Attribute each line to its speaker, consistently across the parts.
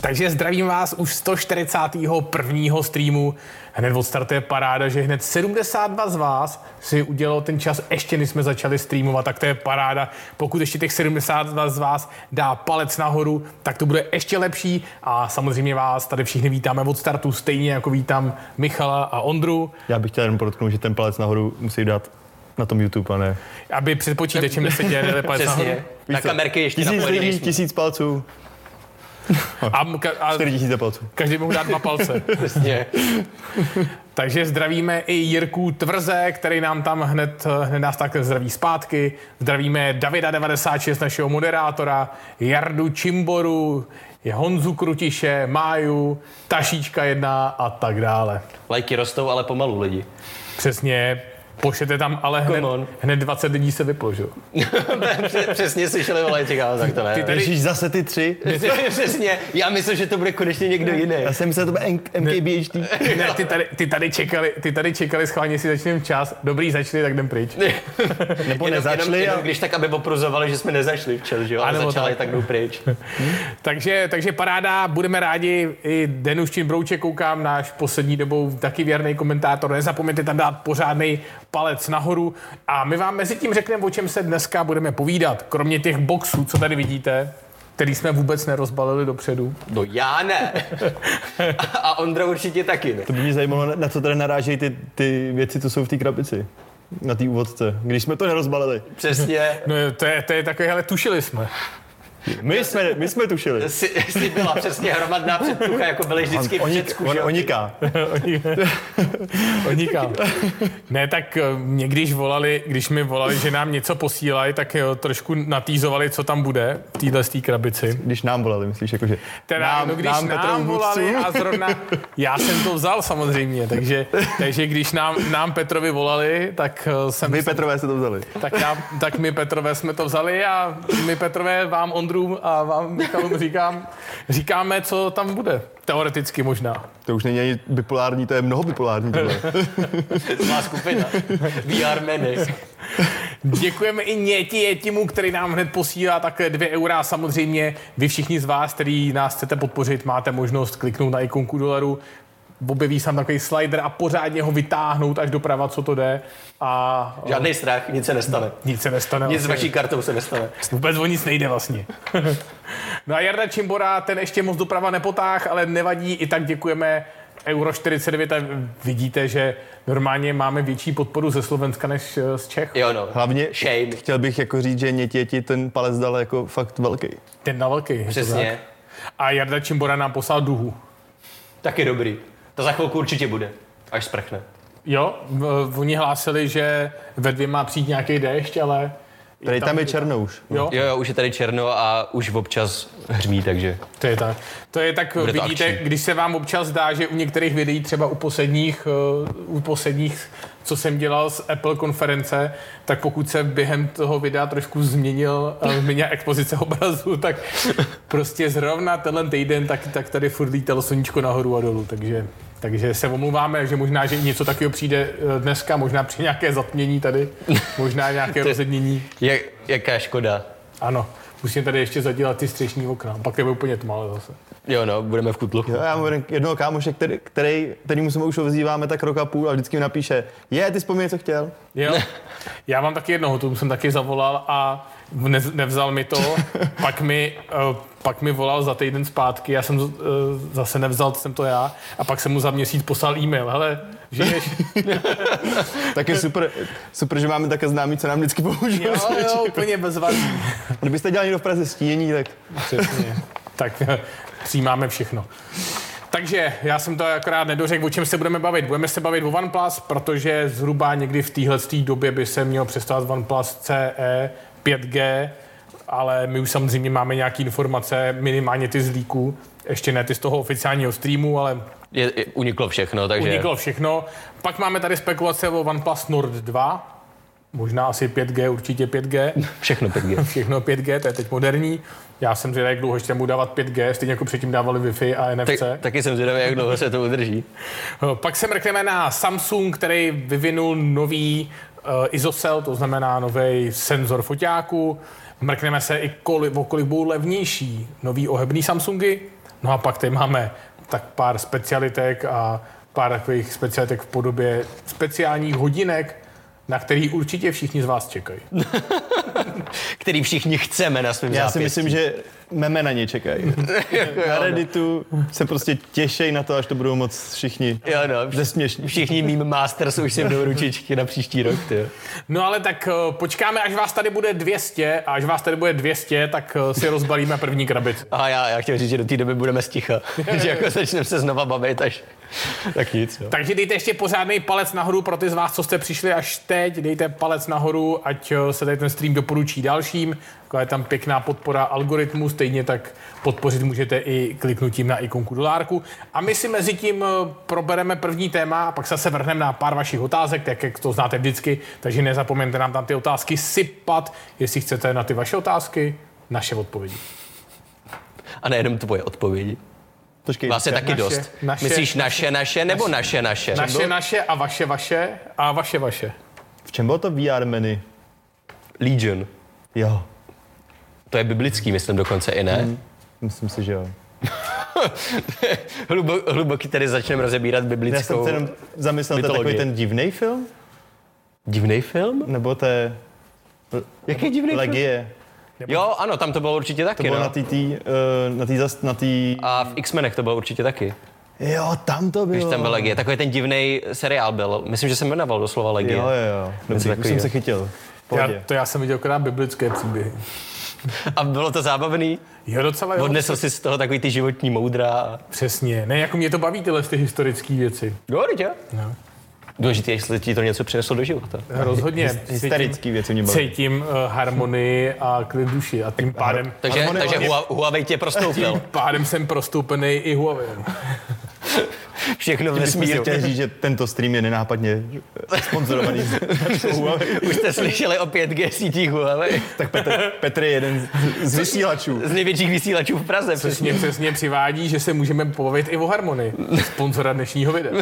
Speaker 1: Takže zdravím vás už 141. streamu. Hned od startu je paráda, že hned 72 z vás si udělalo ten čas, ještě než jsme začali streamovat, tak to je paráda. Pokud ještě těch 72 z vás dá palec nahoru, tak to bude ještě lepší. A samozřejmě vás tady všichni vítáme od startu, stejně jako vítám Michala a Ondru,
Speaker 2: Já bych chtěl jenom podotknout, že ten palec nahoru musí dát na tom YouTube, a ne.
Speaker 1: aby před počítačem se dělali palec nahoru.
Speaker 3: Přesně. Na kamerky ještě
Speaker 2: tisíc
Speaker 3: napojený
Speaker 2: lidí,
Speaker 3: nejsme.
Speaker 2: tisíc palců,
Speaker 1: A, ka- a
Speaker 2: čtyři tisíce palců.
Speaker 1: každý mohl dát dva palce.
Speaker 3: Přesně.
Speaker 1: Takže zdravíme i Jirku Tvrze, který nám tam hned, hned nás takhle zdraví zpátky. Zdravíme Davida 96, našeho moderátora, Jardu Čimboru, Honzu Krutiše, Máju, Tašíčka 1 a tak dále.
Speaker 3: Lajky rostou, ale pomalu lidi.
Speaker 1: Přesně, pošlete tam ale hned,
Speaker 3: Come on.
Speaker 1: hned 20 lidí se vypložil.
Speaker 3: Pře- Přesně slyšeli o lajcích, ale tak to ne.
Speaker 1: Ty tady-
Speaker 2: Ježíš, zase ty tři?
Speaker 3: Přesně, já myslím, že to bude konečně někdo jiný.
Speaker 2: Já jsem myslel, to bude NK- MKBHD.
Speaker 1: Ne, ty tady, ty tady čekali, ty tady čekali schválně, jestli začneme včas. Dobrý, začali, tak jdem pryč.
Speaker 2: Nebo nezačali
Speaker 3: jenom,
Speaker 2: a...
Speaker 3: jenom, když tak, aby opruzovali, že jsme nezačali včas, že jo? Ale
Speaker 1: Ano,
Speaker 3: začali,
Speaker 1: tak.
Speaker 3: tak jdou pryč.
Speaker 1: Takže, takže paráda, budeme rádi. I Denuščin Brouček, koukám, náš poslední dobou taky věrný komentátor. Nezapomeňte tam dát pořádný palec nahoru. A my vám mezi tím řekneme, o čem se dneska budeme povídat. Kromě těch boxů, co tady vidíte, který jsme vůbec nerozbalili dopředu.
Speaker 3: No já ne. A Ondra určitě taky ne.
Speaker 2: To by mě zajímalo, na- na co tady narážejí ty, ty věci, co jsou v té krabici. Na té úvodce, když jsme to nerozbalili.
Speaker 3: Přesně.
Speaker 1: No jo, to je, to je takové, hele, tušili jsme.
Speaker 2: My jsme, my jsme tušili.
Speaker 3: Si, si byla přesně hromadná předtucha, jako byly vždycky v
Speaker 2: Oni,
Speaker 3: Řecku, že
Speaker 2: on,
Speaker 3: jo?
Speaker 2: oniká.
Speaker 1: Onikám. Ne, tak eh, mě když volali, když mi volali, že nám něco posílají, tak jo, trošku natýzovali, co tam bude v téhle z té krabici.
Speaker 2: Když nám volali, myslíš, jakože...
Speaker 1: Teda, nám, no, když nám, nám
Speaker 2: Petrovu
Speaker 1: volali
Speaker 2: vůdcům?
Speaker 1: a zrovna, já jsem to vzal samozřejmě, takže, takže když nám, nám Petrovi volali, tak eh, jsem,
Speaker 2: Vy Petrové se to vzali.
Speaker 1: tak, já, tak my Petrové jsme to vzali a my Petrové vám Ondru a vám Michalům říkám, říkáme, co tam bude. Teoreticky možná.
Speaker 2: To už není ani bipolární, to je mnoho bipolární tohle.
Speaker 3: Má skupina. VR meny.
Speaker 1: Děkujeme i Něti Jetimu, který nám hned posílá také 2 eura. Samozřejmě vy všichni z vás, který nás chcete podpořit, máte možnost kliknout na ikonku dolaru, objeví se tam takový slider a pořádně ho vytáhnout až doprava, co to jde. A
Speaker 3: Žádný strach, nic se nestane.
Speaker 1: nic se nestane.
Speaker 3: Nic s
Speaker 1: vlastně.
Speaker 3: vaší kartou se nestane.
Speaker 1: Vůbec o nic nejde vlastně. no a Jarda Čimbora, ten ještě moc doprava nepotáh, ale nevadí, i tak děkujeme Euro 49 a vidíte, že normálně máme větší podporu ze Slovenska než eh, z Čech.
Speaker 3: Jo no.
Speaker 2: Hlavně
Speaker 3: Shame.
Speaker 2: chtěl bych jako říct, že Nětěti ten palec dal jako fakt velký.
Speaker 1: Ten na velký. je to tak.
Speaker 3: Přesně.
Speaker 1: A Jarda Čimbora nám poslal duhu.
Speaker 3: Taky dobrý. To za chvilku určitě bude. Až sprchne.
Speaker 1: Jo, v- oni hlásili, že ve dvě má přijít nějaký déšť, ale...
Speaker 2: Tady tam je černo už.
Speaker 1: Jo,
Speaker 3: Jo, jo, už je tady černo a už občas hřmí, takže.
Speaker 1: to je tak. To je tak,
Speaker 3: Bude to
Speaker 1: vidíte,
Speaker 3: akční.
Speaker 1: když se vám občas zdá, že u některých videí, třeba u posledních, eh, u posledních, co jsem dělal z Apple konference, tak pokud se během toho videa trošku změnil, eh, změnila expozice obrazu, tak prostě zrovna tenhle týden, tak, tak tady furt lítalo sluníčko nahoru a dolů, takže... Takže se omluváme, že možná, že něco takového přijde eh, dneska, možná při nějaké zatmění tady, možná nějaké rozednění.
Speaker 3: Jak, jaká škoda.
Speaker 1: Ano, musím tady ještě zadělat ty střešní okna, pak je úplně tmavě zase.
Speaker 3: Jo no, budeme v kutlu.
Speaker 2: Jo, já mám jeden- jednoho kámoše, který, který, kterýmu se mu už ozýváme tak rok a půl a vždycky mi napíše, je, ty vzpomínej, co chtěl.
Speaker 1: Jo? Já mám taky jednoho, tomu jsem taky zavolal a ne, nevzal mi to, pak mi, eh, pak mi volal za týden zpátky, já jsem eh, zase nevzal, jsem to já, a pak jsem mu za měsíc poslal e-mail, hele, žiješ?
Speaker 2: Tak je super, super, že máme také známý, co nám vždycky pomůže.
Speaker 1: Jo, jo, úplně bezvadný.
Speaker 2: Kdybyste dělali někdo v Praze stínění, tak
Speaker 1: Přesně. tak eh, přijímáme všechno. Takže já jsem to akorát nedořekl, o čem se budeme bavit. Budeme se bavit o OnePlus, protože zhruba někdy v téhle době by se měl přestávat OnePlus CE 5G, ale my už samozřejmě máme nějaké informace, minimálně ty z líků, ještě ne ty z toho oficiálního streamu, ale
Speaker 3: Je, je, uniklo všechno, takže.
Speaker 1: uniklo všechno. Pak máme tady spekulace o OnePlus Nord 2, možná asi 5G, určitě 5G
Speaker 3: Všechno 5G.
Speaker 1: všechno 5G, to je teď moderní. Já jsem zvědavý, jak dlouho ještě budu dávat 5G, stejně jako předtím dávali Wi-Fi a NFC.
Speaker 3: Tak, taky jsem zvědavý, jak dlouho se to udrží.
Speaker 1: Eh, Pak se mrkneme na Samsung, který vyvinul nový uh, ISOCELL, to znamená nový senzor foťáku. Mrkneme se i kolik, o kolik budou levnější nový ohebný Samsungy. No a pak tady máme tak pár specialitek a pár takových specialitek v podobě speciálních hodinek, na který určitě všichni z vás čekají.
Speaker 3: který všichni chceme na svém
Speaker 2: Já si
Speaker 3: zápěstí.
Speaker 2: myslím, že meme na ně čekají. na Redditu se prostě těšej na to, až to budou moc všichni
Speaker 3: Jo, no, vš-
Speaker 2: zesměšní.
Speaker 3: všichni mým masters už si mnou ručičky na příští rok, ty. jo.
Speaker 1: No ale tak eh, počkáme, až vás tady bude 200 a až vás tady bude 200, tak eh, si rozbalíme první krabici.
Speaker 3: A já, já chtěl říct, že do té doby budeme sticha. že jako začneme se znova bavit, až... Tak nic,
Speaker 2: no.
Speaker 3: jo.
Speaker 1: Takže dejte ještě pořádný palec nahoru pro ty z vás, co jste přišli až teď. Dejte palec nahoru, ať eh, se tady ten stream doporučí dalším. Taková je tam pěkná podpora algoritmu, stejně tak podpořit můžete i kliknutím na ikonku dolárku. A my si mezi tím eh, probereme první téma a pak se zase vrhneme na pár vašich otázek, tak jak to znáte vždycky. Takže nezapomeňte nám tam ty otázky sypat, jestli chcete na ty vaše otázky naše odpovědi.
Speaker 3: A nejenom tvoje odpovědi.
Speaker 2: Počkej,
Speaker 3: Vás je Vlastně taky
Speaker 1: naše-
Speaker 3: dost.
Speaker 1: naše-
Speaker 3: Myslíš naše, naše, nebo naše, naše?
Speaker 1: Naše, naše a vaše, vaše a vaše, vaše.
Speaker 2: v čem bylo to VR menu?
Speaker 3: Legion.
Speaker 2: Jo,
Speaker 3: To je biblický, myslím dokonce i ne.
Speaker 2: Hmm. myslím si, že jo.
Speaker 3: Hlubo, hluboký tady začneme rozebírat
Speaker 2: Já jsem
Speaker 3: biblickou...
Speaker 2: se jenom zamyslel, to je
Speaker 3: mytologii.
Speaker 2: takový ten divný film?
Speaker 3: Divný film?
Speaker 2: Nebo to je
Speaker 3: Jaký divný film?
Speaker 2: Legie?
Speaker 3: Jo, ano, tam to bylo určitě
Speaker 2: To
Speaker 3: taky,
Speaker 2: bylo
Speaker 3: no.
Speaker 2: na tý, tý, eh, na tý, zas- na tý...
Speaker 3: A v X-menech to bylo určitě taky.
Speaker 2: Jo, tam to bylo.
Speaker 3: Když tam byl Legie. Takový ten divný seriál byl. Myslím, že se jmenoval doslova Legie.
Speaker 2: Jo, jo, jo. Dobře, už
Speaker 3: takový,
Speaker 2: jsem
Speaker 3: jo.
Speaker 2: se chytil. V
Speaker 1: Já,
Speaker 2: Pohodě.
Speaker 1: to já jsem viděl akorát biblické příběhy.
Speaker 3: A bylo to zábavný.
Speaker 1: Jo, docela
Speaker 2: No
Speaker 1: jo.
Speaker 3: Odnesl si z toho takový ty životní moudra. a-
Speaker 1: Přesně. Ne, jako mě to baví tyhle ty historické věci.
Speaker 3: Jo, jo.
Speaker 1: No.
Speaker 3: Důležité, jestli ti to něco přineslo do života.
Speaker 1: Rozhodně.
Speaker 2: Hysterický věci mě
Speaker 1: Cítím,
Speaker 2: baví.
Speaker 1: cítím uh, harmonii a klid duši a tím pádem,
Speaker 3: Takže,
Speaker 2: Harmony-
Speaker 3: takže Hua- Huawei tě prostoupil.
Speaker 1: pádem jsem prostoupený i Huawei.
Speaker 3: Všechno v
Speaker 2: Myslím, že
Speaker 3: vesmíru.
Speaker 2: chtěl říct, že tento stream je nenápadně sponzorovaný.
Speaker 3: Už jste slyšeli o 5G sítích Huawei.
Speaker 2: tak Petr, Petr je jeden z, z vysílačů.
Speaker 3: Z největších vysílačů v Praze.
Speaker 1: Což
Speaker 3: přesně.
Speaker 1: mě přesně přivádí, že se můžeme pobavit i o harmonii. Sponzora dnešního videa.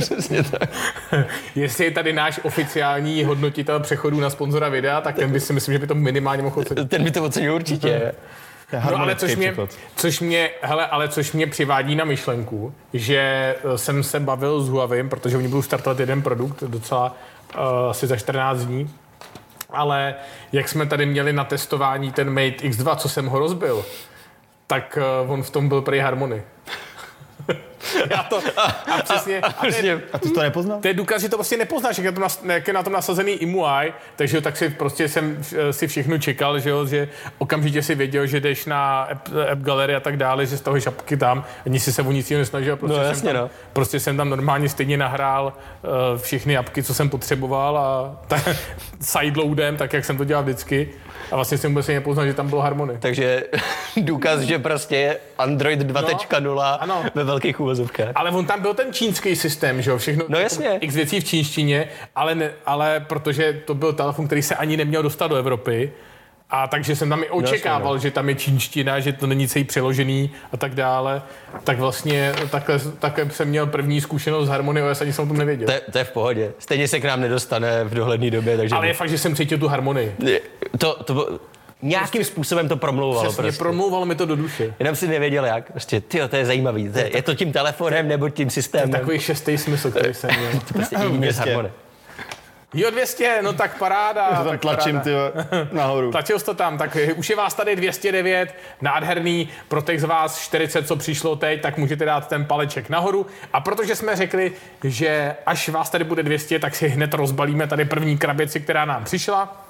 Speaker 3: Přesně tak.
Speaker 1: Jestli je tady náš oficiální hodnotitel přechodu na sponzora videa, tak ten by si myslím, že by to minimálně mohl ocenit.
Speaker 3: Ten by to ocenil určitě.
Speaker 2: To je
Speaker 1: No ale
Speaker 2: harmonický
Speaker 1: což mě,
Speaker 2: překlad.
Speaker 1: což mě, hele, ale což mě přivádí na myšlenku, že eh, jsem se bavil s Huawei, protože oni budou startovat jeden produkt docela uh, asi za 14 dní, ale jak jsme tady měli na testování ten Mate X2, co jsem ho rozbil, tak uh, on v tom byl prej Harmony. Já to, a přesně, a to je
Speaker 3: Přesně.
Speaker 2: A ty jsi to
Speaker 3: No.
Speaker 2: nepoznal?
Speaker 1: to je důkaz, že to prostě nepoznáš, jak je, to nas, jak je na tom nasazený imuaj, takže jo, tak si prostě jsem eh, si všechno čekal, že, jo, že okamžitě si věděl, že jdeš na app, app galerie a tak dále, že stahuješ apky tam, ani si se o nic jiného nesnažil. Prostě,
Speaker 3: No, jasně,
Speaker 1: jsem tam,
Speaker 3: no.
Speaker 1: prostě jsem tam normálně stejně nahrál uh, všechny apky, co jsem potřeboval a ta, sideloadem, tak jak jsem to dělal vždycky. A vlastně jsem vůbec ani nepoznal, že tam bylo harmonie.
Speaker 3: Takže důkaz, že prostě je Android 2.0
Speaker 1: No, ano.
Speaker 3: ve velkých úvozovkách.
Speaker 1: Ale on tam byl ten čínský systém, že jo, všechno.
Speaker 3: No jasně.
Speaker 1: X věcí v čínštině, ale, ne, ale protože to byl telefon, který se ani neměl dostat do Evropy, a takže jsem tam i očekával, no, že tam je čínština, že to není celý přeložený a tak dále. Tak vlastně takhle, takhle jsem měl první zkušenost s Harmony OS, ani jsem o tom nevěděl.
Speaker 3: To, je- to je v pohodě. Stejně se k nám nedostane v dohledné době, takže...
Speaker 1: Ale je fakt, že jsem cítil tu harmonii.
Speaker 3: To, to bylo... Nějakým způsobem to promlouvalo
Speaker 1: Prostě- Přesně,
Speaker 3: prostě.
Speaker 1: promlouvalo mi to do duše.
Speaker 3: Jenom si nevěděl jak. Prostě, tyjo, to je zajímavý. To je, je to tím telefonem nebo tím systémem.
Speaker 1: Takový šestý smysl, který jsem měl.
Speaker 3: To prostě jediný věc
Speaker 2: Jistě.
Speaker 3: harmonie.
Speaker 1: Jo, 200, no tak paráda.
Speaker 2: To tam
Speaker 1: tak
Speaker 2: tlačím,
Speaker 1: paráda.
Speaker 2: ty jo, nahoru.
Speaker 1: Tlačil jste tam, tak je- už je vás tady 209, nádherný, pro těch z vás 40, co přišlo teď, tak můžete dát ten paleček nahoru. A protože jsme řekli, že až vás tady bude 200, tak si hned rozbalíme tady první krabici, která nám přišla,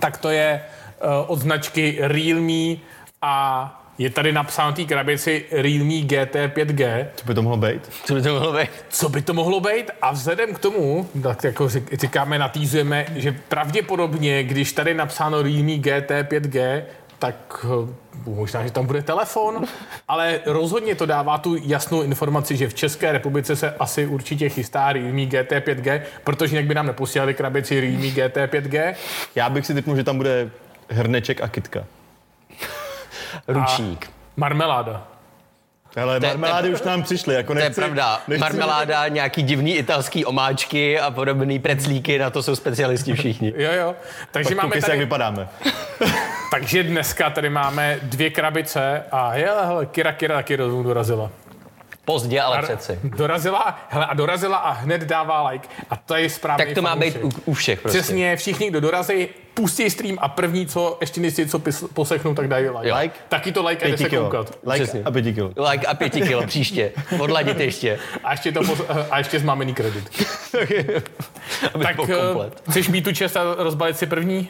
Speaker 1: tak to je uh, od značky Realme a je tady napsáno na té krabici Realme GT 5G.
Speaker 2: Co by to mohlo být?
Speaker 3: Co by to mohlo být?
Speaker 1: Co by to mohlo být? A vzhledem k tomu, tak jako řek- říkáme, natýzujeme, že pravděpodobně, když tady je napsáno Realme GT 5G, tak eh, možná, že tam bude telefon, ale rozhodně to dává tu jasnou informaci, že v České republice se asi určitě chystá Realme GT 5G, protože jinak by nám neposílali krabici Realme GT 5G.
Speaker 2: Já bych si typnul, že tam bude hrneček a kitka.
Speaker 3: Ručník.
Speaker 1: Marmeláda.
Speaker 2: Ale
Speaker 3: To je-
Speaker 2: marmelády už nám přišly, jako
Speaker 3: To je
Speaker 2: nechci,
Speaker 3: pravda.
Speaker 2: nechci-
Speaker 3: Marmeláda, nějaký divný italský omáčky a podobný preclíky, na to jsou specialisti všichni.
Speaker 1: Jo, jo. Takže máme
Speaker 2: Koukej se, jak
Speaker 1: tady,
Speaker 2: vypadáme.
Speaker 1: Takže dneska tady máme dvě krabice a hele, hele Kira Kira taky rozum dorazila.
Speaker 3: Pozdě, ale
Speaker 1: A-
Speaker 3: přeci.
Speaker 1: Dorazila, hele, a dorazila a hned dává like. A to je správně.
Speaker 3: Tak to má být u, u všech prostě.
Speaker 1: Přesně, všichni, kdo dorazí, pustí stream a první, co ještě než si co pis- poslechnou, tak dají like.
Speaker 3: Jo.
Speaker 2: Like?
Speaker 1: Taky to like a jde
Speaker 2: Pěti
Speaker 1: se
Speaker 2: kilo.
Speaker 1: koukat.
Speaker 2: Like
Speaker 3: Přesně.
Speaker 2: a pěti kilo.
Speaker 3: Like a pěti kilo příště. Odladit ještě.
Speaker 1: A ještě, to pos- eh, a ještě zmámený kredit.
Speaker 3: Aby
Speaker 1: Tak
Speaker 3: tak,
Speaker 1: eh,
Speaker 3: komplet.
Speaker 1: chceš mít tu čest a rozbalit si první?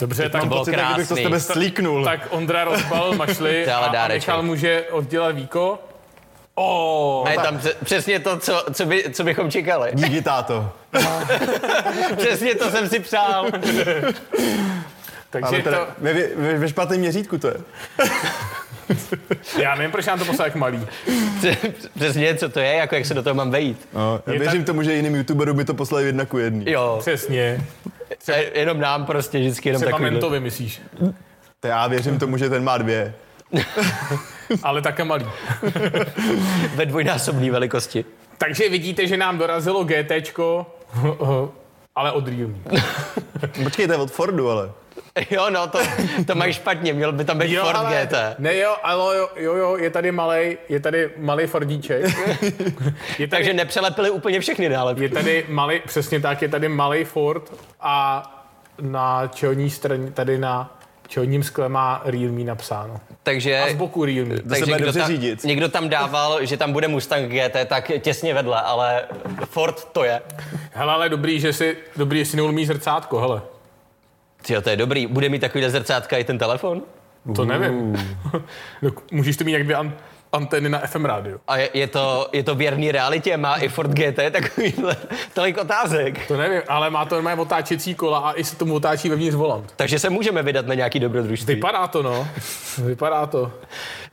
Speaker 1: Dobře, tak,
Speaker 3: Mám
Speaker 1: to-
Speaker 3: pocit, jak
Speaker 2: kdybych to z tebe slíknul.
Speaker 1: tak Ondra rozbal mašli
Speaker 3: To je ale
Speaker 1: a, a
Speaker 3: dáreček.
Speaker 1: nechal může oddělat víko. Oh,
Speaker 3: A je tam pře- přesně to, co, co, by, co bychom čekali.
Speaker 2: Díky, táto.
Speaker 1: No.
Speaker 3: Přesně to jsem si přál.
Speaker 1: takže
Speaker 2: Ale
Speaker 1: to,
Speaker 2: teda, ve, ve, ve špatném měřítku to je.
Speaker 1: já nevím, proč nám to poslal jak malý.
Speaker 3: Pře- Přesně, co to je, jako jak se do toho mám vejít.
Speaker 2: No, já
Speaker 1: Je
Speaker 2: věřím tomu, že jiným youtuberům by to poslali jedna ku jedný.
Speaker 3: Jo,
Speaker 1: Přesně.
Speaker 3: a jenom nám prostě vždycky jenom
Speaker 1: Třeba
Speaker 3: takový.
Speaker 1: mentovi myslíš,
Speaker 2: To já věřím tomu, že ten má dvě.
Speaker 1: ale také malý.
Speaker 3: Ve dvojnásobné velikosti.
Speaker 1: Takže vidíte, že nám dorazilo GTčko, ale od Realme.
Speaker 2: Počkej, to je od Fordu, ale.
Speaker 3: Jo, no, to, to mají špatně, měl by tam být jo, Ford
Speaker 1: ale,
Speaker 3: GT.
Speaker 1: Ne jo, ale jo, jo, jo, je tady malej, je tady malý Fordíček. Je tady,
Speaker 3: Takže nepřelepili úplně všechny nálepky.
Speaker 1: je tady malý, přesně tak, je tady malý Ford a na čelní straně, tady na čelním skle má Realme napsáno.
Speaker 3: Takže,
Speaker 1: A z boku Realme.
Speaker 2: se bude dobře
Speaker 3: tam,
Speaker 2: řídit.
Speaker 3: někdo tam dával, že tam bude Mustang GT, tak těsně vedle, ale Ford to je.
Speaker 1: Hele, ale dobrý, že si, dobrý, že si neumí zrcátko, hele.
Speaker 3: Tyjo, to je dobrý. Bude mít takovýhle zrcátka i ten telefon?
Speaker 1: To nevím. No, Můžeš to mít jak dvě an- antény na FM rádiu.
Speaker 3: A je, je, to, je to věrný realitě? Má i Ford GT takovýhle? Tolik otázek.
Speaker 1: To nevím, ale má to normálně otáčecí kola a i se tomu otáčí vevnitř volant.
Speaker 3: Takže se můžeme vydat na nějaký dobrodružství.
Speaker 1: Vypadá to, no. Vypadá to.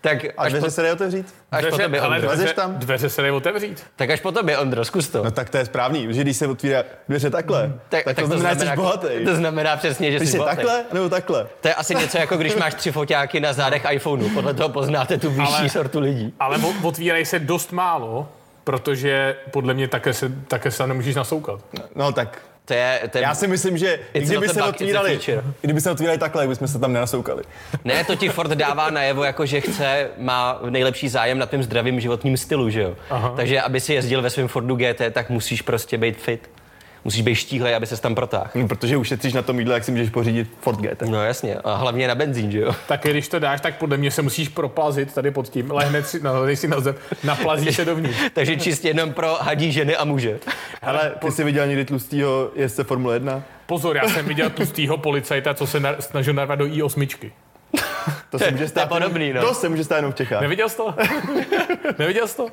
Speaker 3: Tak
Speaker 2: A
Speaker 3: až, po,
Speaker 2: dveře se dají otevřít?
Speaker 3: až po tobě,
Speaker 1: ale dveře,
Speaker 3: Ondro.
Speaker 2: Lezeš tam?
Speaker 1: dveře se dají otevřít.
Speaker 3: Tak až po tobě, Ondro, zkus to.
Speaker 2: No tak to je správný, že když se otvírá dveře takhle, tak, tak, to znamená, že jsi bohatý.
Speaker 3: jako- To znamená přesně, že
Speaker 2: Když
Speaker 3: jsi
Speaker 2: jsi
Speaker 3: bohatý.
Speaker 2: takhle, nebo takhle.
Speaker 3: To je asi něco jako když máš tři foťáky na zádech iPhoneu. Podle toho poznáte tu vyšší
Speaker 1: Ale-
Speaker 3: sortu lidí.
Speaker 1: Ale o- otvírají se dost málo, protože podle mě také se, také se nemůžeš nasoukat.
Speaker 2: No tak,
Speaker 3: To je, to je...
Speaker 2: já si myslím, že i
Speaker 3: It's
Speaker 2: kdyby
Speaker 3: not a
Speaker 2: se
Speaker 3: bug, it's a
Speaker 2: otvírali,
Speaker 3: feature.
Speaker 2: i kdyby se otvírali takhle, kdyby jsme se tam nenasoukali.
Speaker 3: Ne, to ti Ford dává najevo, jako že chce, má nejlepší zájem na tom zdravým životním stylu, že jo? Aha. Takže aby si jezdil ve svém Fordu GT, tak musíš prostě být fit. Musíš být štíhlej, aby se tam protáhl.
Speaker 2: No, protože ušetříš na tom jídle, jak si můžeš pořídit Ford GT.
Speaker 3: No jasně, a hlavně na benzín, že jo?
Speaker 1: Tak když to dáš, tak podle mě se musíš proplazit tady pod tím. Lehneš si, no, lehneš si na zem, naplazíš se dovnitř.
Speaker 3: Takže čistě jenom pro hadí ženy a muže.
Speaker 2: Ale ty jsi viděl někdy tlustýho jezdce Formule 1?
Speaker 1: Pozor, já jsem viděl tlustýho policajta, co se na, snažil narvat do i8.
Speaker 2: To se může
Speaker 3: je
Speaker 2: stát.
Speaker 3: podobný, no.
Speaker 2: To se může stát jenom v Čechách.
Speaker 1: Neviděl jsi to? Neviděl jsi to?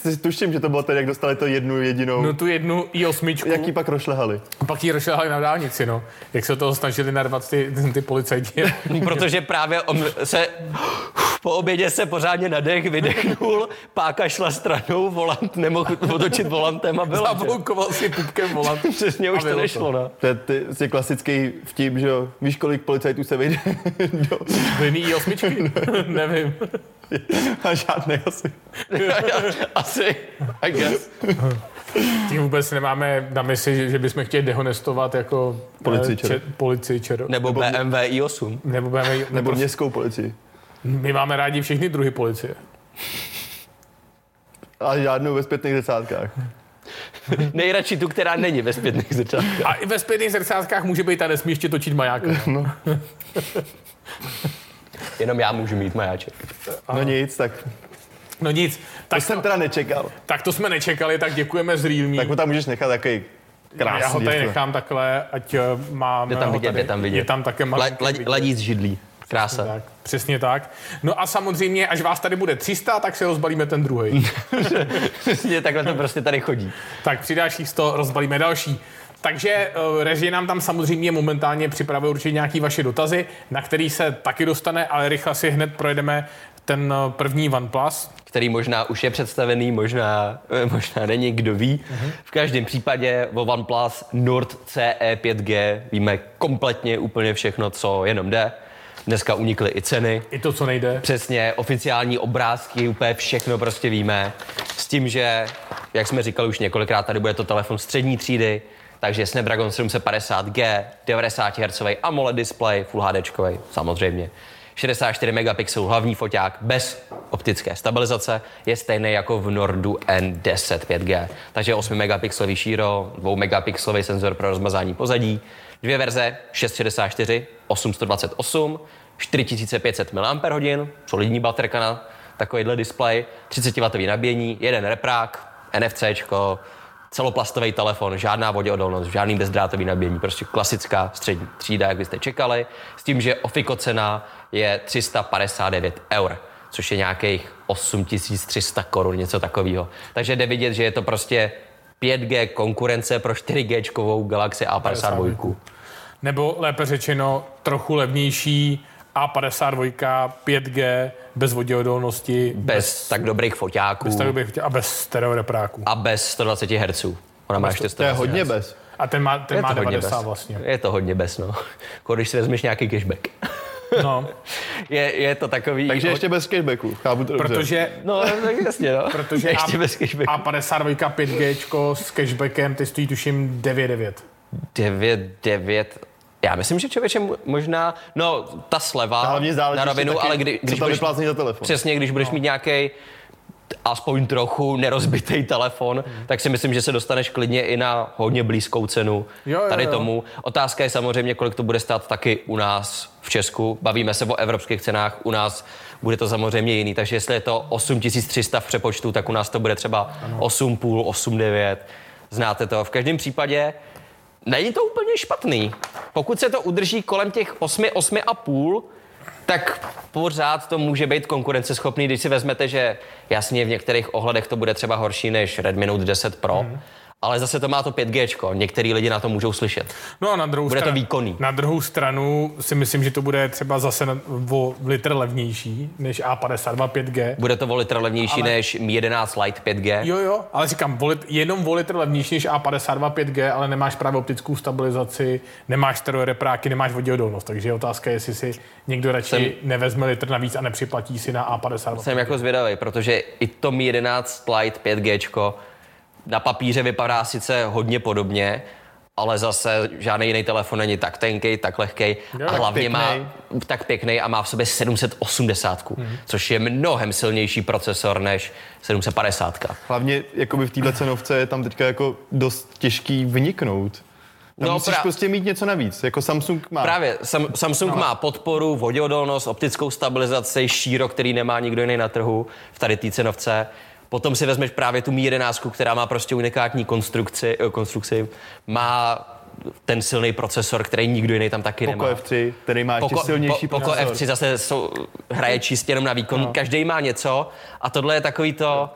Speaker 2: Si Tuším, že to bylo tady, jak dostali to jednu jedinou.
Speaker 1: No tu jednu i8.
Speaker 2: Jaký pak rošlehali?
Speaker 1: Pak ji rozšahali na dálnici, no. Jak se toho snažili narvat ty, ty policajti.
Speaker 3: Protože právě on se po obědě se pořádně nadech, vydechnul, páka šla stranou, volant nemohl otočit volantem a byla.
Speaker 1: Zabloukoval si pupkem volant.
Speaker 3: Přesně
Speaker 1: A
Speaker 3: už
Speaker 1: bylo
Speaker 3: to
Speaker 1: to.
Speaker 3: nešlo, no.
Speaker 2: To je, ty, je klasický vtip, že jo? Víš, kolik policajtů se vejde do...
Speaker 1: Jiný i osmičky? Nevím.
Speaker 2: A žádný asi.
Speaker 3: Asi, I guess.
Speaker 1: Tím vůbec nemáme na mysli, že, že bychom chtěli dehonestovat jako
Speaker 2: Policii
Speaker 1: eh,
Speaker 2: ČR.
Speaker 1: policii čero. Ne.
Speaker 3: Nebo BMW i8.
Speaker 1: Nebo, budeme, nebo
Speaker 2: Nebo
Speaker 1: prostě,
Speaker 2: městskou policii.
Speaker 1: my máme rádi všechny druhy policie.
Speaker 2: A žádnou ve zpětných desátkách. No
Speaker 3: Nejradši tu, která není ve zpětných zrcátkách.
Speaker 1: A i ve zpětných zrcátkách může být a nesmí ještě točit majáka.
Speaker 2: No.
Speaker 3: Jenom já můžu mít majáček.
Speaker 2: No nic, tak
Speaker 1: No nic, tak,
Speaker 2: to jsem teda nečekal.
Speaker 1: tak to jsme nečekali, tak děkujeme z Realme.
Speaker 2: Tak ho tam můžeš nechat takový krásný. jako-
Speaker 1: Já ho tady
Speaker 2: děvče.
Speaker 1: nechám takhle, ať eh, máme
Speaker 3: Je tam
Speaker 1: ho
Speaker 3: vidět,
Speaker 1: tady,
Speaker 3: je tam vidět.
Speaker 1: Je tam také
Speaker 3: La,
Speaker 1: malinké
Speaker 3: la,
Speaker 1: vidět.
Speaker 3: ladí z židlí. Krása.
Speaker 1: Tak, přesně tak. No a samozřejmě, až vás tady bude 300, tak si rozbalíme ten druhý.
Speaker 3: Přesně takhle to prostě tady chodí.
Speaker 1: tak přidáš jich 100, rozbalíme další. Takže eh, režie nám tam samozřejmě momentálně připravuje určitě nějaké vaše dotazy, na který se taky dostane, ale rychle si hned projedeme ten eh, první OnePlus.
Speaker 3: který možná už je představený, možná, eh, možná není, kdo ví. V každém případě o OnePlus Nord CE 5G víme kompletně úplně všechno, co jenom jde. Dneska unikly i ceny,
Speaker 1: I to, co nejde.
Speaker 3: přesně oficiální obrázky, úplně všechno prostě víme. S tím, že, jak jsme říkali už několikrát, tady bude to telefon střední třídy, Takže Snapdragon 750G, 90 Hz AMOLED display, Full HD, samozřejmě. 64 megapixelů hlavní foťák bez optické stabilizace je stejný jako v Nordu N10 5G. Takže 8 megapixelový šíro, 2 megapixelový senzor pro rozmazání pozadí, dvě verze 664, 828, 4500 mAh, solidní baterka na takovýhle displej, 30W nabíjení, jeden reprák, NFC, celoplastový telefon, žádná voděodolnost, žádný bezdrátový nabíjení, prostě klasická střední třída, jak byste čekali, s tím, že ofiko cena je 359 eur, což je nějakých 8300 korun, něco takového. Takže jde vidět, že je to prostě 5G konkurence pro 4G Galaxy A52.
Speaker 1: Nebo lépe řečeno trochu levnější A52 5G bez voděodolnosti.
Speaker 3: Bez tak dobrých foťáků
Speaker 1: bez tak bych chtěl- a bez stereorepráku.
Speaker 3: a bez 120 Hz. Ona má
Speaker 2: To je
Speaker 3: 420
Speaker 2: hodně
Speaker 3: Hz.
Speaker 2: bez.
Speaker 1: A ten má, ten
Speaker 3: Je
Speaker 1: má
Speaker 3: to hodně
Speaker 1: 90
Speaker 3: bez.
Speaker 1: vlastně.
Speaker 3: Je to hodně bez, no. Jako Když si vezmeš nějaký cashback.
Speaker 1: No,
Speaker 3: Je, je to takový...
Speaker 2: Takže ještě bez cashbacku, chápu to dobře.
Speaker 1: protože
Speaker 3: No, tak jasně, no.
Speaker 1: Protože
Speaker 3: ještě
Speaker 1: a-
Speaker 3: bez cashbacku.
Speaker 1: A52 5G s cashbackem, ty stojí tuším 9,9.
Speaker 3: 9, 9, já myslím, že člověče mo- možná, no ta sleva
Speaker 2: A hlavně záleží
Speaker 3: na rovinu,
Speaker 2: taky,
Speaker 3: ale kdy,
Speaker 2: když
Speaker 3: když
Speaker 2: co tam
Speaker 3: budeš,
Speaker 2: vyplácení za telefon.
Speaker 3: přesně, když budeš mít nějaký aspoň trochu nerozbitý telefon, tak si myslím, že se dostaneš klidně i na hodně blízkou cenu
Speaker 1: Jo, jo,
Speaker 3: tady
Speaker 1: jo.
Speaker 3: tomu. Otázka je samozřejmě, kolik to bude stát taky u nás v Česku. Bavíme se o evropských cenách, u nás bude to samozřejmě jiný, takže jestli je to 8300 v přepočtu, tak u nás to bude třeba 8,5, 8,9. Znáte to. V každém případě není to úplně špatný. Pokud se to udrží kolem těch 8, 8,5, tak pořád to může být konkurenceschopný, když si vezmete, že jasně v některých ohledech to bude třeba horší než Redmi Note 10 Pro, mm. ale zase to má to 5G, některý lidi na to můžou slyšet.
Speaker 1: No a na druhou
Speaker 3: Bude to
Speaker 1: stranu,
Speaker 3: výkonný.
Speaker 1: Na druhou stranu si myslím, že to bude třeba zase na- o litr levnější než A52 5G.
Speaker 3: Bude to o litr levnější ale... než Mi 11 Lite 5G.
Speaker 1: Jo, jo, ale říkám, volit, jenom volit levnější než A52 5G, ale nemáš právě optickou stabilizaci, nemáš stereorepráky, nemáš voděodolnost, takže je otázka, jestli si někdo radši
Speaker 3: Jsem-
Speaker 1: nevezme litr navíc a nepřiplatí si na A52.
Speaker 3: Jsem jako zvědavý, protože i to Mi 11 Lite 5G na papíře vypadá sice hodně podobně, ale zase žádný jiný telefon není tak tenký, tak lehký a
Speaker 1: tak
Speaker 3: hlavně má
Speaker 2: pěknej.
Speaker 3: tak pěkný a má v sobě 780, mm. což je mnohem silnější procesor než 750.
Speaker 2: Hlavně jakoby v této cenovce je tam teďka jako dost těžký vniknout. Tam
Speaker 3: No,
Speaker 2: no, musíš
Speaker 3: pra-
Speaker 2: prostě mít něco navíc, jako Samsung má.
Speaker 3: Právě sam, Samsung no. má podporu, voděodolnost, optickou stabilizaci, šíro, který nemá nikdo jiný na trhu v tady té cenovce. Potom si vezmeš právě tu Mi 11, která má prostě unikátní konstrukci, eh, konstrukci má ten silný procesor, který nikdo jiný tam taky
Speaker 2: Poco
Speaker 3: nemá.
Speaker 2: F3, který má ještě silnější
Speaker 3: po, Poco
Speaker 2: procesor.
Speaker 3: F3 zase jsou, hraje čistě jenom na výkon. No. Každý má něco a tohle je takový to,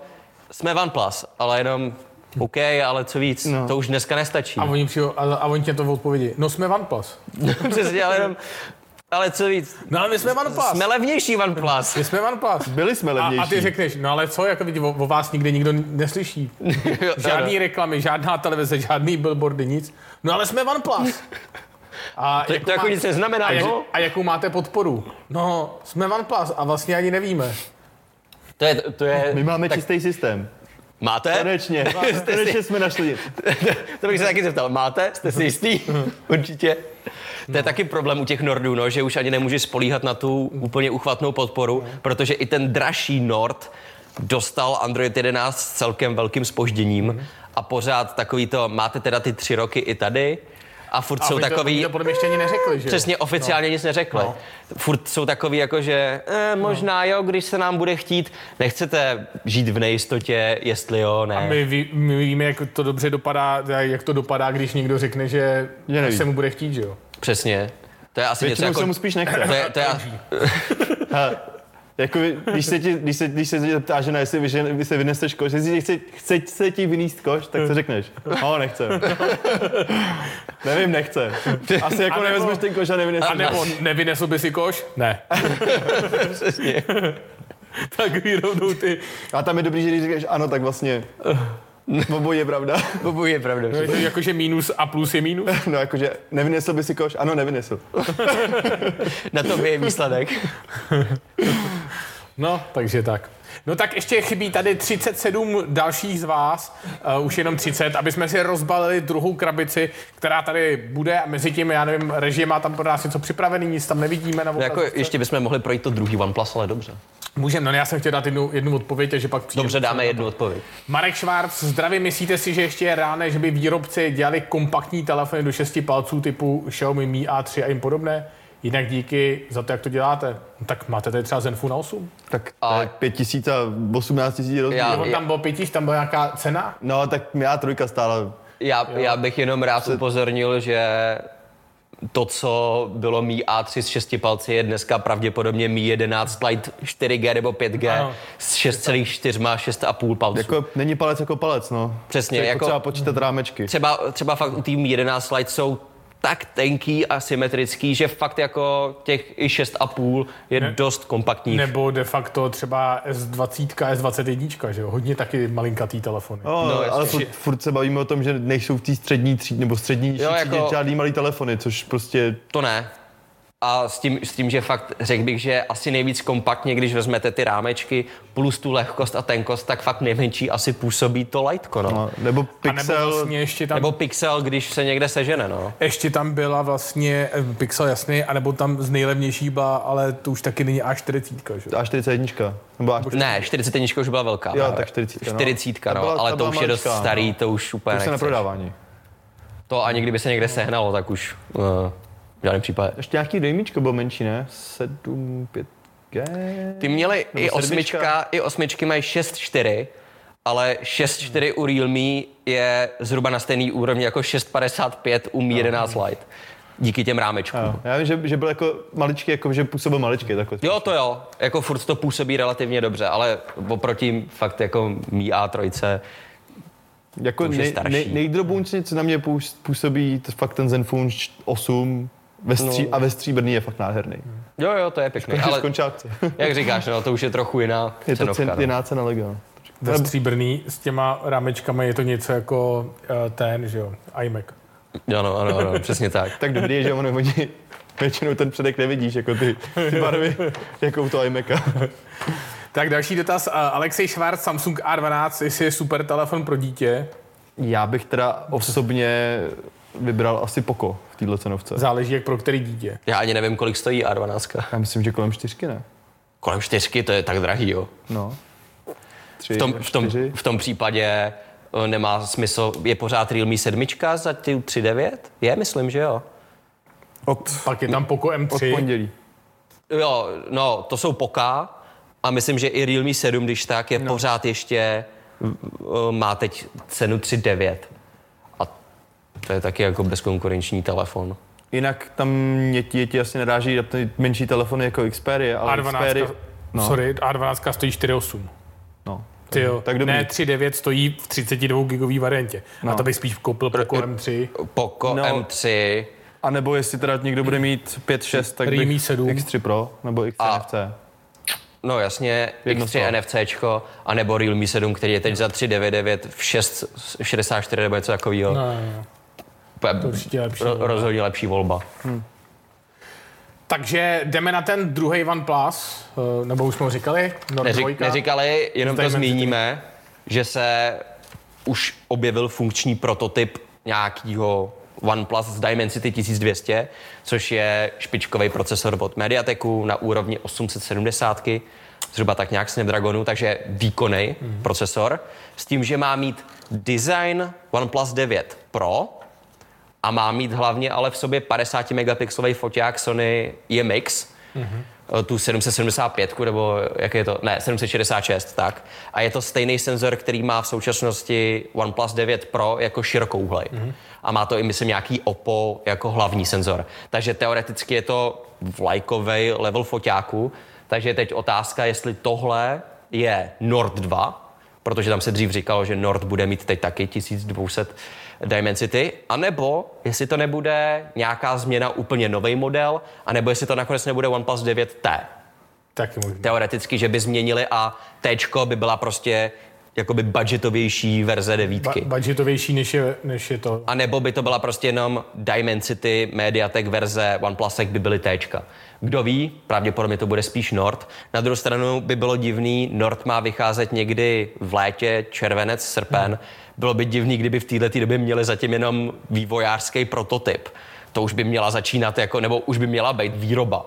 Speaker 3: jsme OnePlus, ale jenom OK, ale co víc, no.
Speaker 2: No.
Speaker 3: to už dneska nestačí.
Speaker 1: A oni, přijou, a, a oni tě to odpovědi. No jsme OnePlus.
Speaker 3: Přesně, ale jenom, ale co víc,
Speaker 1: No ale my jsme OnePlus.
Speaker 3: Jsme levnější OnePlus.
Speaker 1: My jsme OnePlus.
Speaker 2: Byli jsme
Speaker 1: A,
Speaker 2: levnější.
Speaker 1: a ty řekneš, no ale co, jako vidí, o, o vás nikdy nikdo neslyší. Žádný reklamy, žádná televize, žádný billboardy, nic. No ale jsme OnePlus. A
Speaker 3: to jako nic neznamená,
Speaker 1: a, jak-
Speaker 3: no.
Speaker 1: a jakou máte podporu? No, jsme OnePlus a vlastně ani nevíme.
Speaker 3: To je, to je...
Speaker 2: My máme tak... čistý systém.
Speaker 3: Máte?
Speaker 2: Konečně,
Speaker 3: si-
Speaker 2: konečně jsme našli.
Speaker 3: to bych se taky zeptal. Máte? Jste si jistý? Určitě. To
Speaker 1: No.
Speaker 3: je taky problém u těch Nordů, no, že už ani nemůžeš spolíhat na tu úplně uchvatnou podporu,
Speaker 1: No.
Speaker 3: protože i ten dražší Nord dostal Android 11 s celkem velkým
Speaker 1: Mhm.
Speaker 3: spožděním a pořád takový to, máte teda ty tři roky i tady a furt
Speaker 1: A
Speaker 3: jsou
Speaker 1: oni to,
Speaker 3: takový...
Speaker 1: oni to podle mě ještě ani neřekli, že jo?
Speaker 3: Přesně oficiálně no. nic neřekli. No. Furt jsou takový jako, že eh, možná jo, když se nám bude chtít, nechcete žít v nejistotě, jestli jo, ne.
Speaker 1: My, ví- my víme, jak to dobře dopadá, jak to dopadá, když někdo řekne, že
Speaker 2: Já nevím.
Speaker 1: se mu bude chtít, že jo?
Speaker 3: Přesně. To je asi něco
Speaker 2: Většinou
Speaker 3: jako...
Speaker 2: se mu spíš nechce.
Speaker 3: To je, to je,
Speaker 2: Hele, jako, když se ti, když se, když se ti zeptá žena, jestli, vyžen, jestli se vyneseš koš, jestli ti chce, chce se ti vyníst koš, tak co řekneš? No, nechce. Nevím, nechce. Asi jako
Speaker 1: A nebo-
Speaker 2: nevezmeš ten koš a nevyneseš.
Speaker 1: A nebo nevynesl by si koš? Ne.
Speaker 3: přesně.
Speaker 1: tak rovnou ty.
Speaker 2: A tam je dobrý, že když říkáš ano, tak vlastně obojí je pravda.
Speaker 3: Bobu jako je pravda.
Speaker 1: Takže Jakože minus a plus je minus?
Speaker 2: No jakože nevynesl by si koš? Ano, nevynesl.
Speaker 3: Na to je výsledek.
Speaker 1: No, takže tak. No tak ještě chybí tady 37 dalších z vás, uh, už jenom 30, aby jsme si rozbalili druhou krabici, která tady bude a mezi tím, já nevím, režie má tam pro nás něco připravený, nic tam nevidíme. Na
Speaker 3: No jako
Speaker 1: obrazovce.
Speaker 3: ještě bychom mohli projít to druhý OnePlus, ale dobře.
Speaker 1: Můžem, no já jsem chtěl dát jednu, jednu odpověď, že pak přijde.
Speaker 3: Dobře, dáme jednu odpověď.
Speaker 1: Marek Švárc, zdraví, myslíte si, že ještě je ráno, že by výrobci dělali kompaktní telefony do 6 palců typu Xiaomi Mi A3 a jim podobné? Jinak díky za to, jak to děláte. No, tak máte tady třeba Zenfone na 8?
Speaker 2: Tak
Speaker 3: A-
Speaker 2: a... 5 tisíc a 18 tisíc rozdíl.
Speaker 3: Já-
Speaker 2: Já...
Speaker 1: A on tam byl pětíš, tam byla nějaká cena?
Speaker 2: No, tak já trojka stála.
Speaker 3: Já, já bych jenom rád upozornil, že to, co bylo Mi A3 s 6 palci, je dneska pravděpodobně Mi 11 Lite 4G nebo 5G
Speaker 1: Ano.
Speaker 3: s 6,4 má 6,5 palců.
Speaker 2: Jako, není palec jako palec, no.
Speaker 3: Přesně,
Speaker 2: Jako...
Speaker 3: jako-
Speaker 2: Potřeba počítat rámečky.
Speaker 3: třeba, třeba fakt u tým 11 Lite jsou tak tenký a symetrický, že fakt jako těch i 6,5 je ne, dost kompaktních.
Speaker 1: Nebo de facto třeba S20, S21, že jo? Hodně taky malinkatý telefony.
Speaker 2: No,
Speaker 3: No,
Speaker 2: no ale
Speaker 3: jasně.
Speaker 2: furt, furt, se bavíme o tom, že nejsou v té střední třídě, nebo střední jo,
Speaker 3: jako-
Speaker 2: jako... třídě žádný malý telefony, což prostě
Speaker 3: To ne. A s tím, s tím, že fakt řekl bych, že asi nejvíc kompaktně, když vezmete ty rámečky plus tu lehkost a tenkost, tak fakt nejmenší asi působí to lightko, no.
Speaker 2: No, nebo
Speaker 1: a nebo
Speaker 2: Pixel,
Speaker 1: vlastně ještě tam
Speaker 3: Nebo pixel, když se někde sežene, no.
Speaker 1: Ještě tam byla vlastně eh, Pixel jasný, anebo tam z nejlevnější byla, ale to už taky není A40, že? jo?
Speaker 2: A41, nebo A40,
Speaker 3: Ne, 40 už byla velká.
Speaker 2: Jo, tak 40, no.
Speaker 3: 40, no,
Speaker 2: Ta byla-
Speaker 3: ale
Speaker 2: ta
Speaker 3: to
Speaker 2: byla
Speaker 3: už je dost
Speaker 2: maličká, no.
Speaker 3: starý, to už úplně
Speaker 2: už se
Speaker 3: nechceš.
Speaker 2: neprodávání.
Speaker 3: To ani kdyby se někde sehnalo, tak už uh, v žádném případě.
Speaker 2: Ještě nějaký dejmíčko bylo menší, ne? 7, 5G?
Speaker 3: Ty měli
Speaker 2: Nebo
Speaker 3: i osmička,
Speaker 2: sedmička.
Speaker 3: i osmičky mají 6,4, ale
Speaker 2: Hmm.
Speaker 3: 6,4 u Realme je zhruba na stejný úrovni jako 6,55 u Mi
Speaker 2: Hmm.
Speaker 3: 11 Lite. Díky těm rámečkům.
Speaker 2: Jo. Já vím, že, že byl jako maličký, jako že působil maličký. Takhle.
Speaker 3: Jo, to jo, jako furt to působí relativně dobře, ale oproti fakt jako Mi A3
Speaker 2: jako
Speaker 3: už je
Speaker 2: nej,
Speaker 3: starší.
Speaker 2: nej, nejdroboučně, co na mě půs- působí, to fakt ten Zenfone 8 ve stří,
Speaker 3: No.
Speaker 2: a ve stříbrný je fakt nádherný.
Speaker 3: Jo, jo, to je pěkný,
Speaker 2: Takže
Speaker 3: ale
Speaker 2: skončí akce.
Speaker 3: jak říkáš, no, to už je trochu jiná
Speaker 2: Je to
Speaker 3: cenovka.
Speaker 2: cen,
Speaker 3: no.
Speaker 2: jiná cena Lego. no.
Speaker 1: Ve stříbrný s těma rámečkama je to něco jako eh, ten, že jo, iMac.
Speaker 3: Ano, no, ano, ano, přesně tak.
Speaker 2: Tak dobrý je, že ono, oni většinou ten předek nevidíš, jako ty, ty barvy, jako u toho iMaca.
Speaker 1: Tak další dotaz. eh, Alexej Schwarz, Samsung A12, jestli je super telefon pro dítě,
Speaker 2: Já bych teda osobně vybral asi Poco v této cenovce.
Speaker 1: záleží jak pro který dítě.
Speaker 3: Já ani nevím, kolik stojí A12.
Speaker 2: Já myslím, že kolem čtyřky, ne?
Speaker 3: Kolem čtyřky to je tak drahý, jo.
Speaker 2: No. Tři,
Speaker 3: V tom, v tom,
Speaker 2: čtyři.
Speaker 3: v tom případě eh, nemá smysl, je pořád Realme 7 za ty 3.9? Je, myslím, že jo.
Speaker 2: Od,
Speaker 1: Pak je tam Poco
Speaker 2: od
Speaker 1: M3.
Speaker 2: pondělí.
Speaker 3: Jo, no, to jsou poká a myslím, že i Realme 7, když tak, je no. pořád ještě, eh, má teď cenu 3.9. A to je taky jako bezkonkurenční telefon.
Speaker 2: Jinak tam mě ti, ti asi naráží na ty menší telefony jako Xperia, ale Xperia...
Speaker 1: A12, no. sorry, A12 stojí 4,8.
Speaker 2: No.
Speaker 1: Ty jo,
Speaker 2: Tak dobrý.
Speaker 1: ne 3,9 stojí v 32 gigový variantě. No. A to bych spíš koupil Poco M3.
Speaker 3: Poco
Speaker 2: No.
Speaker 3: M3
Speaker 2: A nebo jestli teda někdo bude mít 5, 6, tak
Speaker 1: Realme
Speaker 2: bych
Speaker 1: 7.
Speaker 2: X3 Pro nebo X3
Speaker 3: A-
Speaker 2: NFC.
Speaker 3: No jasně,
Speaker 2: Jedno
Speaker 3: X3
Speaker 2: slovo.
Speaker 3: NFCčko, anebo Realme 7, který je teď za 399 v 664 nebo něco takového.
Speaker 1: No, no, no.
Speaker 3: Úplně
Speaker 1: určitě lepší
Speaker 3: ro-
Speaker 1: volba.
Speaker 3: rozhodně lepší volba.
Speaker 1: Takže jdeme na ten druhý OnePlus, eh, nebo už jsme ho říkali, No, Nord
Speaker 3: Neřík,
Speaker 1: 2.
Speaker 3: neříkali, jenom to
Speaker 1: Zdejme si ty.
Speaker 3: zmíníme, že se už objevil funkční prototyp nějakého OnePlus z Dimensity 1200, což je špičkový procesor od Mediateku na úrovni 870, zhruba tak nějak Snapdragonu, takže výkonný procesor, s tím, že má mít design OnePlus 9 Pro a má mít hlavně ale v sobě 50 megapixelový foťák Sony IMX, mm-hmm. tu 775, nebo jak je to, ne, 766, tak. A je to stejný senzor, který má v současnosti OnePlus 9 Pro jako širokouhlej. Mm-hmm. A má to i, myslím, nějaký OPPO jako hlavní senzor. Takže teoreticky je to vlajkový level foťáku, takže je teď otázka, jestli tohle je Nord 2, protože tam se dřív říkalo, že Nord bude mít teď taky 1200 Dimensity, anebo jestli to nebude nějaká změna, úplně nový model, anebo jestli to nakonec nebude OnePlus 9T.
Speaker 1: Taky možný.
Speaker 3: Teoreticky, že by změnili a T by byla prostě jakoby budgetovější verze devítky.
Speaker 1: Ba- budgetovější, než je, než je to.
Speaker 3: A nebo by to byla prostě jenom Dimensity, Mediatek verze, OnePlusek by byly Tčka. Kdo ví, pravděpodobně to bude spíš Nord. Na druhou stranu by bylo divný, Nord má vycházet někdy v létě, červenec, srpen. Bylo by divný, kdyby v této době měli zatím jenom vývojářský prototyp. To už by měla začínat, jako, nebo už by měla být výroba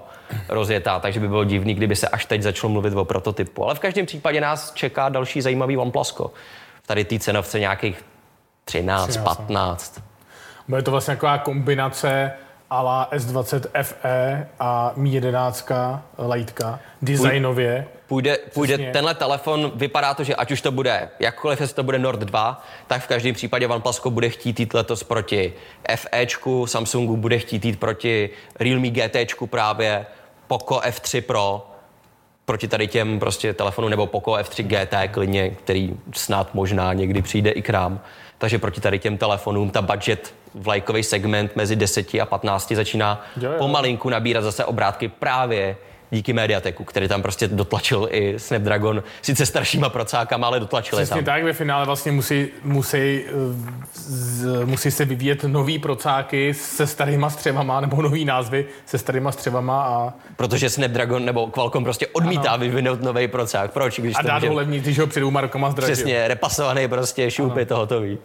Speaker 3: rozjetá, takže by bylo divný, kdyby se až teď začalo mluvit o prototypu. Ale v každém případě nás čeká další zajímavý OnePlusko. Tady té cenovce nějakých 13,
Speaker 1: 13, no.
Speaker 3: 15.
Speaker 1: Bude to vlastně taková kombinace ala S20 FE E a Mi 11 lightka designově.
Speaker 3: Půjde, půjde
Speaker 1: Přesně.
Speaker 3: tenhle telefon, vypadá to, že ať už to bude jakkoliv, jestli to bude Nord 2, tak v každém případě OnePlusko bude chtít jít letos proti FEčku, Samsungu bude chtít jít proti Realme GTčku právě, Poco F3 Pro, proti tady těm prostě telefonu nebo Poco F3 GT klidně, který snad možná někdy přijde i k nám. Takže proti tady těm telefonům ta budget vlajkový segment mezi 10 a 15 začíná
Speaker 1: Jo, jo.
Speaker 3: pomalinku nabírat zase obrátky právě díky Mediateku, který tam prostě dotlačil i Snapdragon, sice staršíma procákama, ale dotlačil je
Speaker 1: Přesně
Speaker 3: tam.
Speaker 1: tak, ve finále vlastně musí, musí, eh, z, musí se vyvíjet nový procáky se starýma střevama, nebo nový názvy se starýma střevama a,
Speaker 3: Protože Snapdragon nebo Qualcomm prostě odmítá ano. vyvinout nový procák. Proč? Když
Speaker 1: a
Speaker 3: to
Speaker 1: dát
Speaker 3: může-
Speaker 1: ho levní, když ho před dvouma rokama zdražil.
Speaker 3: Přesně, repasovaný prostě, šup, je to hotový.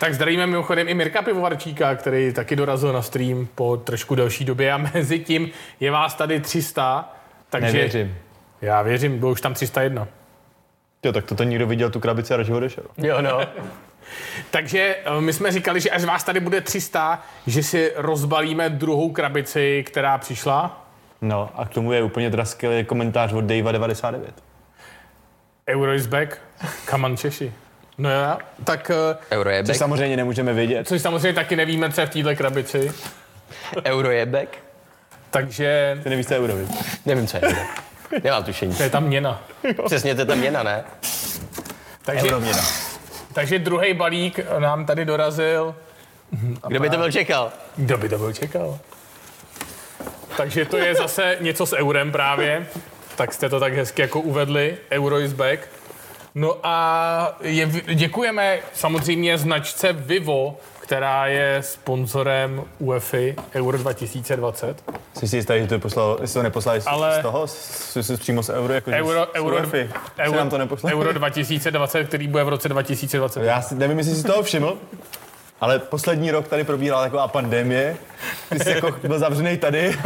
Speaker 1: Tak zdravíme mimochodem i Mirka Pivovarčíka, který taky dorazil na stream po trošku delší době a mezi tím je vás tady 300, takže...
Speaker 2: Nevěřím.
Speaker 1: Já věřím, bylo už tam 301.
Speaker 2: Jo, tak toto nikdo viděl tu krabici a radši odešel.
Speaker 3: Jo, no.
Speaker 1: Takže eh, my jsme říkali, že až vás tady bude 300, že si rozbalíme druhou krabici, která přišla.
Speaker 2: No a k tomu je úplně teda skvělý komentář od Davea99.
Speaker 1: Euro is back. Kaman Češi. No jo, tak... eh,
Speaker 3: Euro je
Speaker 2: Což
Speaker 3: back.
Speaker 2: samozřejmě nemůžeme vědět.
Speaker 1: Což samozřejmě taky nevíme, co je v této krabici.
Speaker 3: Euro je back.
Speaker 1: Takže
Speaker 2: Ty nevíš, co je euro, viď?
Speaker 3: Nevím, co je. euro. Nemám tušení.
Speaker 1: to je tam měna.
Speaker 3: Přesně, to je ta měna, ne?
Speaker 1: Takže, takže druhý balík nám tady dorazil.
Speaker 3: Kdo by to byl čekal?
Speaker 1: Kdo by to byl čekal? Takže to je zase něco s eurem právě. Tak jste to tak hezky jako uvedli. Euro is back. No a je, děkujeme samozřejmě značce Vivo, která je sponzorem UEFI Euro 2020.
Speaker 2: Jsi si jistý, že to je poslal, jestli to neposlali
Speaker 1: Ale-
Speaker 2: Ale... z toho, z, z, z, přímo z euro, jako
Speaker 1: Euro,
Speaker 2: z, z
Speaker 1: euro,
Speaker 2: Urfy. Jsi
Speaker 1: euro,
Speaker 2: nám to neposlal?
Speaker 1: euro 2020, který bude v roce 2020.
Speaker 2: Já si, nevím, jestli jsi toho všiml, ale poslední rok tady probíhala taková pandemie. Ty jsi jako byl zavřený tady.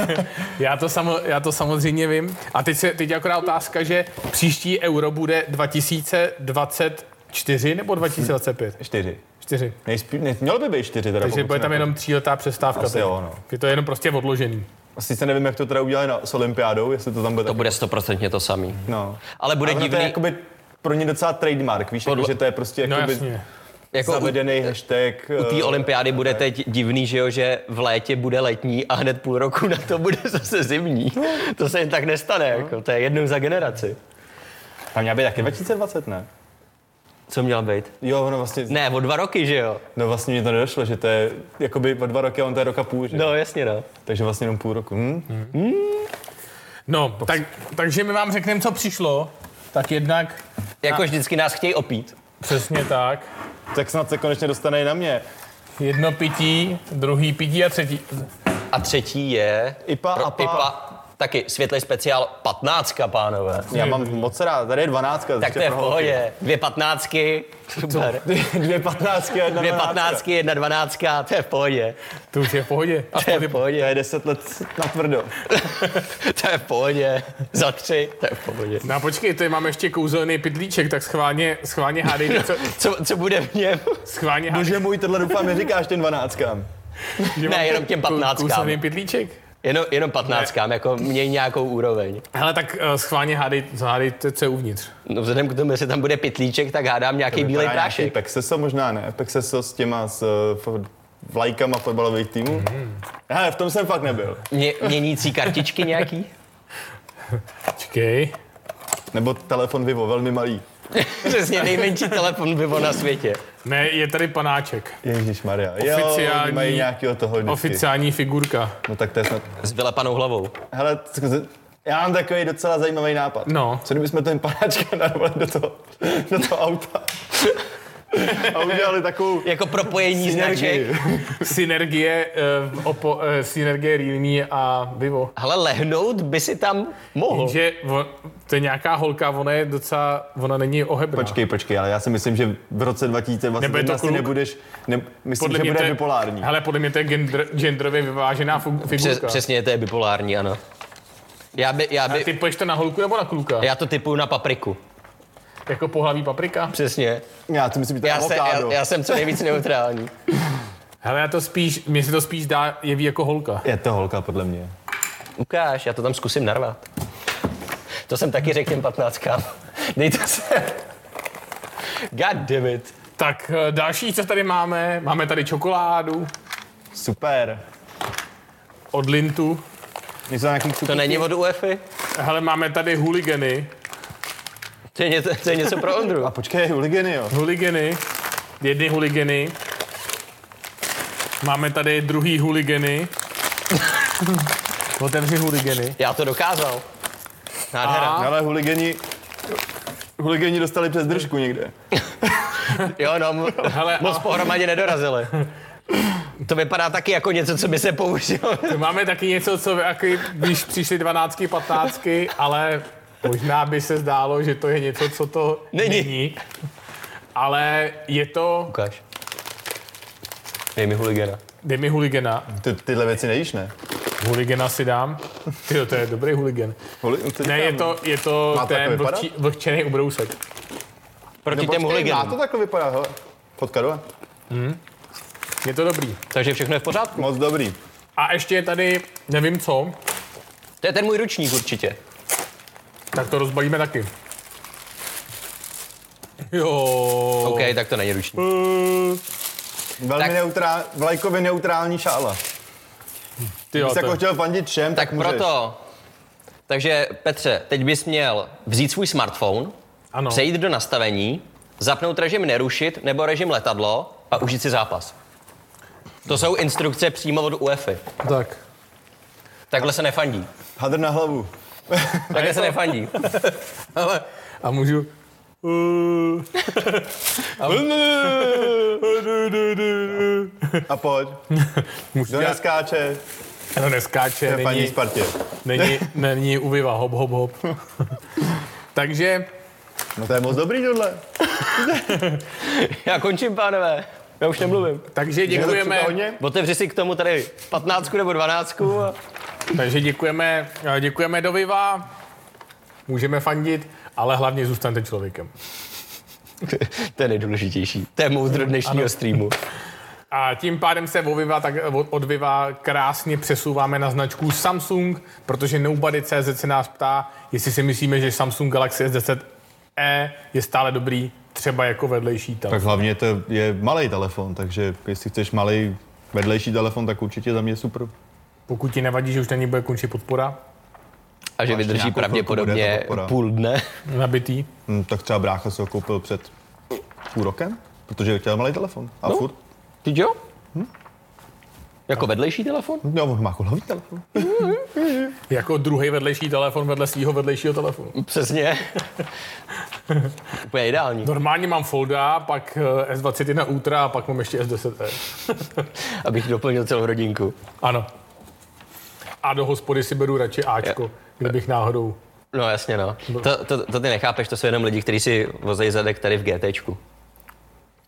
Speaker 1: Já to, samo, já to samozřejmě vím. A teď, se, teď je akorát otázka, že příští euro bude 2024 nebo 2025?
Speaker 2: Čtyři.
Speaker 1: 4.
Speaker 2: Nejspí, ne, mělo by být čtyři teda.
Speaker 1: Takže
Speaker 2: pokud
Speaker 1: bude
Speaker 2: se
Speaker 1: tam
Speaker 2: nepletu.
Speaker 1: jenom tříletá přestávka.
Speaker 2: Asi
Speaker 1: teď.
Speaker 2: jo, no.
Speaker 1: Je to jenom prostě odložený.
Speaker 2: Sice nevím, jak to teda udělali na, s olympiádou, jestli to tam bude.
Speaker 3: To bude stoprocentně to samý.
Speaker 2: No.
Speaker 3: Ale bude
Speaker 2: Ale to
Speaker 3: divný,
Speaker 2: je
Speaker 1: jako
Speaker 2: jakoby pro ně docela trademark, víš,
Speaker 3: Podle-
Speaker 2: Podle... že to je prostě
Speaker 1: No
Speaker 2: jakoby
Speaker 1: jasně.
Speaker 3: jako u,
Speaker 2: zavedený hashtag. eh,
Speaker 3: u té olympiády bude teď divný, že jo, že v létě bude letní a hned půl roku na to bude zase zimní.
Speaker 2: No.
Speaker 3: To se jen tak nestane, jako, to je jednou za generaci.
Speaker 2: Tam No. měla být taky 2020, ne?
Speaker 3: Co měla být?
Speaker 2: Jo, ono vlastně,
Speaker 3: Ne, o dva roky, že jo?
Speaker 2: no vlastně mi to nedošlo, že to je jakoby o dva roky, a on to je roka půl, že?
Speaker 3: No, jasně, no.
Speaker 2: Takže vlastně jenom půl roku. Hm?
Speaker 1: No, tak, takže my vám řekneme, co přišlo. Tak jednak,
Speaker 3: Jako vždycky nás chtějí opít.
Speaker 1: přesně tak,
Speaker 2: Tak snad se konečně dostane i na mě.
Speaker 1: jedno pití, druhý pití a třetí.
Speaker 3: A třetí je...
Speaker 2: Ipa a pa.
Speaker 3: Ipa, taky světlej speciál 15, pánové.
Speaker 2: Já mám moc rád, tady je 12.
Speaker 3: Tak to je v pohodě. Dvě patnáctky, super.
Speaker 2: Dvě patnáctky a jedna
Speaker 3: Dvě
Speaker 2: dvanáctka.
Speaker 3: patnáctky, jedna dvanáctka, to je v pohodě.
Speaker 1: To už je v pohodě.
Speaker 3: To je v
Speaker 2: To
Speaker 3: pohodě.
Speaker 2: je 10 let na tvrdo.
Speaker 3: To je v pohodě. Za tři, to je v pohodě.
Speaker 1: No a počkej, tady mám ještě kouzelný pitlíček, tak schválně, schválně hádejte, co,
Speaker 3: Co, co bude v něm?
Speaker 1: schválně hádejte,
Speaker 2: Bože můj, tohle doufám, neříkáš ten 12.
Speaker 1: že
Speaker 3: Ne,
Speaker 1: mám
Speaker 3: jenom těm
Speaker 1: kou-
Speaker 3: patnáctkám.
Speaker 1: Kouzelný pitlíček?
Speaker 3: Jenom, jenom patnáctkám, jako měj nějakou úroveň.
Speaker 1: Hele, tak eh, schválně hádejte, hádejte, co je uvnitř.
Speaker 3: No vzhledem k tomu, jestli tam bude pitlíček, tak hádám nějaký bílej
Speaker 2: Vypadá nějaký
Speaker 3: prášek.
Speaker 2: Pexeso možná ne, Pexeso s těma s eh, fo- vlajkama fotbalových týmů.
Speaker 3: Mm-hmm.
Speaker 2: Hele, v tom jsem fakt nebyl.
Speaker 3: Mě, měnící kartičky nějaký?
Speaker 1: Počkej.
Speaker 2: Nebo telefon Vivo, velmi malý.
Speaker 3: Přesně nejmenší telefon Vivo na světě.
Speaker 1: Ne, je tady panáček.
Speaker 2: Ježíš Maria. Jo,
Speaker 1: Oficiální-
Speaker 2: oni mají nějakýho toho vždycky.
Speaker 1: Oficiální figurka.
Speaker 2: No tak to je snad...
Speaker 3: S vylepanou hlavou.
Speaker 2: Hele, c- z- Já mám takový docela zajímavý nápad.
Speaker 1: No.
Speaker 2: Co kdybychom ten panáčka narvali do toho, do toho auta? A udělali takovou
Speaker 3: Jako propojení značek.
Speaker 2: synergii.
Speaker 1: Synergie, uh, opo, uh, synergie Realme a Vivo.
Speaker 3: Hele, lehnout by si tam mohl.
Speaker 1: Jenže on, to je nějaká holka, ona je docela, ona není ohebrná.
Speaker 2: Počkej, počkej, ale já si myslím, že v roce
Speaker 1: Nebo je to
Speaker 2: 2021 si
Speaker 1: kluk?
Speaker 2: nebudeš, ne, myslím, že
Speaker 1: to
Speaker 2: bude
Speaker 1: je,
Speaker 2: bipolární.
Speaker 1: Hele, podle mě to je gender, genderově vyvážená fu-
Speaker 3: Přes,
Speaker 1: figurka.
Speaker 3: přesně, to je bipolární, ano. Já, by, já,
Speaker 1: A
Speaker 3: by,
Speaker 1: ty poješ to na holku nebo na kluka?
Speaker 3: já to typuju na papriku.
Speaker 1: Jako pohlaví paprika?
Speaker 3: Přesně.
Speaker 2: Já si myslím, že to je
Speaker 3: Já, se,
Speaker 2: avokádo.
Speaker 3: já, já jsem co nejvíc neutrální.
Speaker 1: Hele, já to spíš, mně se to spíš dá, jeví jako holka.
Speaker 2: Je to holka, podle mě.
Speaker 3: Ukáž, já to tam zkusím narvat. To jsem taky řekl těm patnáctkám. Dej to sem. God damn it.
Speaker 1: Tak eh, další, co tady máme, máme tady čokoládu
Speaker 2: Super.
Speaker 1: od Lintu.
Speaker 2: Nejsou nějaký cukru?
Speaker 3: To není od UEFI?
Speaker 1: Hele, máme tady huligany.
Speaker 3: To je, něco, to je něco pro Ondru.
Speaker 2: A počkej, huligeny, jo.
Speaker 1: Huligany. Jedny huligany. Máme tady druhý huligany. Otevři huligany.
Speaker 3: Já to dokázal.
Speaker 1: A-
Speaker 3: Nádhera.
Speaker 2: Ale huligeni, huligeni dostali přes držku někde.
Speaker 3: Jo, no, m-
Speaker 1: Hele,
Speaker 3: moc
Speaker 1: a-
Speaker 3: pohromadě nedorazili. To vypadá taky jako něco, co by se použilo.
Speaker 1: Máme taky něco, co jaký, když přišly 12, 15, ale možná by se zdálo, že to je něco, co to
Speaker 3: Není.
Speaker 1: není. Ale je to
Speaker 3: Ukáž. Dej mi huligena.
Speaker 1: Dej mi huligena.
Speaker 2: Ty, tyhle věci nejíš, ne?
Speaker 1: Huligena si dám. Ty to je dobrý huligen.
Speaker 2: Huli, co
Speaker 1: Ne,
Speaker 2: říkám?
Speaker 1: je to, je to
Speaker 2: Má to
Speaker 1: ten
Speaker 2: tak vypadat?
Speaker 1: vlhčí, vlhčený ubrousek.
Speaker 3: Proti
Speaker 2: No počkej,
Speaker 3: těm
Speaker 2: má to
Speaker 3: huligenům.
Speaker 2: takhle vypadá, hele. Fotka dole.
Speaker 1: Je to dobrý.
Speaker 3: Takže všechno je v pořádku.
Speaker 2: Moc dobrý.
Speaker 1: A ještě je tady, nevím co,
Speaker 3: To je ten můj ručník určitě.
Speaker 1: tak to rozbalíme taky. Jo.
Speaker 3: OK, tak to není ručník.
Speaker 1: Eh,
Speaker 2: Velmi
Speaker 3: Tak-
Speaker 2: tak... neutrál, vlajkově neutrální šála.
Speaker 1: Ty jo,
Speaker 2: Když jsi
Speaker 1: to-
Speaker 2: jako chtěl fandit všem, tak,
Speaker 3: Tak
Speaker 2: můžeš.
Speaker 3: proto. Takže Petře, teď bys měl vzít svůj smartphone,
Speaker 1: ano.
Speaker 3: přejít do nastavení, zapnout režim nerušit nebo režim letadlo a užít si zápas. To jsou instrukce přímo od UEFI.
Speaker 1: Tak.
Speaker 3: Takhle se nefandí.
Speaker 2: Hadr na hlavu.
Speaker 3: Takhle se nefandí.
Speaker 1: Ale, a můžu... Eh, a-
Speaker 2: A pojď.
Speaker 1: Můžu
Speaker 2: Kdo
Speaker 1: dělat,
Speaker 2: neskáče,
Speaker 1: no neskáče,
Speaker 2: je paní
Speaker 1: není,
Speaker 2: Spartě.
Speaker 1: není, není u Viva, hop, hop, hop. Takže
Speaker 2: No to je moc dobrý tohle.
Speaker 3: Já končím, pánové. Já už nemluvím.
Speaker 1: Takže
Speaker 2: Je to
Speaker 1: děkujeme,
Speaker 2: třeba hodně?
Speaker 3: Otevři si k tomu tady 15 nebo 12. A...
Speaker 1: takže děkujeme, eh, děkujeme do Viva, můžeme fandit, ale hlavně zůstaňte člověkem.
Speaker 3: To je nejdůležitější. To je moudro dnešního streamu.
Speaker 1: A tím pádem se od Viva, tak od- od Viva krásně přesouváme na značku Samsung, protože Nobody.cz se nás ptá, jestli si myslíme, že Samsung Galaxy S10e je stále dobrý, třeba jako vedlejší tam.
Speaker 2: Tak hlavně to je malý telefon, takže jestli chceš malý vedlejší telefon, tak určitě za mě super.
Speaker 1: Pokud ti nevadí, že už na ní bude končit podpora,
Speaker 3: A že vydrží
Speaker 2: nějakou chvilku
Speaker 3: pravděpodobně
Speaker 2: bude to podpora.
Speaker 3: půl dne.
Speaker 1: nabitý,
Speaker 2: Hm, tak třeba brácha si ho koupil před půl rokem, protože chtěl malý telefon. A no. furt.
Speaker 3: Ty jo? Hm? Jako vedlejší telefon?
Speaker 2: No, on má kulový telefon.
Speaker 1: jako druhý vedlejší telefon vedle svého vedlejšího telefonu.
Speaker 2: Hm.
Speaker 3: Přesně. Úplně ideální.
Speaker 2: No.
Speaker 1: Normálně mám Folda, pak eh, S21 Ultra a pak mám ještě E. S10e.
Speaker 3: Abych doplnil celou rodinku.
Speaker 1: Ano. A do hospody si beru radši Ačko, kdybych náhodou.
Speaker 3: No jasně, no. To, to, to ty nechápeš, to jsou jenom lidi, kteří si vozejí zadek tady v GTčku.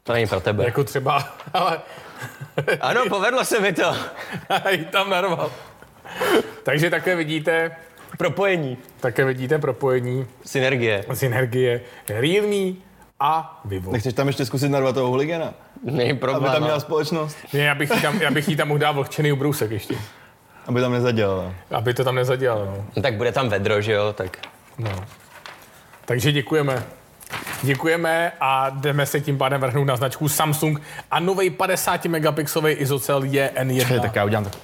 Speaker 3: To není pro tebe.
Speaker 1: Jako třeba, ale
Speaker 3: Ano, povedlo se mi to.
Speaker 1: i tam narval. Takže také vidíte,
Speaker 3: Propojení.
Speaker 1: také vidíte propojení,
Speaker 3: Synergie.
Speaker 1: synergie Realme a Vivo.
Speaker 2: Nechceš tam ještě zkusit narvat toho huligena?
Speaker 3: Není
Speaker 2: Aby
Speaker 3: problém.
Speaker 2: tam
Speaker 3: no.
Speaker 2: měla společnost?
Speaker 1: Ne, já bych jí tam, já bych jí tam mohl dát vlhčený ubrousek ještě,
Speaker 2: Aby tam nezadělala.
Speaker 1: aby to tam nezadělalo. No.
Speaker 3: No, tak bude tam vedro, že jo? Tak
Speaker 1: No. Takže děkujeme. Děkujeme a jdeme se tím pádem vrhnout na značku Samsung a nový 50 megapixelový izocel je N1.
Speaker 2: tak já udělám tak.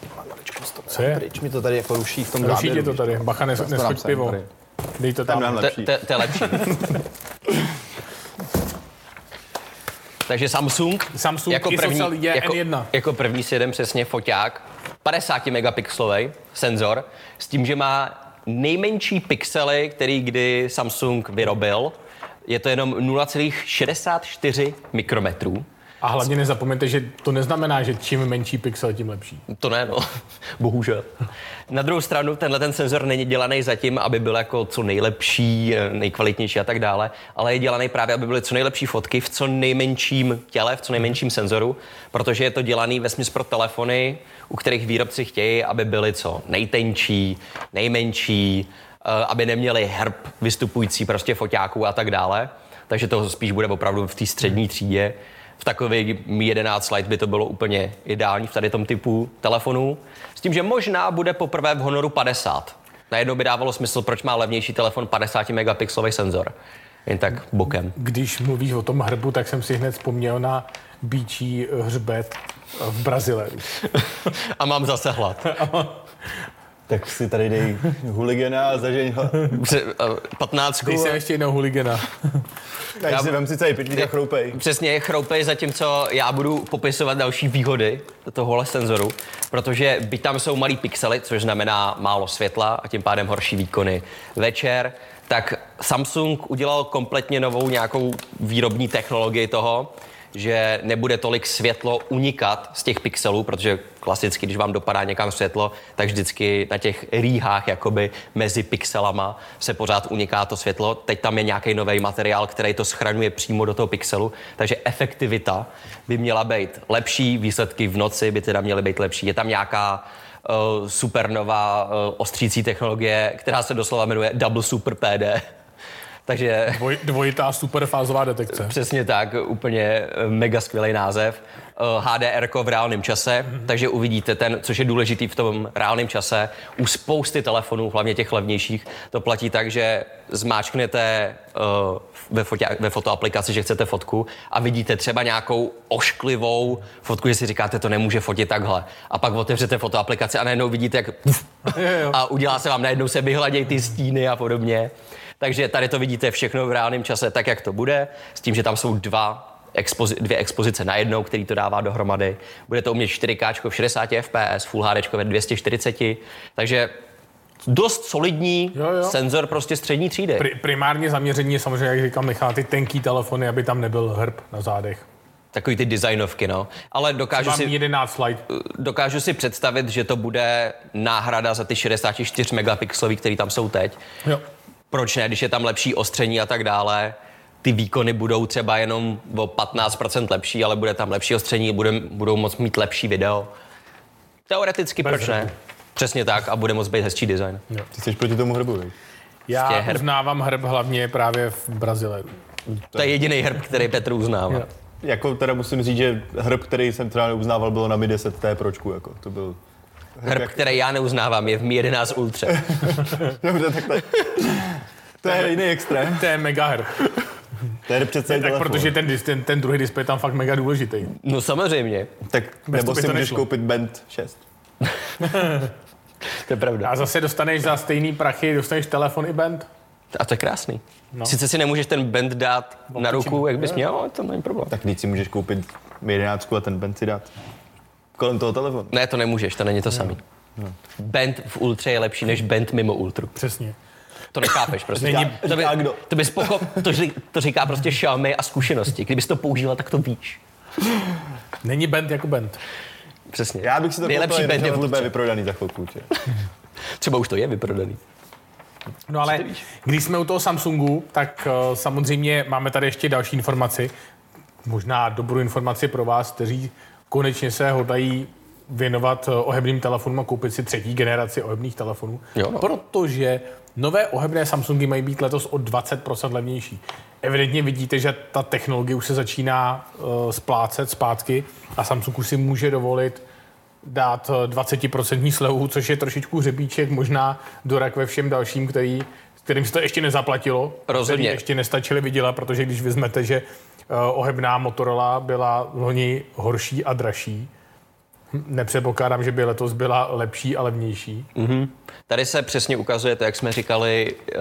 Speaker 1: Co je?
Speaker 2: Pryč mi to tady jako ruší v tom
Speaker 1: Ruší tě to tady, bacha, nes,
Speaker 2: to dám
Speaker 1: neschoď
Speaker 2: sem,
Speaker 1: pivo.
Speaker 2: tady.
Speaker 1: Dej to
Speaker 2: Tam
Speaker 1: tam.
Speaker 2: dám
Speaker 3: to,
Speaker 2: lepší.
Speaker 3: to, to je lepší. Takže Samsung,
Speaker 1: Samsung
Speaker 3: jako
Speaker 1: ISO
Speaker 3: první,
Speaker 1: cel je
Speaker 3: jako,
Speaker 1: N1.
Speaker 3: jako první si jedem přesně foťák, 50 megapixelový senzor, s tím, že má nejmenší pixely, který kdy Samsung vyrobil. Je to jenom 0,64 mikrometrů.
Speaker 1: A hlavně nezapomeňte, že to neznamená, že čím menší pixel, tím lepší.
Speaker 3: To ne, no. Bohužel. Na druhou stranu, tenhle ten senzor není dělaný zatím, aby byl jako co nejlepší, nejkvalitnější a tak dále, ale je dělaný právě, aby byly co nejlepší fotky v co nejmenším těle, v co nejmenším senzoru, protože je to dělaný ve smyslu pro telefony, u kterých výrobci chtějí, aby byly co nejtenčí, nejmenší, eh, aby neměli herb vystupující prostě foťáků a tak dále. Takže to spíš bude opravdu v té střední třídě. V takový Mi 11 Lite by to bylo úplně ideální v tady tom typu telefonů. S tím, že možná bude poprvé v Honoru 50. Najednou by dávalo smysl, proč má levnější telefon 50 megapixelový senzor. Jen tak bokem.
Speaker 1: Když mluvíš o tom hrbu, tak jsem si hned vzpomněl na bíčí hřbet v Brazílii.
Speaker 3: A mám zase hlad.
Speaker 2: Tak si tady dej huligena a zažeň ho.
Speaker 3: Pře- eh, 15.
Speaker 1: Dej jsem ještě jednou huligena.
Speaker 2: Tak si vem si celý pitlík a chroupej.
Speaker 3: Přesně, chroupej, zatímco já budu popisovat další výhody tohohle senzoru, protože byť tam jsou malý pixely, což znamená málo světla a tím pádem horší výkony večer, tak Samsung udělal kompletně novou nějakou výrobní technologii toho, že nebude tolik světlo unikat z těch pixelů, protože klasicky, když vám dopadá někam světlo, tak vždycky na těch rýhách jakoby mezi pixelama se pořád uniká to světlo. Teď tam je nějaký nový materiál, který to schraňuje přímo do toho pixelu, takže efektivita by měla být lepší, výsledky v noci by teda měly být lepší. Je tam nějaká eh, supernová eh, ostřící technologie, která se doslova jmenuje Double Super PD. Takže
Speaker 1: Dvoj, dvojitá superfázová detekce.
Speaker 3: Přesně tak, úplně eh, mega skvělý název. Eh, HDR v reálném čase, takže uvidíte ten, což je důležitý v tom reálném čase. U spousty telefonů, hlavně těch levnějších, to platí tak, že zmáčknete eh, ve, fotě, ve fotoaplikaci, že chcete fotku a vidíte třeba nějakou ošklivou fotku, že si říkáte, to nemůže fotit takhle. A pak otevřete fotoaplikaci a najednou vidíte, jak puf,
Speaker 1: jo.
Speaker 3: a udělá se vám najednou se vyhladějí ty stíny a podobně. Takže tady to vidíte všechno v reálném čase, tak jak to bude, s tím, že tam jsou dva expozi- dvě expozice na jednou, který to dává dohromady. Bude to umět 4K v 60 fps, Full HD ve 240, takže dost solidní
Speaker 1: Jo, jo.
Speaker 3: senzor prostě střední třídy.
Speaker 1: Pri, primárně zaměření je samozřejmě, jak říkal Michal, na ty tenký telefony, aby tam nebyl hrb na zádech.
Speaker 3: Takový ty designovky, no. Ale dokážu
Speaker 1: Mám
Speaker 3: si...
Speaker 1: 11 slide.
Speaker 3: dokážu si představit, že to bude náhrada za ty 64 megapixelový, které tam jsou teď.
Speaker 1: Jo.
Speaker 3: Proč ne, když je tam lepší ostření a tak dále, ty výkony budou třeba jenom o 15% lepší, ale bude tam lepší ostření, budou, budou moc mít lepší video. Teoreticky proč ne? Přesně tak a bude moc být hezčí design.
Speaker 2: Ty jsi proti tomu hrbu, viď?
Speaker 1: Já
Speaker 3: Prostě herb.
Speaker 1: uznávám hrb hlavně právě v Brazílii.
Speaker 3: To je jediný herb, který Petr uznává.
Speaker 1: Jo.
Speaker 2: Jako teda musím říct, že hrb, který jsem třeba neuznával, bylo na Mi 10T pročku, jako to byl...
Speaker 3: Herb, který já neuznávám, je v Mi 11 Ultra.
Speaker 2: Dobře, takhle. To je jiný extrém.
Speaker 1: To je mega hrb.
Speaker 2: To je přece
Speaker 1: Tak
Speaker 2: telefon.
Speaker 1: protože ten, dis- ten, ten druhý displej je tam fakt mega důležitý.
Speaker 3: No samozřejmě,
Speaker 2: Tak
Speaker 1: Bez
Speaker 2: nebo
Speaker 1: toho by
Speaker 2: si
Speaker 1: to
Speaker 2: můžeš
Speaker 1: nešlo.
Speaker 2: koupit Band 6.
Speaker 3: to je pravda.
Speaker 1: A zase dostaneš za stejný prachy, dostaneš telefon i band.
Speaker 3: A to je krásný. No. Sice si nemůžeš ten band dát na ruku, jak bys měl, ale to není problém.
Speaker 2: Tak víc si můžeš koupit Mi 11 a ten Band si dát. Kolem toho telefonu.
Speaker 3: Ne, to nemůžeš, to není to samý. Band v ultře je lepší než band mimo ultru.
Speaker 1: Přesně.
Speaker 3: To nechápeš prostě.
Speaker 2: Není-
Speaker 3: to, by,
Speaker 2: říká kdo.
Speaker 3: to, bys pochop, to, ři- to říká prostě šalmy a zkušenosti. Kdybys to používal, tak to víš.
Speaker 1: Není band jako band.
Speaker 3: Přesně.
Speaker 2: Já bych si to
Speaker 3: Nejlepší
Speaker 2: koupil,
Speaker 3: band je
Speaker 2: jenže
Speaker 3: v
Speaker 2: to bude
Speaker 3: ultře.
Speaker 2: vyprodaný za chvilku. tě.
Speaker 3: Třeba už to je vyprodaný.
Speaker 1: No ale když jsme u toho Samsungu, tak eh, samozřejmě máme tady ještě další informaci. Možná dobrou informaci pro vás, kteří konečně se hodlají věnovat eh, ohebným telefonům a koupit si třetí generaci ohebných telefonů.
Speaker 3: Jo, no.
Speaker 1: Protože nové ohebné Samsungy mají být letos o 20% levnější. Evidentně vidíte, že ta technologie už se začíná eh, splácet zpátky a Samsung už si může dovolit dát eh, 20% slevu, což je trošičku hřebíček možná do rakve všem dalším, který, kterým se to ještě nezaplatilo.
Speaker 3: Rozhodně.
Speaker 1: Který ještě nestačili vydělat, protože když vezmete, že eh, ohebná Motorola byla loni horší a dražší, hm, nepředpokládám, že by letos byla lepší a levnější.
Speaker 3: Tady se přesně ukazuje to, jak jsme říkali, eh,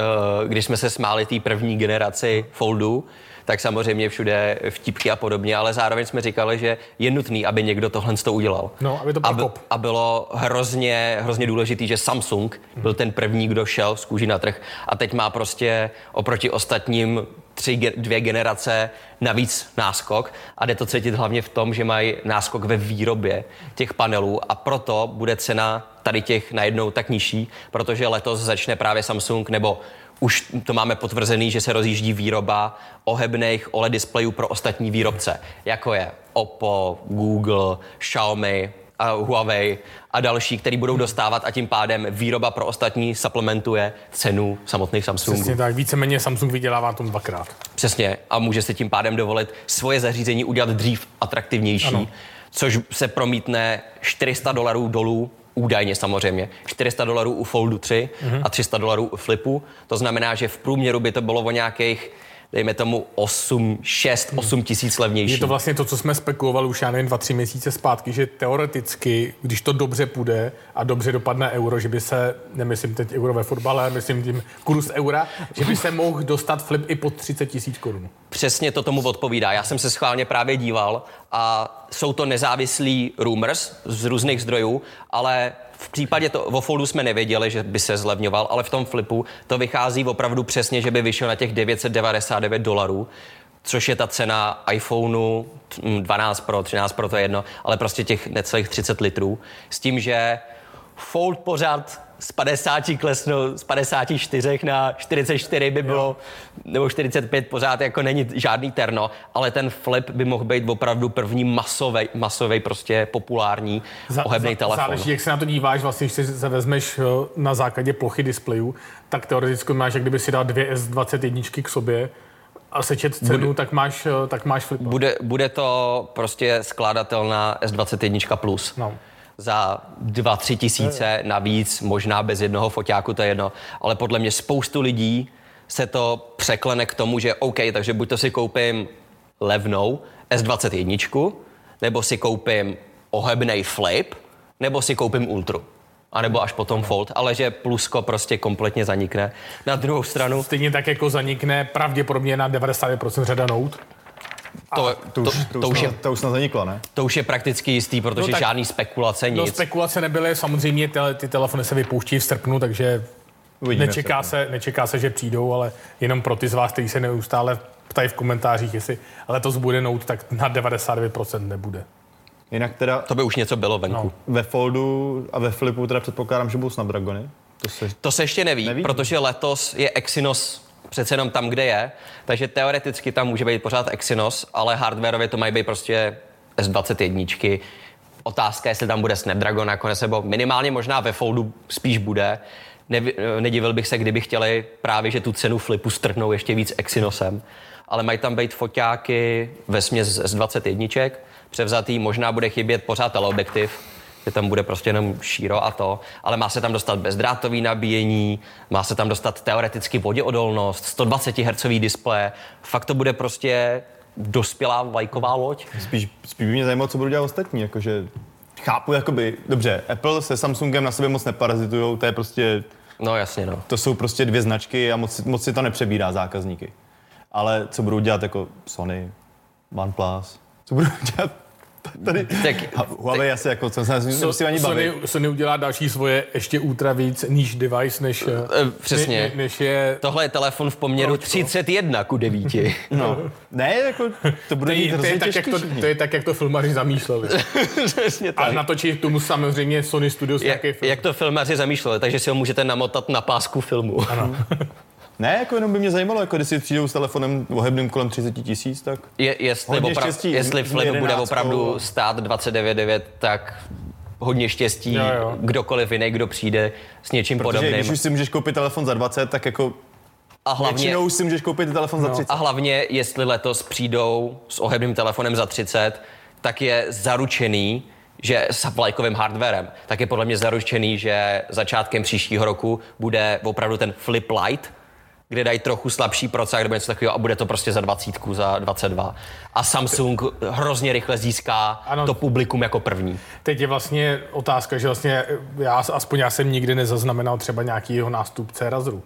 Speaker 3: když jsme se smáli té první generaci Foldu, tak samozřejmě všude vtipky a podobně, ale zároveň jsme říkali, že je nutný, aby někdo tohle to udělal.
Speaker 1: No, aby to
Speaker 3: a, b-
Speaker 1: prokop.
Speaker 3: a bylo hrozně, hrozně důležitý, že Samsung byl ten první, kdo šel z kůži na trh a teď má prostě oproti ostatním tři, ge- dvě generace navíc náskok a jde to cítit hlavně v tom, že mají náskok ve výrobě těch panelů a proto bude cena tady těch najednou tak nižší, protože letos začne právě Samsung nebo už to máme potvrzený, že se rozjíždí výroba ohebných OLED displejů pro ostatní výrobce, jako je Oppo, Google, Xiaomi, a Huawei a další, který budou dostávat a tím pádem výroba pro ostatní suplementuje cenu samotných Samsungů.
Speaker 1: Přesně tak, víceméně Samsung vydělává na tom dvakrát.
Speaker 3: Přesně. A může se tím pádem dovolit svoje zařízení udělat dřív atraktivnější, ano. což se promítne 400 dolarů dolů, údajně samozřejmě, 400 dolarů u Foldu 3 mhm. a 300 dolarů u Flipu. To znamená, že v průměru by to bylo o nějakých dejme tomu 8, 6, 8 tisíc levnější.
Speaker 1: Je to vlastně to, co jsme spekulovali už, já nevím, dva, tři měsíce zpátky, že teoreticky, když to dobře půjde a dobře dopadne euro, že by se, nemyslím teď euro ve fotbale, ale myslím tím kurz eura, že by se mohl dostat flip i pod 30 tisíc korun.
Speaker 3: Přesně to tomu odpovídá. Já jsem se schválně právě díval a jsou to nezávislí rumors z různých zdrojů, ale v případě to, o Foldu jsme nevěděli, že by se zlevňoval, ale v tom flipu to vychází opravdu přesně, že by vyšel na těch 999 dolarů, což je ta cena iPhoneu mm, 12 Pro, 13 Pro, to je jedno, ale prostě těch necelých 30 litrů, s tím, že Fold pořád z 50 klesnul, z 54 na 44 by bylo, nebo 45 pořád jako není žádný terno, ale ten flip by mohl být opravdu první masový, masový prostě populární ohebný telefon.
Speaker 1: Záleží, jak se na to díváš, vlastně, když si se vezmeš eh, na základě plochy displejů, tak teoreticky máš, jak kdyby si dal dvě S21 k sobě a sečet cenu, tak máš, eh, tak máš flip.
Speaker 3: Bude, bude to prostě skládatelná S21 plus.
Speaker 1: No.
Speaker 3: Za 2-3 tisíce navíc, možná bez jednoho foťáku, to je jedno. Ale podle mě spoustu lidí se to překlene k tomu, že OK, takže buď to si koupím levnou S21, nebo si koupím ohebnej flip, nebo si koupím Ultru. A nebo až potom Fold, ale že plusko prostě kompletně zanikne. Na druhou stranu,
Speaker 1: Stejně tak jako zanikne pravděpodobně na 90% řada Note.
Speaker 3: to,
Speaker 2: To
Speaker 3: to,
Speaker 2: už,
Speaker 3: to, už, je,
Speaker 2: to už snad zaniklo, ne?
Speaker 3: to už je prakticky jistý, protože
Speaker 1: tak-
Speaker 3: žádný spekulace, nic.
Speaker 1: No, spekulace nebyly, samozřejmě ty, ty telefony se vypouští v srpnu, takže
Speaker 2: Uvidíme
Speaker 1: nečeká
Speaker 2: v
Speaker 1: se, nečeká se, že přijdou, ale jenom pro ty z vás, kteří se neustále ptají v komentářích, jestli letos bude Note, tak na 99% nebude.
Speaker 2: Jinak teda
Speaker 3: To by už něco bylo venku.
Speaker 1: No.
Speaker 3: No.
Speaker 2: ve Foldu a ve Flipu teda předpokládám, že budou Snapdragony. To se...
Speaker 3: To se ještě neví,
Speaker 2: Neví.
Speaker 3: neví, protože letos je Exynos přece jenom tam, kde je, takže teoreticky tam může být pořád Exynos, ale hardwareově to mají být prostě S21. Otázka, jestli tam bude Snapdragon nakonec, nebo minimálně možná ve Foldu spíš bude. Nevy, eh, nedivil bych se, kdyby chtěli právě, že tu cenu flipu strhnou ještě víc Exynosem. Ale mají tam být foťáky ve směs z S21, převzatý, možná bude chybět pořád teleobjektiv, že tam bude prostě jenom šíro a to, ale má se tam dostat bezdrátový nabíjení, má se tam dostat teoreticky voděodolnost, 120 Hz displej, fakt to bude prostě dospělá vlajková loď.
Speaker 2: Spíš, spíš by mě zajímalo, co budou dělat ostatní, jakože chápu, jakoby, dobře, Apple se Samsungem na sebe moc neparazitujou, to je prostě,
Speaker 3: No jasně, no.
Speaker 2: to jsou prostě dvě značky a moc, si- moc si to nepřebírá zákazníky. Ale co budou dělat jako Sony, OnePlus, co budou dělat tady?
Speaker 3: Tak,
Speaker 2: A Huawei asi jako, co se
Speaker 1: Co-
Speaker 2: nemusím ani
Speaker 1: Sony,
Speaker 2: bavit.
Speaker 1: Sony udělá další svoje ještě ultra víc níž device, než, eh,
Speaker 3: eh, přesně.
Speaker 1: ne, ne, než je
Speaker 3: Tohle je telefon v poměru 31 ku 9.
Speaker 2: No. Ne, jako, to bude
Speaker 1: to
Speaker 2: mít
Speaker 1: je, to,
Speaker 2: hrozně
Speaker 1: je tak, jak
Speaker 2: těžký
Speaker 1: to,
Speaker 2: všichni.
Speaker 1: to je tak, jak to filmaři zamýšleli.
Speaker 3: Přesně
Speaker 1: A
Speaker 3: tak.
Speaker 1: natočí k tomu samozřejmě Sony Studios
Speaker 3: Jak,
Speaker 1: nějaký film.
Speaker 3: jak to filmaři zamýšleli, takže si ho můžete namotat na pásku filmu.
Speaker 2: Ne, jako jenom by mě zajímalo, jako když si přijdou s telefonem ohebným kolem 30 tisíc, tak
Speaker 3: Je, jestli,
Speaker 2: Hodně
Speaker 3: opra-
Speaker 2: štěstí
Speaker 3: jestli
Speaker 2: s- s
Speaker 3: Flip bude
Speaker 2: jedenáctkou.
Speaker 3: opravdu stát 29,9, tak hodně štěstí
Speaker 1: Jo, jo.
Speaker 3: kdokoliv jiný, kdo přijde s něčím
Speaker 2: Protože
Speaker 3: podobným.
Speaker 2: když už si můžeš koupit telefon za 20, tak jako
Speaker 3: a, hlavně,
Speaker 2: většinou si můžeš koupit telefon za 30.
Speaker 3: a hlavně, jestli letos přijdou s ohebným telefonem za 30, tak je zaručený, že s vlajkovým hardwarem, tak je podle mě zaručený, že začátkem příštího roku bude opravdu ten Flip Lite, kde dají trochu slabší procák nebo něco takového a bude to prostě za 20, za 22. A Samsung hrozně rychle získá
Speaker 1: Ano.
Speaker 3: ano. to publikum jako první.
Speaker 1: Teď je vlastně eh, otázka, že vlastně já, aspoň já jsem nikdy nezaznamenal třeba nějakýho nástupce Razru.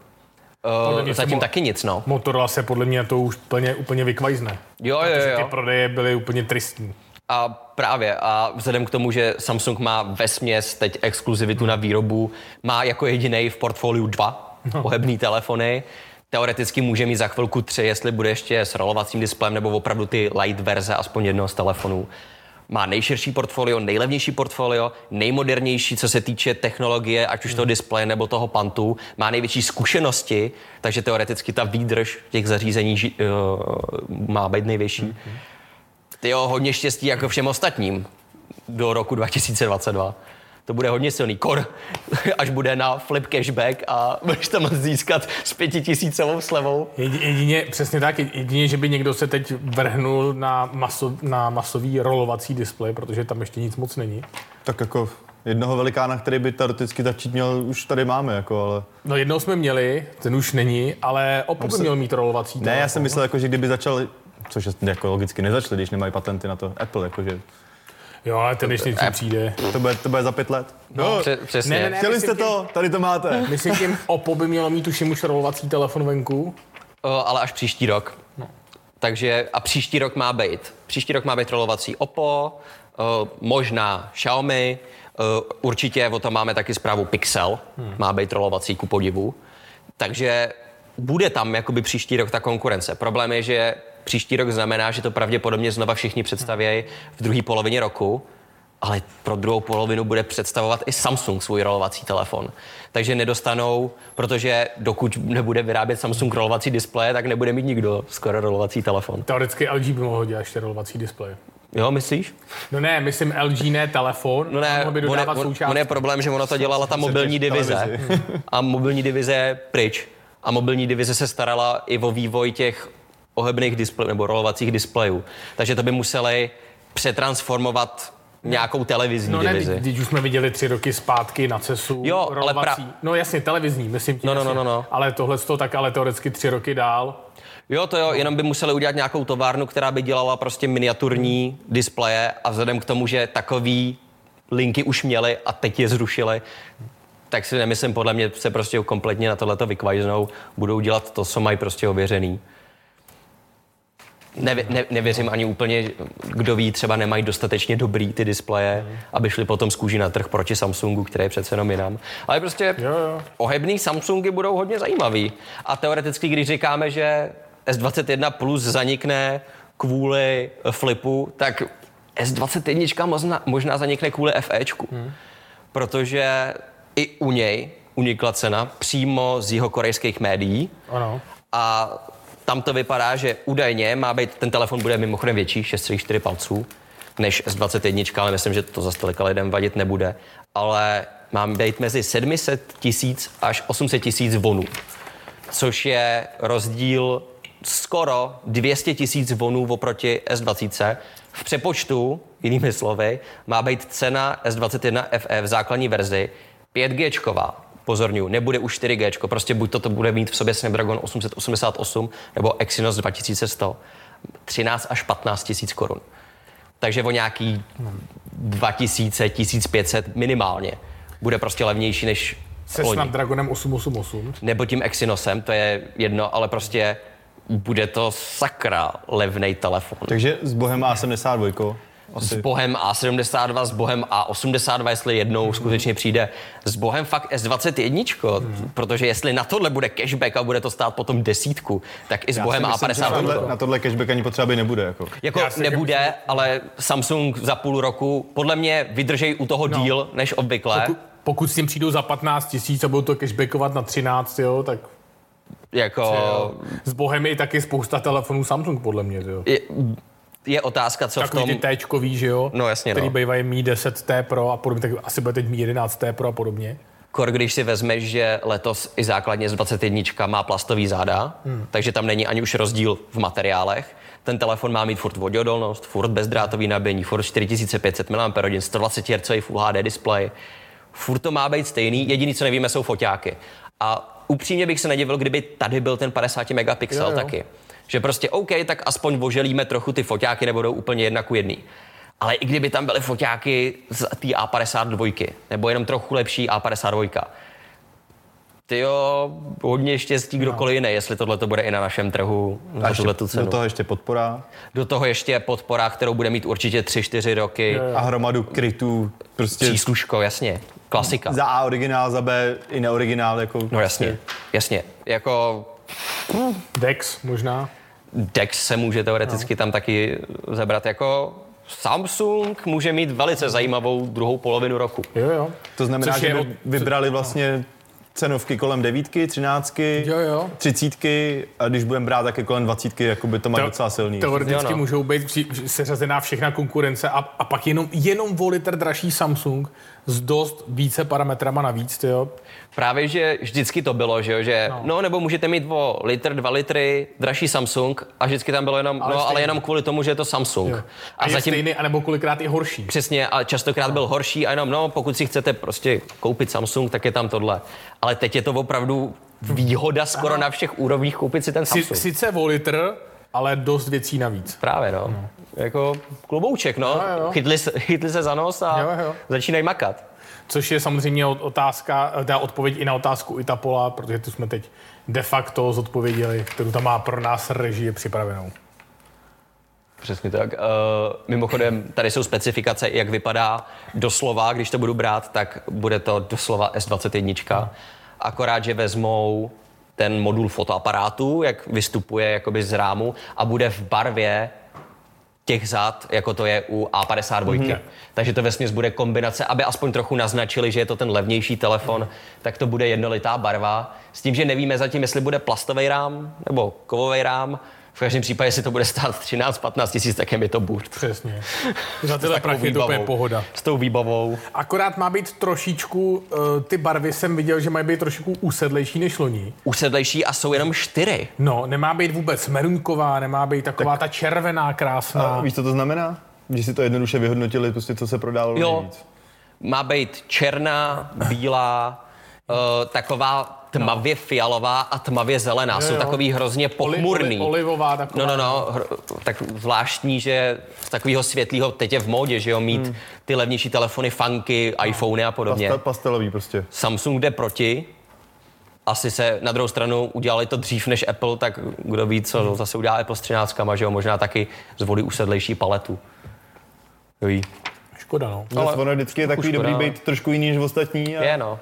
Speaker 1: Podle
Speaker 3: Uh,
Speaker 1: mě se
Speaker 3: zatím
Speaker 1: mo-
Speaker 3: taky nic, no.
Speaker 1: Motorola se podle mě na to už plně, úplně vykvajzne.
Speaker 3: Jo, jo,
Speaker 1: Protože ty
Speaker 3: jo.
Speaker 1: prodeje byly úplně tristní.
Speaker 3: A právě, a vzhledem k tomu, že Samsung má ve směs teď exkluzivitu na výrobu, má jako jediný v portfoliu dva pohebný telefony, teoreticky může mít za chvilku tři, jestli bude ještě s rolovacím displejem nebo opravdu ty light verze aspoň jednoho z telefonů. Má nejširší portfolio, nejlevnější portfolio, nejmodernější, co se týče technologie, ať už toho displeje nebo toho pantu. Má největší zkušenosti, takže teoreticky ta výdrž těch zařízení ži- eh, má být největší. Ty jo, hodně štěstí jako všem ostatním do roku 2022. To bude hodně silný. Kor, až bude na flip cashback a budeš tam získat s pětitisícovou slevou.
Speaker 1: Jedi- Jedině, přesně tak, jedině, že by někdo se teď vrhnul na, maso, na masový rolovací displej, protože tam ještě nic moc není.
Speaker 2: Tak jako jednoho velikána, který by teoreticky začít měl, už tady máme, jako, ale...
Speaker 1: No jednou jsme měli, ten už není, ale Oppo by měl mít rolovací.
Speaker 2: Ne, já
Speaker 1: telefon.
Speaker 2: jsem myslel, jako, že kdyby začal, což je- jako logicky nezačali, když nemají patenty na to, Apple, jakože
Speaker 1: Jo, ale ten ještě
Speaker 2: Eh.
Speaker 1: něco přijde.
Speaker 2: to bude, to bude za pět let.
Speaker 3: No, pře- přesně.
Speaker 1: ne, ne, ne.
Speaker 2: Chtěli
Speaker 1: myslím
Speaker 2: jste to, tady to máte.
Speaker 1: Myslím tím, Oppo by mělo mít tuším už rolovací telefon venku.
Speaker 3: O, Eh, ale až příští rok. Takže a příští rok má být. Příští rok má být rolovací Oppo, o, možná Xiaomi, o, určitě o tom máme taky zprávu Pixel, má být rolovací ku podivu. Takže bude tam jakoby příští rok ta konkurence. Problém je, že příští rok znamená, že to pravděpodobně znova všichni představějí v druhé polovině roku, ale pro druhou polovinu bude představovat i Samsung svůj rolovací telefon. Takže nedostanou, protože dokud nebude vyrábět Samsung rolovací displeje, tak nebude mít nikdo skoro rolovací telefon.
Speaker 1: Teoreticky LG by mohl dělat ještě rolovací displej.
Speaker 3: Jo, myslíš?
Speaker 1: No ne, myslím LG ne telefon,
Speaker 3: No ne,
Speaker 1: mohl by
Speaker 3: on, je-
Speaker 1: dodávat
Speaker 3: on,
Speaker 1: součástky.
Speaker 3: on je problém, že ono to dělala ta mobilní divize. A mobilní divize je pryč. A mobilní divize se starala i o vývoj těch ohebných displejů nebo rolovacích displejů. Takže to by museli přetransformovat nějakou televizní
Speaker 1: No ne,
Speaker 3: divizi.
Speaker 1: teď- teď už jsme viděli tři roky zpátky na CESu.
Speaker 3: Jo, ale
Speaker 1: rolovací.
Speaker 3: pra-
Speaker 1: No jasně, televizní, myslím tím,
Speaker 3: No, no,
Speaker 1: jasně.
Speaker 3: no, no, no.
Speaker 1: Ale tohle to tak ale teoreticky tři roky dál.
Speaker 3: Jo, to jo, jenom by museli udělat nějakou továrnu, která by dělala prostě miniaturní displeje a vzhledem k tomu, že takový linky už měli a teď je zrušili, tak si nemyslím, podle mě se prostě kompletně na tohleto vykvajznou, budou dělat to, co mají prostě ověřený. Nevě, ne, nevěřím ani úplně, kdo ví, třeba nemají dostatečně dobrý ty displeje, aby šli potom z kůží na trh proti Samsungu, který je přece jenom jinam. Ale prostě
Speaker 1: Jo, jo.
Speaker 3: ohebný Samsungy budou hodně zajímavý. A teoreticky, když říkáme, že S21 Plus zanikne kvůli eh, flipu, tak S21 možná, možná zanikne kvůli FEčku. Protože i u něj unikla cena přímo z jeho korejských médií.
Speaker 1: Ano.
Speaker 3: A tam to vypadá, že údajně má být, ten telefon bude mimochodem větší, 6,4 palců, než S21, ale myslím, že to za stolika lidem vadit nebude. Ale mám být mezi 700 tisíc až 800 tisíc vonů, což je rozdíl skoro 200 tisíc vonů oproti S20. V přepočtu, jinými slovy, má být cena S21 FE E v základní verzi 5G, pozorňuji, nebude už 4G, prostě buď to, to bude mít v sobě Snapdragon 888 nebo Exynos 2100, 13 až 15 tisíc korun. Takže o nějaký 2000, 1500 minimálně bude prostě levnější než
Speaker 1: Se
Speaker 3: loni
Speaker 1: Snapdragonem 888.
Speaker 3: nebo tím Exynosem, to je jedno, ale prostě bude to sakra levný telefon.
Speaker 2: Takže s Bohem A72.
Speaker 3: S
Speaker 2: Asi.
Speaker 3: Bohem A72, s Bohem A82, jestli jednou skutečně přijde. S Bohem fakt S21, protože jestli na tohle bude cashback a bude to stát potom desítku, tak i s
Speaker 2: Já si
Speaker 3: Bohem
Speaker 2: myslím, že na
Speaker 3: A52.
Speaker 2: tohle- Na tohle cashback ani potřeba by nebude. Jako.
Speaker 3: Jako
Speaker 1: Já si
Speaker 3: nebude, ale Samsung za půl roku podle mě vydržej u toho no. díl než obvykle.
Speaker 1: Pokud, pokud s tím přijdou za 15 tisíc a budou to cashbackovat na 13, jo, tak
Speaker 3: jako
Speaker 1: jo. s Bohem je taky spousta telefonů Samsung, podle mě, jo.
Speaker 3: je, je otázka, co
Speaker 1: Takový
Speaker 3: v
Speaker 1: ty
Speaker 3: tom...
Speaker 1: Tčkový, že jo?
Speaker 3: No, jasně,
Speaker 1: Který
Speaker 3: no.
Speaker 1: bývají Mi 10T Pro a podobně, tak asi bude teď Mi 11T Pro a podobně.
Speaker 3: Kor, když si vezmeš, že letos i základně z 21 má plastový záda, hmm. takže tam není ani už rozdíl v materiálech. Ten telefon má mít furt voděodolnost, furt bezdrátový nabíjení, furt 4500 mAh, 120 Hz Full HD display. Furt to má být stejný, jediný, co nevíme, jsou foťáky. A upřímně bych se nedivil, kdyby tady byl ten 50 megapixel
Speaker 1: Jo, jo.
Speaker 3: taky. Že prostě OK, tak aspoň oželíme trochu ty foťáky, nebudou úplně jedna ku jedný. Ale i kdyby tam byly foťáky z té A52, nebo jenom trochu lepší A52, Ty jo, hodně štěstí kdokoliv jiný, jestli tohle to bude i na našem trhu
Speaker 2: A
Speaker 3: za
Speaker 2: ještě
Speaker 3: tuhle tu cenu.
Speaker 2: No. do toho ještě podpora
Speaker 3: Do toho ještě podpora, kterou bude mít určitě 3-4 roky.
Speaker 2: a hromadu krytů, prostě
Speaker 3: Přísluško, jasně. Klasika.
Speaker 2: za A originál, za B i neoriginál, jako
Speaker 3: No jasně, jasně. Jako
Speaker 1: Dex možná.
Speaker 3: Dex se může
Speaker 2: No.
Speaker 3: teoreticky tam taky zabrat. Jako Samsung může mít velice zajímavou druhou polovinu roku.
Speaker 1: Jo, jo.
Speaker 2: To znamená,
Speaker 1: Což
Speaker 2: že
Speaker 1: je
Speaker 2: by
Speaker 1: od- no.
Speaker 2: vybrali vlastně cenovky kolem devítky, třináctky,
Speaker 1: Jo, jo.
Speaker 2: třicítky a když budeme brát taky kolem dvacítky, jako by to má docela silný.
Speaker 1: Teoreticky
Speaker 3: Jo, no.
Speaker 1: můžou být při, seřazená všechna konkurence a, a pak jenom, jenom o litr dražší Samsung s dost více parametrama navíc, ty jo.
Speaker 3: Právě, že vždycky to bylo, že, jo, že no. no. nebo můžete mít o litr, dva litry dražší Samsung a vždycky tam bylo jenom, ale, no, ale
Speaker 1: stejný.
Speaker 3: jenom kvůli tomu, že je to Samsung.
Speaker 1: jo. A, a je zatím... stejný, anebo kolikrát i horší.
Speaker 3: Přesně, a častokrát byl horší a jenom, no, pokud si chcete prostě koupit Samsung, tak je tam tohle. Ale teď je to opravdu výhoda skoro na všech úrovních koupit si ten
Speaker 1: Si,
Speaker 3: Samsung.
Speaker 1: sice o litr, ale dost věcí navíc.
Speaker 3: Právě, no. Jako klobouček, no.
Speaker 1: Jo, jo.
Speaker 3: Chytli, se, chytli se za nos a
Speaker 1: Jo, jo.
Speaker 3: začínají makat.
Speaker 1: Což je samozřejmě od- otázka, eh, dá odpověď i na otázku Itapola, protože tu jsme teď de facto zodpověděli, kterou tam má pro nás režie připravenou.
Speaker 3: Přesně tak. Uh, mimochodem, tady jsou specifikace, jak vypadá doslova, když to budu brát, tak bude to doslova S21. Akorát, že vezmou ten modul fotoaparátu, jak vystupuje jakoby z rámu a bude v barvě těch zad, jako to je u A52. Mm-hmm.
Speaker 1: Mhm.
Speaker 3: Takže to vesměs bude kombinace, aby aspoň trochu naznačili, že je to ten levnější telefon, tak to bude jednolitá barva. S tím, že nevíme zatím, jestli bude plastový rám nebo kovový rám. V každém případě, jestli to bude stát 13-15 tisíc, tak je mi to burt.
Speaker 1: Přesně. Za tyhle
Speaker 3: takovou
Speaker 1: prachy je to
Speaker 3: výbavou.
Speaker 1: úplně pohoda.
Speaker 3: S tou výbavou.
Speaker 1: Akorát má být trošičku, eh, ty barvy jsem viděl, že mají být trošičku úsedlejší než loni.
Speaker 3: Usedlejší a jsou jenom čtyři.
Speaker 1: No, nemá být vůbec merunková, nemá být taková tak. ta červená krásná.
Speaker 3: Eh,
Speaker 2: A víš, co to znamená? Že si to jednoduše vyhodnotili, prostě co se prodávalo
Speaker 3: Jo.
Speaker 2: nejvíc.
Speaker 3: Má být černá, bílá, eh, taková tmavě fialová a tmavě zelená. Jsou
Speaker 1: jo.
Speaker 3: takový hrozně
Speaker 1: Oli-
Speaker 3: pochmurný.
Speaker 1: oli- olivová taková.
Speaker 3: No, no, no, hr, tak zvláštní, že z takového světlého teď je v módě, že jo, mít hmm. ty levnější telefony, funky,
Speaker 2: No.
Speaker 3: iPhony a podobně.
Speaker 2: Pasta, pastelový prostě.
Speaker 3: Samsung jde proti. Asi se na druhou stranu udělali to dřív než Apple, tak kdo ví, co
Speaker 2: Hmm.
Speaker 3: zase udělá Apple s 13, že jo, možná taky zvolí usedlejší paletu. Jo, ví.
Speaker 1: Škoda, no.
Speaker 2: Ale
Speaker 3: Ale-
Speaker 2: ono vždycky je takový
Speaker 3: Trochu škoda,
Speaker 2: dobrý
Speaker 3: ale-
Speaker 2: být trošku jiný než ostatní a,
Speaker 3: Je, no.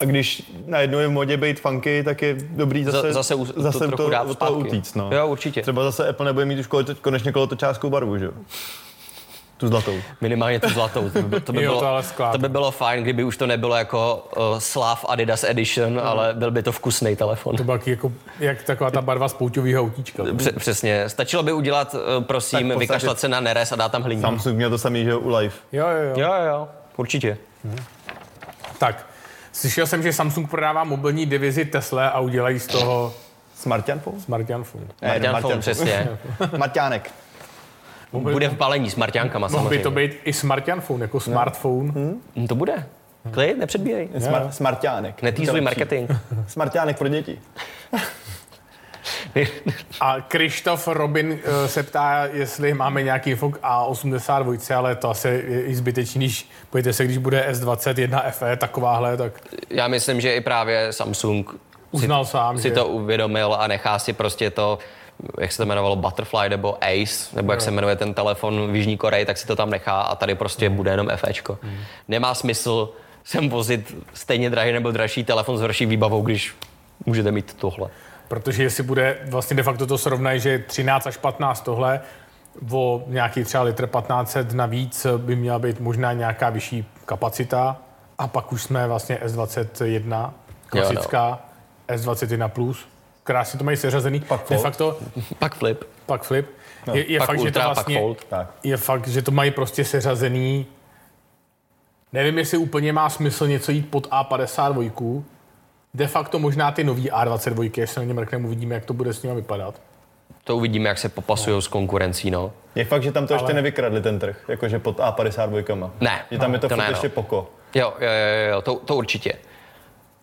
Speaker 2: a když najednou je v modě být funky, tak je dobrý zase,
Speaker 3: Za- zase us- to
Speaker 2: zase
Speaker 3: trochu dát
Speaker 2: od toho
Speaker 3: zpátky.
Speaker 2: utíct. No.
Speaker 3: Jo, určitě.
Speaker 2: Třeba zase Apple nebude mít už kolo, konečně kolotočářskou barvu, že jo? Tu zlatou.
Speaker 3: Minimálně tu zlatou. To by, to by,
Speaker 1: Jo,
Speaker 3: bylo,
Speaker 1: to ale skládá.
Speaker 3: to by bylo fajn, kdyby už to nebylo jako uh, Slav Adidas Edition, ale byl by to vkusný telefon.
Speaker 1: Mhm. To byla jako, jak taková ta barva z pouťovýho autíčka.
Speaker 3: Pře- přesně. Stačilo by udělat, uh, prosím,
Speaker 2: podstatě-
Speaker 3: vykašlat se na neres a dát tam hliník.
Speaker 2: Samsung měl to samý, že jo, u Live.
Speaker 1: Jo, jo, jo.
Speaker 3: Jo, jo, jo. Určitě.
Speaker 1: Tak, slyšel jsem, že Samsung prodává mobilní divizi Tesla a udělají z toho
Speaker 2: Smartian phone?
Speaker 1: smartphone phone.
Speaker 2: Ne,
Speaker 3: Marťan
Speaker 2: Marťan.
Speaker 3: Fon, přesně.
Speaker 2: Marťánek.
Speaker 3: Bude v balení s
Speaker 1: Mohl
Speaker 3: Marťánkama
Speaker 1: by
Speaker 3: samozřejmě.
Speaker 1: to být i smartphone, jako smartphone. Hmm.
Speaker 3: No To bude. Klid, nepředbírej.
Speaker 2: Smar- smarťánek.
Speaker 3: Netýzuj marketing.
Speaker 2: Smarťánek pro děti.
Speaker 1: A Krištof Robin eh, se ptá, jestli máme nějaký fok A82, ale to asi je i zbytečný, když pojďte se, když bude S21 FE E, takováhle, tak
Speaker 3: Já myslím, že i právě Samsung
Speaker 1: uznal sám,
Speaker 3: si,
Speaker 1: že
Speaker 3: si to uvědomil a nechá si prostě to, jak se to jmenovalo, Butterfly nebo Ace, nebo jak se jmenuje ten telefon v Jižní Koreji, tak si to tam nechá a tady prostě bude jenom FEčko. Nemá smysl sem vozit stejně drahý nebo dražší telefon s horší výbavou, když můžete mít tohle.
Speaker 1: Protože jestli bude vlastně de facto to srovnají, že 13 až 15 tohle, o nějaký třeba litr 1500 navíc by měla být možná nějaká vyšší kapacita a pak už jsme vlastně S21
Speaker 3: no.
Speaker 1: klasická, S21 plus. Krásně to mají seřazený. Pak de
Speaker 2: fold.
Speaker 1: facto,
Speaker 3: Pak flip,
Speaker 1: pak flip. Je, je
Speaker 3: No, pak
Speaker 1: fakt, že to
Speaker 3: ultra,
Speaker 1: vlastně,
Speaker 3: pak fold.
Speaker 2: Tak.
Speaker 1: je fakt, že to mají prostě seřazený. Nevím, jestli úplně má smysl něco jít pod A52. De facto možná ty nový A22, až se na ně mrkneme, uvidíme, jak to bude s nimi vypadat.
Speaker 3: To uvidíme, jak se popasují s konkurencí, no.
Speaker 2: Je fakt, že tam to ještě
Speaker 1: Ale-
Speaker 2: nevykradli ten trh, jakože pod A52.
Speaker 3: Ne,
Speaker 2: Že tam je to,
Speaker 3: to
Speaker 2: furt
Speaker 3: ne, no.
Speaker 2: ještě poko.
Speaker 3: Jo, jo, jo, jo to, to určitě.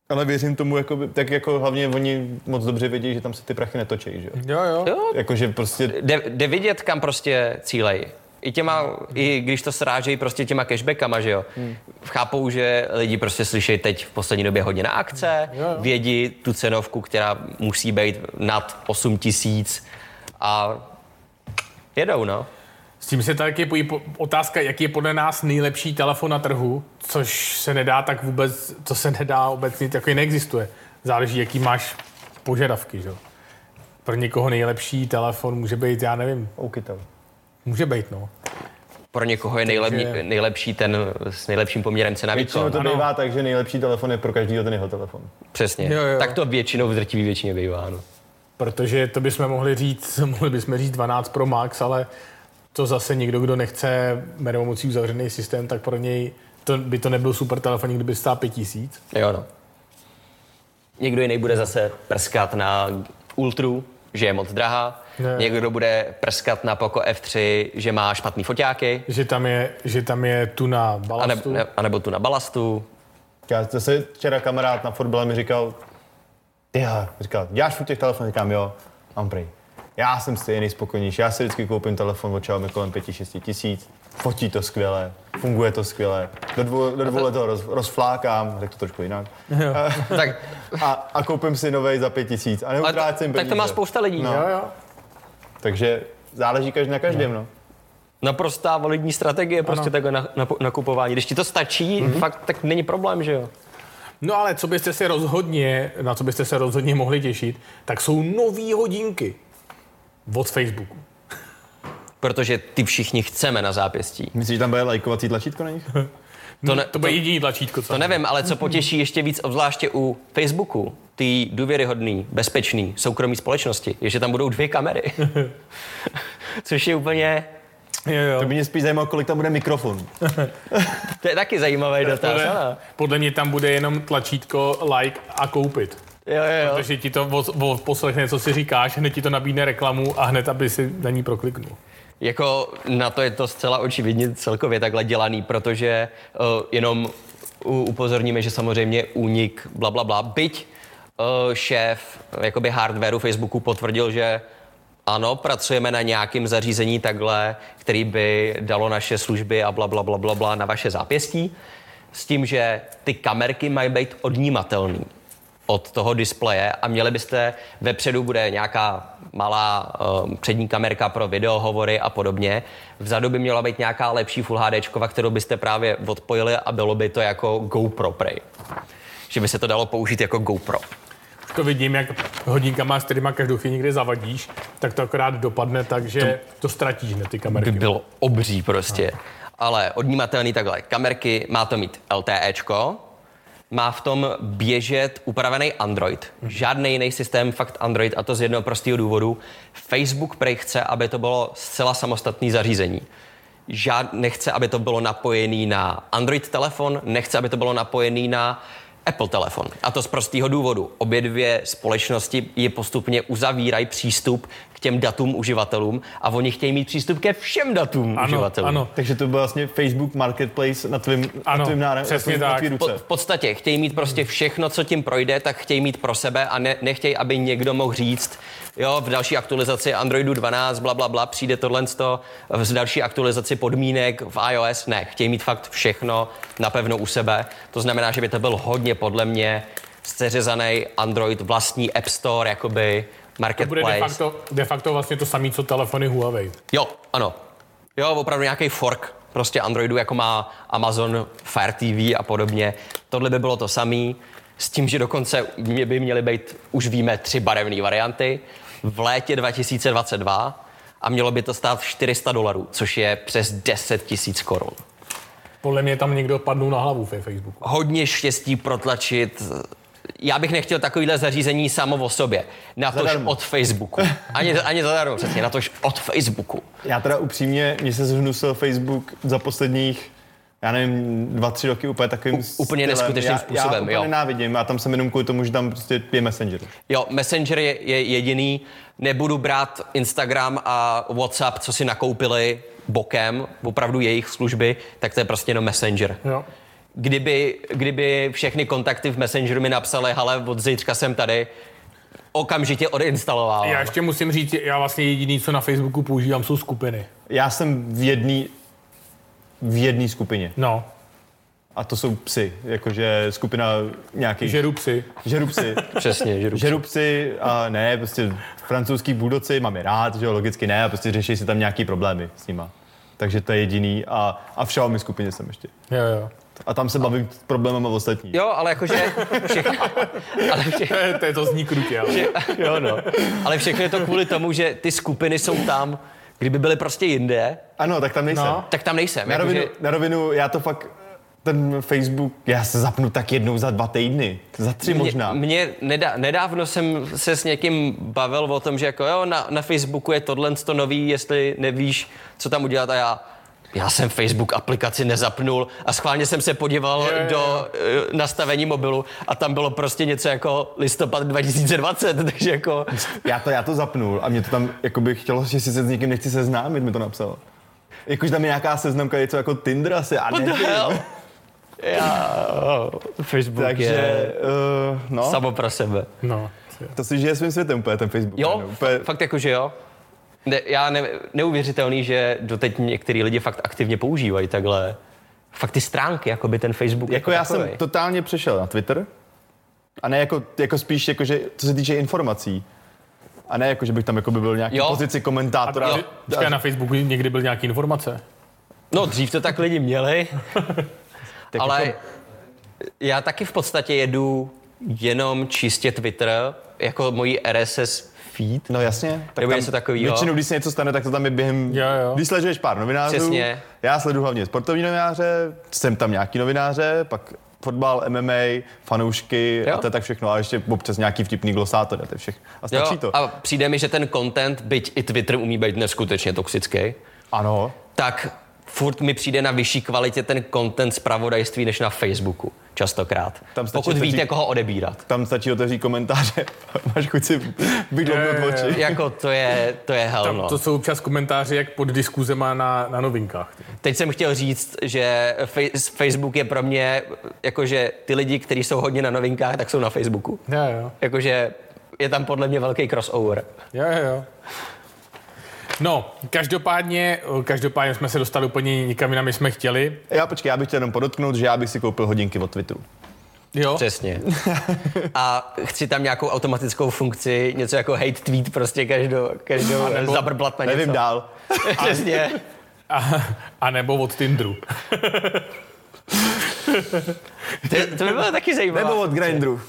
Speaker 2: Ale věřím tomu, jakoby, tak jako hlavně oni moc dobře vědí, že tam se ty prachy netočí, že jo?
Speaker 1: Jo, jo.
Speaker 3: Jo,
Speaker 2: Jakože prostě
Speaker 3: jde, jde vidět, kam prostě cílej. i těma, i když to srážejí prostě těma cashbackama, že jo. Hmm. Chápou, že lidi prostě slyšejí teď v poslední době hodně na akce,
Speaker 1: Jo, jo.
Speaker 3: vědí tu cenovku, která musí být nad 8 tisíc a jedou, no.
Speaker 1: S tím se taky pojí po- otázka, jaký je podle nás nejlepší telefon na trhu, což se nedá tak vůbec, co se nedá obecně, jako neexistuje. Záleží, jaký máš požadavky, že? jo. Pro někoho nejlepší telefon může být, já nevím,
Speaker 2: Oukitel.
Speaker 1: může být, no.
Speaker 3: Pro někoho je nejlepší,
Speaker 1: Takže-
Speaker 3: nejlepší ten s nejlepším poměrem cena
Speaker 2: Většinou
Speaker 3: výkon.
Speaker 2: to
Speaker 1: Ano.
Speaker 2: bývá tak, že nejlepší telefon je pro každýho ten jeho telefon.
Speaker 3: no. Přesně.
Speaker 1: Jo, jo.
Speaker 3: Tak to většinou v drtivé většině bývá, no.
Speaker 1: Protože to bychom mohli říct, mohli bychom říct 12 pro Max, ale to zase někdo, kdo nechce mermomocí uzavřený systém, tak pro něj to, by to nebyl super telefon, kdyby stál 5000.
Speaker 3: Jo, no. Někdo jiný bude zase prskat na Ultru, že je moc drahá.
Speaker 1: Ne.
Speaker 3: Někdo bude prskat na Poco F3, že má špatný foťáky.
Speaker 1: Že tam je, že tam je tu na
Speaker 3: A, ne,
Speaker 1: balastu.
Speaker 3: ne, a nebo tu na balastu.
Speaker 2: Já zase včera kamarád na fotbale mi říkal, tyhle, říkal, děláš u těch telefonů, říkám jo, mám prej. Já jsem stejný spokojenější, já si vždycky koupím telefon od Xiaomi kolem 5-6 tisíc, fotí to skvěle, funguje to skvěle, do dvou, do dvou let ho roz, rozflákám, řekl to trošku jinak,
Speaker 3: tak,
Speaker 2: a, a koupím si novej za 5 tisíc a
Speaker 3: ale
Speaker 2: neutrácím
Speaker 3: to, tak to má
Speaker 2: peníze.
Speaker 3: spousta lidí.
Speaker 2: No.
Speaker 3: No.
Speaker 1: Jo, jo.
Speaker 2: Takže záleží každý na každém, no.
Speaker 3: Naprostá validní strategie prostě
Speaker 1: Ano. Mhm.
Speaker 3: takhle na, na, nakupování. Když ti to stačí, mm-hmm. fakt, tak není problém, že jo?
Speaker 1: No ale co byste se rozhodně, na co byste se rozhodně mohli těšit, tak jsou nové hodinky od Facebooku.
Speaker 3: Protože ty všichni chceme na zápěstí.
Speaker 2: Myslíš, že tam bude lajkovací tlačítko na nich?
Speaker 1: To,
Speaker 3: ne-
Speaker 1: ne, to bude jediný tlačítko, co
Speaker 3: To nevím, ale co potěší ještě víc, obzvláště u Facebooku, ty důvěryhodný, bezpečný, soukromý společnosti, je, že tam budou dvě kamery. Což je úplně,
Speaker 1: Jo, jo.
Speaker 2: To by mě spíš zajímalo, kolik tam bude mikrofon.
Speaker 3: to je taky zajímavý dotaz.
Speaker 1: podle,
Speaker 3: ano.
Speaker 1: podle mě tam bude jenom tlačítko like a koupit.
Speaker 3: Jo, jo, jo.
Speaker 1: Protože ti to od, od poslechne, co si říkáš, hned ti to nabídne reklamu a hned, aby si na ní prokliknul.
Speaker 3: Jako na to je to zcela očividně celkově takhle dělaný, protože uh, jenom u- upozorníme, že samozřejmě únik bla, bla, bla. Byť uh, šéf eh, jakoby hardwareu Facebooku potvrdil, že ano, pracujeme na nějakém zařízení takhle, který by dalo naše služby a bla, bla, bla, bla, bla na vaše zápěstí, s tím, že ty kamerky mají být odnímatelný od toho displeje a měli byste, vepředu bude nějaká malá um, přední kamerka pro videohovory a podobně. Vzadu by měla být nějaká lepší Full HD, kterou byste právě odpojili a bylo by to jako GoPro Prey. Že by se to dalo použít jako GoPro.
Speaker 1: Už to vidím, jak hodinkama, s kterýma každou chvíli někde zavadíš, tak to akorát dopadne tak, že to, to ztratíš hned ty
Speaker 3: By
Speaker 1: kamerky.
Speaker 3: bylo obří prostě. Ale odnímatelný takhle. Kamerky má to mít LTEčko, má v tom běžet upravený Android. Žádný jiný systém, fakt Android, a to z jednoho prostého důvodu. Facebook prej chce, aby to bylo zcela samostatné zařízení. Žád, nechce, aby to bylo napojený na Android telefon, nechce, aby to bylo napojený na Apple telefon. A to z prostého důvodu. Obě dvě společnosti je postupně uzavírají přístup k těm datům uživatelům a oni chtějí mít přístup ke všem datům
Speaker 1: ano,
Speaker 3: uživatelům.
Speaker 1: ano.
Speaker 2: Takže to byl vlastně Facebook Marketplace na tvým,
Speaker 1: Ano,
Speaker 2: na tvým nára,
Speaker 1: přesně
Speaker 2: na tvým- na
Speaker 1: tak.
Speaker 2: tvý ruce.
Speaker 3: Po, v podstatě chtějí mít
Speaker 1: Hmm.
Speaker 3: prostě všechno, co tím projde, tak chtějí mít pro sebe a ne, nechtějí, aby někdo mohl říct, jo, v další aktualizaci Androidu 12, bla, bla, bla, přijde tohle z to, v další aktualizaci podmínek v iOS. Ne, chtějí mít fakt všechno napevno u sebe. To znamená, že by to byl hodně podle mě seřezaný Android, vlastní App Store, jakoby
Speaker 1: To bude de
Speaker 3: marketplace.
Speaker 1: facto, de facto vlastně to samé, co telefony Huawei.
Speaker 3: Jo, ano. Jo, opravdu nějaký fork prostě Androidu, jako má Amazon Fire TV a podobně. Tohle by bylo to samé, s tím, že dokonce mě by měly být, už víme, tři barevné varianty v létě 2022 a mělo by to stát 400 dolarů, což je přes 10 tisíc korun.
Speaker 1: Podle mě tam někdo padnul na hlavu ve Facebooku.
Speaker 3: Hodně štěstí protlačit já bych nechtěl takovýhle zařízení samo o sobě. Na tož
Speaker 2: Zadarmo.
Speaker 3: od Facebooku. Ani, ani zadarmo, přesně, na tož od Facebooku.
Speaker 2: Já teda upřímně, mě se zhnusil Facebook za posledních, já nevím, dva, tři roky úplně takovým
Speaker 3: úplně neskutečným
Speaker 2: já, já
Speaker 3: způsobem,
Speaker 2: úplně
Speaker 3: jo.
Speaker 2: nenávidím a tam jsem jenom kvůli tomu, že tam prostě je Messenger.
Speaker 3: Jo, Messenger je, je jediný. Nebudu brát Instagram a WhatsApp, co si nakoupili bokem, opravdu jejich služby, tak to je prostě jenom Messenger.
Speaker 1: Jo.
Speaker 3: Kdyby, kdyby všechny kontakty v Messengeru mi napsali, hele, od zítřka jsem tady, okamžitě odinstalovávám.
Speaker 1: Já ještě musím říct, já vlastně jediný, co na Facebooku používám, jsou skupiny.
Speaker 2: Já jsem v jedné v jedné skupině.
Speaker 1: No,
Speaker 2: A to jsou psy. Jakože skupina nějakých
Speaker 1: žeru psy.
Speaker 2: žeru psy.
Speaker 3: Přesně, že
Speaker 2: Žeru psy a ne, prostě francouzský budoci mám je rád, že jo, logicky ne, a prostě řeší si tam nějaký problémy s nima. Takže to je jediný a, a v Xiaomi skupině jsem ještě.
Speaker 1: Jo, jo.
Speaker 2: A tam se bavím s problémem ostatní.
Speaker 3: Jo, ale jakože všechno, ale, vše,
Speaker 1: To je, to je to zní krutě, ale.
Speaker 2: jo no.
Speaker 3: ale všechno je to kvůli tomu, že ty skupiny jsou tam, kdyby byly prostě jinde,
Speaker 2: Ano, tak tam nejsem.
Speaker 1: No.
Speaker 2: No.
Speaker 3: tak tam nejsem.
Speaker 2: Na, rovinu,
Speaker 3: Jakože,
Speaker 2: na rovinu, já to fakt, ten Facebook, já se zapnu tak jednou za dva týdny, za tři možná.
Speaker 3: Mě, mě nedá, nedávno jsem se s někým bavil o tom, že jako jo, na, na Facebooku je tohle to nový, jestli nevíš, co tam udělat a já já jsem Facebook aplikaci nezapnul a schválně jsem se podíval
Speaker 1: Jo, jo,
Speaker 3: do eh, nastavení mobilu a tam bylo prostě něco jako listopad 2020, takže jako
Speaker 2: Já to, já to zapnul a mě to tam jakoby chtělo, že si se s někým nechci seznámit, mi to napsalo. Jakož tam je nějaká seznamka, něco jako Tinder asi, a
Speaker 3: what the
Speaker 2: nevím.
Speaker 3: hell? Já, Facebook
Speaker 2: Takže,
Speaker 3: je
Speaker 2: uh, no,
Speaker 3: samo pro sebe.
Speaker 1: No.
Speaker 2: to si žije svým světem úplně ten Facebook.
Speaker 3: Jo,
Speaker 2: najednou, úplně,
Speaker 3: fakt jako, že jo. Ne, já ne, neuvěřitelný, že doteď některý lidi fakt aktivně používají takhle. Fakt ty stránky, jako by ten Facebook.
Speaker 2: jako já
Speaker 3: takovej.
Speaker 2: jsem totálně přešel na Twitter, a ne jako, jako spíš, jako, že, co se týče informací, a ne jako, že bych tam jako by byl nějaký
Speaker 3: Jo.
Speaker 2: pozici komentátora.
Speaker 3: A- jo.
Speaker 1: Počkej, na Facebooku někdy byl nějaký informace.
Speaker 3: No, dřív to tak lidi měli,
Speaker 2: Tak
Speaker 3: ale
Speaker 2: jako-
Speaker 3: já taky v podstatě jedu jenom čistě Twitter, jako mojí RSS feed.
Speaker 2: No jasně. Tak
Speaker 3: Nebo něco takovýho.
Speaker 2: Většinou, když se něco stane, tak to tam je během...
Speaker 1: Jo, jo.
Speaker 2: Když sleduješ pár novinářů.
Speaker 3: Přesně.
Speaker 2: Já sleduju hlavně sportovní novináře, jsem tam nějaký novináře, pak fotbal, MMA, fanoušky
Speaker 3: Jo.
Speaker 2: a to je tak všechno. A ještě občas nějaký vtipný glosátor a to je všechno. A
Speaker 3: Jo,
Speaker 2: stačí to.
Speaker 3: a přijde mi, že ten content, byť i Twitter umí být neskutečně toxický,
Speaker 2: Ano.
Speaker 3: tak furt mi přijde na vyšší kvalitě ten content zpravodajství než na Facebooku častokrát.
Speaker 2: Tam
Speaker 3: Tam
Speaker 2: stačí
Speaker 3: Pokud
Speaker 2: otevřít-
Speaker 3: víte, koho odebírat.
Speaker 2: Tam stačí otevřít komentáře. Máš chuť si vydobnout
Speaker 1: Jo, jo, jo.
Speaker 2: oči.
Speaker 3: Jako to je, to je hell
Speaker 1: Tam
Speaker 3: no.
Speaker 1: to jsou občas komentáře, jak pod diskuzema na, na novinkách.
Speaker 3: Teď jsem chtěl říct, že fej- Facebook je pro mě, jakože ty lidi, kteří jsou hodně na novinkách, tak jsou na Facebooku.
Speaker 1: Jo, jo.
Speaker 3: Jakože je tam podle mě velký crossover.
Speaker 1: Jo, jo, jo. No, každopádně, každopádně jsme se dostali úplně nikam jinam, než jsme chtěli.
Speaker 2: Já počkej, já bych chtěl jenom podotknout, že já bych si koupil hodinky od Twitteru.
Speaker 1: Jo?
Speaker 3: Přesně. A chci tam nějakou automatickou funkci, něco jako hate tweet, prostě každou, každou zabrblat na něco.
Speaker 2: Nevím dál.
Speaker 3: Přesně.
Speaker 1: A, a nebo od Tinderu.
Speaker 3: To, to by bylo taky zajímavé.
Speaker 2: Nebo od Grindru.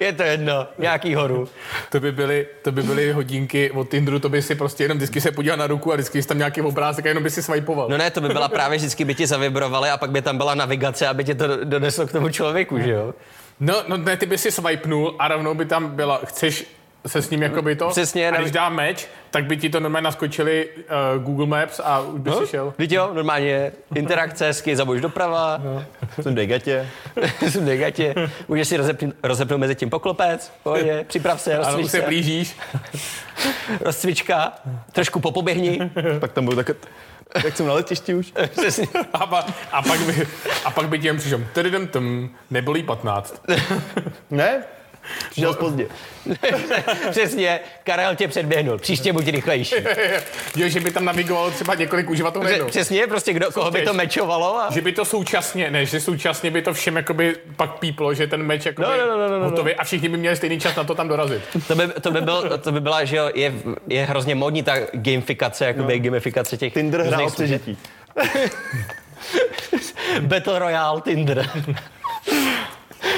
Speaker 3: Je to jedno, nějaký horu.
Speaker 1: To by, byly, to by byly hodinky od Tinderu, to by si prostě jenom vždycky se podíval na ruku a vždycky jsi tam nějaký obrázek a jenom by si swipeoval.
Speaker 3: No ne, to by byla právě vždycky by ti zavibrovali a pak by tam byla navigace, aby tě to doneslo k tomu člověku, že jo?
Speaker 1: No, no ne, ty by si swipenul a rovnou by tam byla, chceš se s ním jakoby to?
Speaker 3: Přesně,
Speaker 1: A
Speaker 3: ne-
Speaker 1: když dá meč, tak by ti to normálně naskočili uh, Google Maps a už
Speaker 3: No.
Speaker 1: by si šel.
Speaker 3: Víte jo, normálně interakce, hezky, zabož doprava, no.
Speaker 2: Jsem v Degatě.
Speaker 3: jsem v negatě, můžeš si rozepnout, rozepnout mezi tím poklopec, pohodě, připrav se,
Speaker 1: A
Speaker 3: rozcvič
Speaker 1: už se
Speaker 3: se,
Speaker 1: blížíš.
Speaker 3: rozcvička, trošku popoběhni,
Speaker 2: Pak tam budu tak... Jak jsem na letišti už.
Speaker 3: přesně.
Speaker 1: A, pa, a, pak by, a pak by ti jen přišel, tedy jdem tam, nebolí 15.
Speaker 2: Ne? Přišel jsi pozdě.
Speaker 3: přesně, Karel tě předběhnul, příště buď rychlejší.
Speaker 1: Jo, že by tam navigovalo třeba několik uživatelů
Speaker 3: Pře-
Speaker 1: najednou.
Speaker 3: Přesně, prostě kdo, koho by to
Speaker 1: chceš?
Speaker 3: mečovalo a...
Speaker 1: Že by to současně, ne, že současně by to všem jakoby pak píplo, že ten meč jakoby
Speaker 3: No, no, no, no, no, no.
Speaker 1: hotový a všichni by měli stejný čas na to tam dorazit.
Speaker 3: To by, to by, byl, to by byla, že jo, je, je hrozně modní ta gamifikace, jakoby no. gamifikace těch...
Speaker 2: Tinder hra o
Speaker 3: různých služeb.
Speaker 2: přežití.
Speaker 3: Battle Royale Tinder.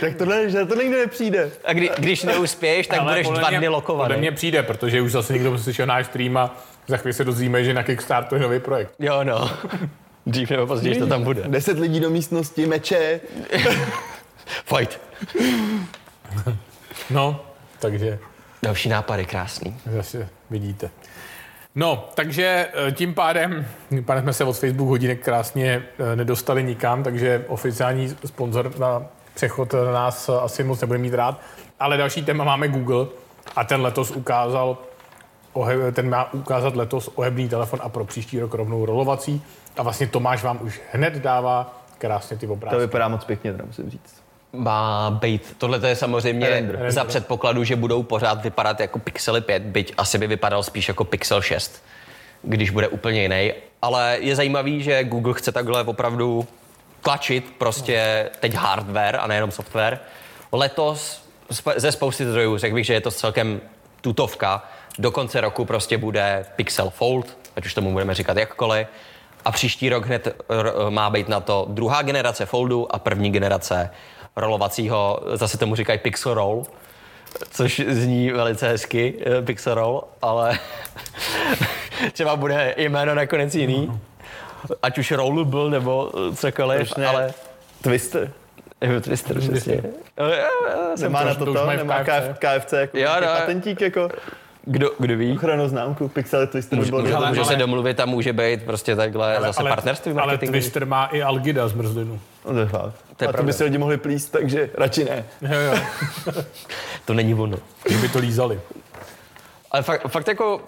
Speaker 2: Tak tohle, že to nikdy nepřijde.
Speaker 3: A kdy, když neuspěješ, tak budeš
Speaker 1: podle
Speaker 3: dva
Speaker 1: mě-
Speaker 3: dny
Speaker 1: Podle
Speaker 3: lokovaný.
Speaker 1: mě přijde, protože už zase někdo slyšel náš stream a za chvíli se dozvíme, že na Kickstarteru je nový projekt.
Speaker 3: Jo, no. Dřív nebo později to tam bude.
Speaker 2: Deset lidí do místnosti, meče.
Speaker 3: Fight.
Speaker 1: No, takže
Speaker 3: Další nápad je krásný.
Speaker 1: zase vidíte. No, takže eh, tím pádem, tím pádem jsme se od Facebook hodinek krásně eh, nedostali nikam, takže oficiální sponzor na přechod na nás eh, asi moc nebude mít rád. Ale další téma máme Google a ten letos ukázal, ohe- ten má ukázat letos ohebný telefon a pro příští rok rovnou rolovací. A vlastně Tomáš vám už hned dává krásně ty obrázky.
Speaker 2: To vypadá moc pěkně, teda musím říct.
Speaker 3: má být, tohle to je samozřejmě
Speaker 2: Render.
Speaker 3: za předpokladu, že budou pořád vypadat jako Pixely 5, byť asi by vypadal spíš jako Pixel 6, když bude úplně jiný. Ale je zajímavý, že Google chce takhle opravdu tlačit prostě teď hardware a nejenom software. Letos sp- ze spousty zdrojů řekl bych, že je to celkem tutovka. Do konce roku prostě bude Pixel Fold, ať už tomu budeme říkat jakkoliv. A příští rok hned r- má být na to druhá generace Foldu a první generace rolovacího, zase tomu říkají Pixel Roll, což zní velice hezky, eh, Pixel Roll, ale třeba bude jméno nakonec jiný. Ať už Rollable nebo eh, cokoliv,
Speaker 2: Proč ne?
Speaker 3: ale...
Speaker 2: Twister.
Speaker 3: Nebo Twister, přesně. Eh, eh, jsem
Speaker 2: Nemá
Speaker 3: to-
Speaker 2: na
Speaker 1: to
Speaker 2: to
Speaker 1: už
Speaker 2: to,
Speaker 1: mají v
Speaker 2: nemá
Speaker 1: KFC.
Speaker 2: KF, KFC jako
Speaker 3: Jo,
Speaker 2: jo,
Speaker 3: no.
Speaker 2: patentík jako
Speaker 3: Kdo, kdo ví?
Speaker 2: ochranou známku, pixel Twister by
Speaker 3: Může,
Speaker 2: bylo
Speaker 3: může,
Speaker 2: dobré.
Speaker 1: ale-
Speaker 3: může se
Speaker 1: ale-
Speaker 3: domluvit a může být prostě takhle zase partnerství
Speaker 1: ale
Speaker 3: marketingu.
Speaker 1: Twister má i Algida zmrzlinu.
Speaker 2: No, to je fakt.
Speaker 3: To
Speaker 2: A
Speaker 3: je
Speaker 2: to
Speaker 3: pravda.
Speaker 2: by si lidi mohli plíst, takže radši ne.
Speaker 1: Jo, jo.
Speaker 3: To není ono.
Speaker 1: Že by to lízali.
Speaker 3: Ale fakt, fakt jako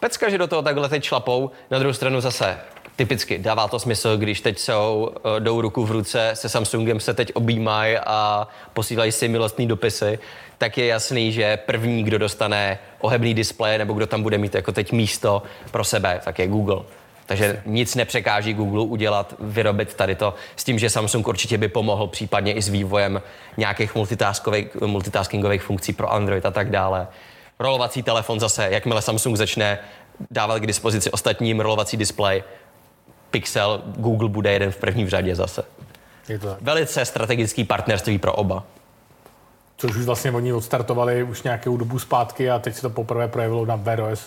Speaker 3: pecka, že do toho takhle teď šlapou. Na druhou stranu zase typicky dává to smysl, když teď jsou, eh, jdou ruku v ruce se Samsungem, se teď objímají a posílají si milostní dopisy, tak je jasný, že první, kdo dostane ohebný displej nebo kdo tam bude mít jako teď místo pro sebe, tak je Google. Takže nic nepřekáží Google udělat, vyrobit tady to s tím, že Samsung určitě by pomohl případně i s vývojem nějakých multitaskových- multitaskingových funkcí pro Android a tak dále rolovací telefon zase, jakmile Samsung začne dávat k dispozici ostatním rolovací displej, Pixel, Google bude jeden v prvním řadě zase.
Speaker 1: Je to tak.
Speaker 3: Velice strategický partnerství pro oba.
Speaker 1: Což už vlastně oni odstartovali už nějakou dobu zpátky a teď se to poprvé projevilo na Wear OS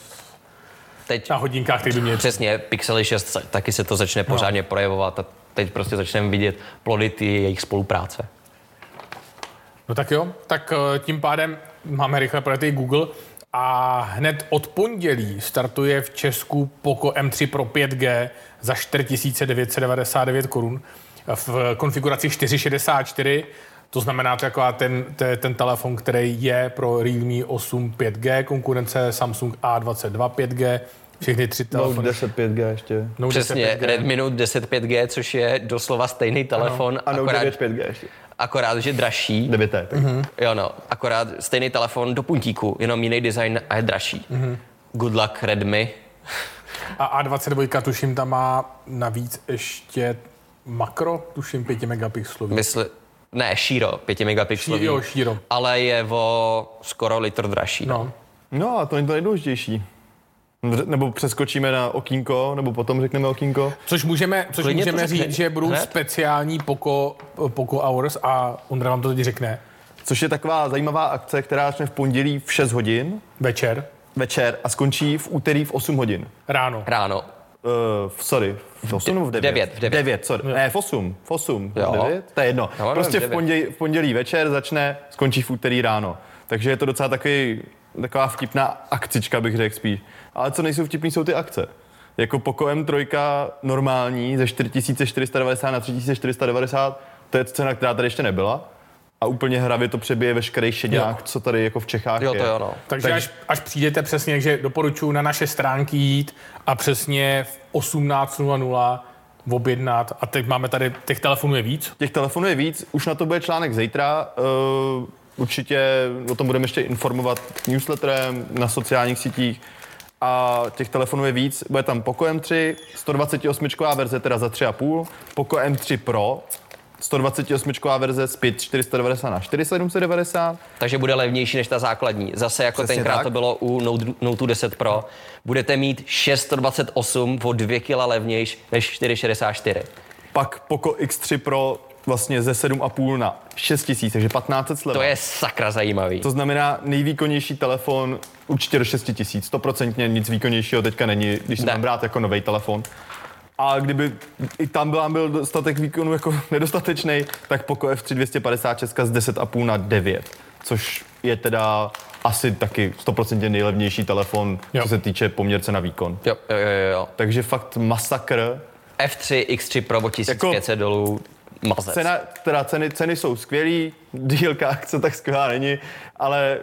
Speaker 3: Teď
Speaker 1: na hodinkách, který by měli.
Speaker 3: přesně Pixely 6 se- taky se to začne
Speaker 2: No.
Speaker 3: pořádně projevovat a teď prostě začneme vidět plody ty jejich spolupráce.
Speaker 1: No tak jo, tak eh, tím pádem máme rychle projetý Google a hned od pondělí startuje v Česku Poco M3 Pro 5G za 4999 korun v konfiguraci 464, to znamená to je jako ten, te- ten telefon, který je pro Realme 8 5G, konkurence Samsung A22 5G, všechny tři
Speaker 2: Note
Speaker 1: telefony.
Speaker 2: 10 5G ještě.
Speaker 1: Note 10
Speaker 3: Přesně,
Speaker 1: 5G.
Speaker 3: Redmi Note 10 5G, což je doslova stejný telefon,
Speaker 2: A Note
Speaker 3: akorát,
Speaker 2: 9 5G ještě.
Speaker 3: akorát, že dražší.
Speaker 2: 9T. tak.
Speaker 3: Jo no, akorát stejný telefon do puntíku, jenom jiný design a je dražší.
Speaker 2: Mhm.
Speaker 3: Good luck Redmi.
Speaker 1: A A22 tuším tam má navíc ještě makro, tuším 5 megapixelový.
Speaker 3: Mysl... Ne, šíro, 5 megapixelový.
Speaker 1: Jo, šíro.
Speaker 3: Ale je o skoro litr dražší.
Speaker 1: No.
Speaker 2: No a to není to nejdůležitější. Dře- Nebo přeskočíme na okýnko, nebo potom řekneme okýnko.
Speaker 1: Což můžeme, což
Speaker 3: Klidně to
Speaker 1: můžeme
Speaker 3: řekni.
Speaker 1: říct, že budou
Speaker 3: Hned.
Speaker 1: speciální Poco, Poco Hours a Ondra vám to teď řekne
Speaker 2: Což je taková zajímavá akce, která začne v pondělí v 6 hodin
Speaker 1: večer,
Speaker 2: večer a skončí v úterý v 8 hodin.
Speaker 1: ráno.
Speaker 3: Ráno.
Speaker 2: Uh, sorry, v 8 nebo v 9?
Speaker 3: devět, v devět.
Speaker 2: sorry. Ne, v 8, v 8,
Speaker 3: Jo.
Speaker 2: v 9, to je jedno.
Speaker 3: No, no,
Speaker 2: prostě v
Speaker 3: v devět.
Speaker 2: pondělí, v pondělí večer začne, skončí v úterý ráno. Takže je to docela takový, taková vtipná akcička, bych řekl spíš. Ale co nejsou vtipný, jsou ty akce. Jako Poco M3 normální ze 4490 na 3490, to je cena, která tady ještě nebyla. A úplně hravě to přebije veškerý šedňák, co tady jako v Čechách
Speaker 3: Jo,
Speaker 2: je.
Speaker 3: to jo, no.
Speaker 1: Takže až, až přijdete přesně, takže doporučuji na naše stránky jít a přesně v 18.00 objednat. A teď máme tady, těch telefonů je víc.
Speaker 2: Těch telefonů je víc, už na to bude článek zítra. Uh, určitě o tom budeme ještě informovat newsletterem, na sociálních sítích. A těch telefonů je víc, bude tam Poco M3, 128 verze teda za 3,5, Poco M3 Pro, 128 verze zpět 490 na 4790,
Speaker 3: Takže bude levnější než ta základní. Zase jako
Speaker 2: Přesně
Speaker 3: tenkrát
Speaker 2: tak.
Speaker 3: to bylo u Note, Note 10 Pro. Budete mít 628 o 2 kg levnější než 464.
Speaker 2: pak Poco X3 Pro vlastně ze 7,5 na 6000, takže 1500 sleva.
Speaker 3: To je sakra zajímavý.
Speaker 2: To znamená nejvýkonnější telefon určitě do 6000, stoprocentně nic výkonnějšího teďka není, když si
Speaker 3: Ne.
Speaker 2: mám brát jako nový telefon. A kdyby i tam byl, byl dostatek výkonu jako nedostatečný, tak Poco F3 256 z 10,5 na 9, což je teda asi taky stoprocentně nejlevnější telefon,
Speaker 1: Jo.
Speaker 2: co se týče poměrce na výkon.
Speaker 3: Jo, jo, jo, jo, jo.
Speaker 2: Takže fakt masakr.
Speaker 3: F3, X3 Pro o 1500 dolů. Mazec.
Speaker 2: Jako Cena, teda ceny, ceny jsou skvělý, dílka akce tak skvělá není, ale